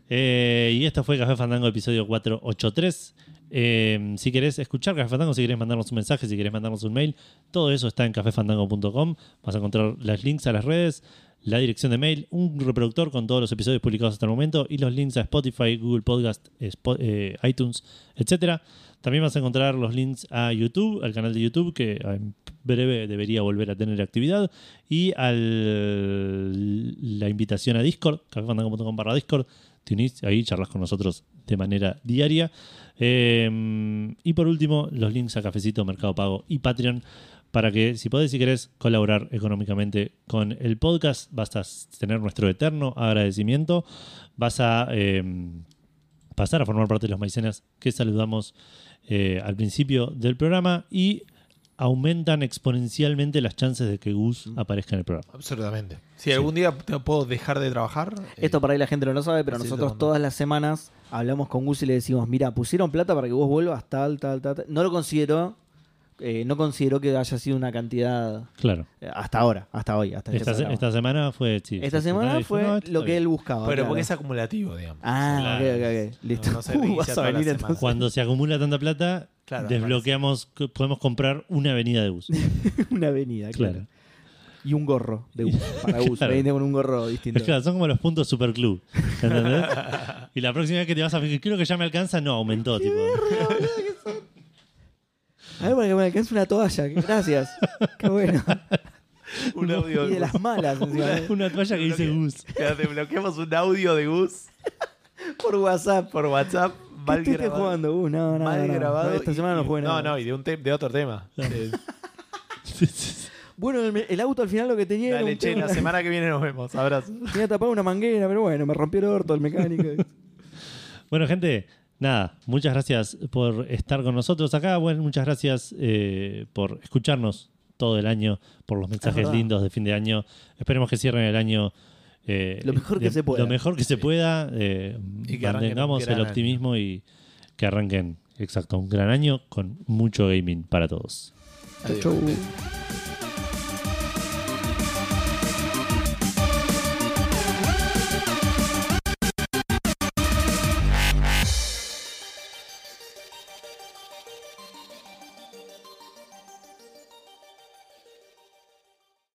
S2: Eh, y esto fue Café Fandango, episodio 483. Eh, si querés escuchar Café Fandango, si querés mandarnos un mensaje, si querés mandarnos un mail, todo eso está en cafefandango.com. Vas a encontrar las links a las redes, la dirección de mail, un reproductor con todos los episodios publicados hasta el momento y los links a Spotify, Google Podcast, Spo- eh, iTunes, etcétera. También vas a encontrar los links a YouTube, al canal de YouTube, que en breve debería volver a tener actividad, y a la invitación a Discord, cafefandango.com barra Discord. Te unís ahí, charlas con nosotros de manera diaria. Eh, y por último, los links a Cafecito, Mercado Pago y Patreon para que si podés y querés colaborar económicamente con el podcast, vas a tener nuestro eterno agradecimiento, vas a eh, pasar a formar parte de los maicenas que saludamos eh, al principio del programa y aumentan exponencialmente las chances de que Gus aparezca en el programa.
S3: Absolutamente. Si algún día te- puedo dejar de trabajar. eh,
S1: Esto por ahí la gente no lo sabe, pero
S3: Así te
S1: nosotros
S3: mando.
S1: todas las semanas hablamos con Gus y le decimos, mira, pusieron plata para que vos vuelvas, tal, tal, tal. tal". No lo consideró, eh, no consideró que haya sido una cantidad
S2: Claro.
S1: eh, hasta ahora, hasta hoy, hasta que
S2: Esta,
S1: se graba.
S2: esta semana fue... sí,
S1: Esta semana
S2: dijo,
S1: fue
S2: "No, está
S1: lo que
S2: bien".
S1: él buscaba.
S3: Pero
S1: claro.
S3: porque es acumulativo, digamos.
S1: Ah,
S2: Claro.
S1: ok, ok, ok. Listo.
S3: No, no se reinicia
S1: vas a
S3: toda la
S1: venir
S3: semana.
S1: entonces.
S2: Cuando se acumula tanta plata,
S3: Claro,
S2: desbloqueamos, podemos comprar una avenida de Gus.
S1: una avenida, claro.
S2: Claro.
S1: y un gorro de Gus, para Gus.
S2: Claro.
S1: Me vine con un gorro distinto.
S2: Claro, son como los puntos superclub. ¿Entendés? y la próxima vez que te vas a fingir, creo que ya me alcanza, no, aumentó. tipo.
S1: A ver, para que me alcance una toalla. Gracias. Qué bueno.
S3: Un audio
S1: Y de
S3: de Gus.
S1: las malas, encima,
S2: Una,
S1: ¿eh?
S2: una toalla que dice Gus.
S3: Ya te bloqueamos un audio de Gus
S1: por WhatsApp.
S3: por WhatsApp.
S1: ¿Qué
S3: mal
S1: estuviste
S3: grabado.
S1: jugando? Uh, no, no,
S3: mal
S1: no, no.
S3: grabado.
S1: Esta
S3: y-
S1: semana no
S3: y-
S1: jugué
S3: No,
S1: nada.
S3: no, y de, un te- de otro tema. Eh,
S1: Bueno, el, el auto al final lo que tenía era
S3: Dale,
S1: un
S3: che,
S1: tema.
S3: la semana que viene nos vemos. Abrazo.
S1: Tenía tapado una manguera, pero bueno, me rompió el orto el mecánico.
S2: Bueno, gente, nada, muchas gracias por estar con nosotros acá. Bueno, muchas gracias eh, por escucharnos todo el año, por los mensajes
S1: verdad.
S2: lindos de fin de año. Esperemos que cierren el año. eh,
S1: Lo mejor que
S2: de-
S1: se pueda.
S2: Lo mejor que se pueda. eh,
S3: Y que arranquen un
S2: mantengamos
S3: gran
S2: el
S3: año.
S2: optimismo y que arranquen, exacto, un gran año con mucho gaming para todos.
S1: Chau, chau.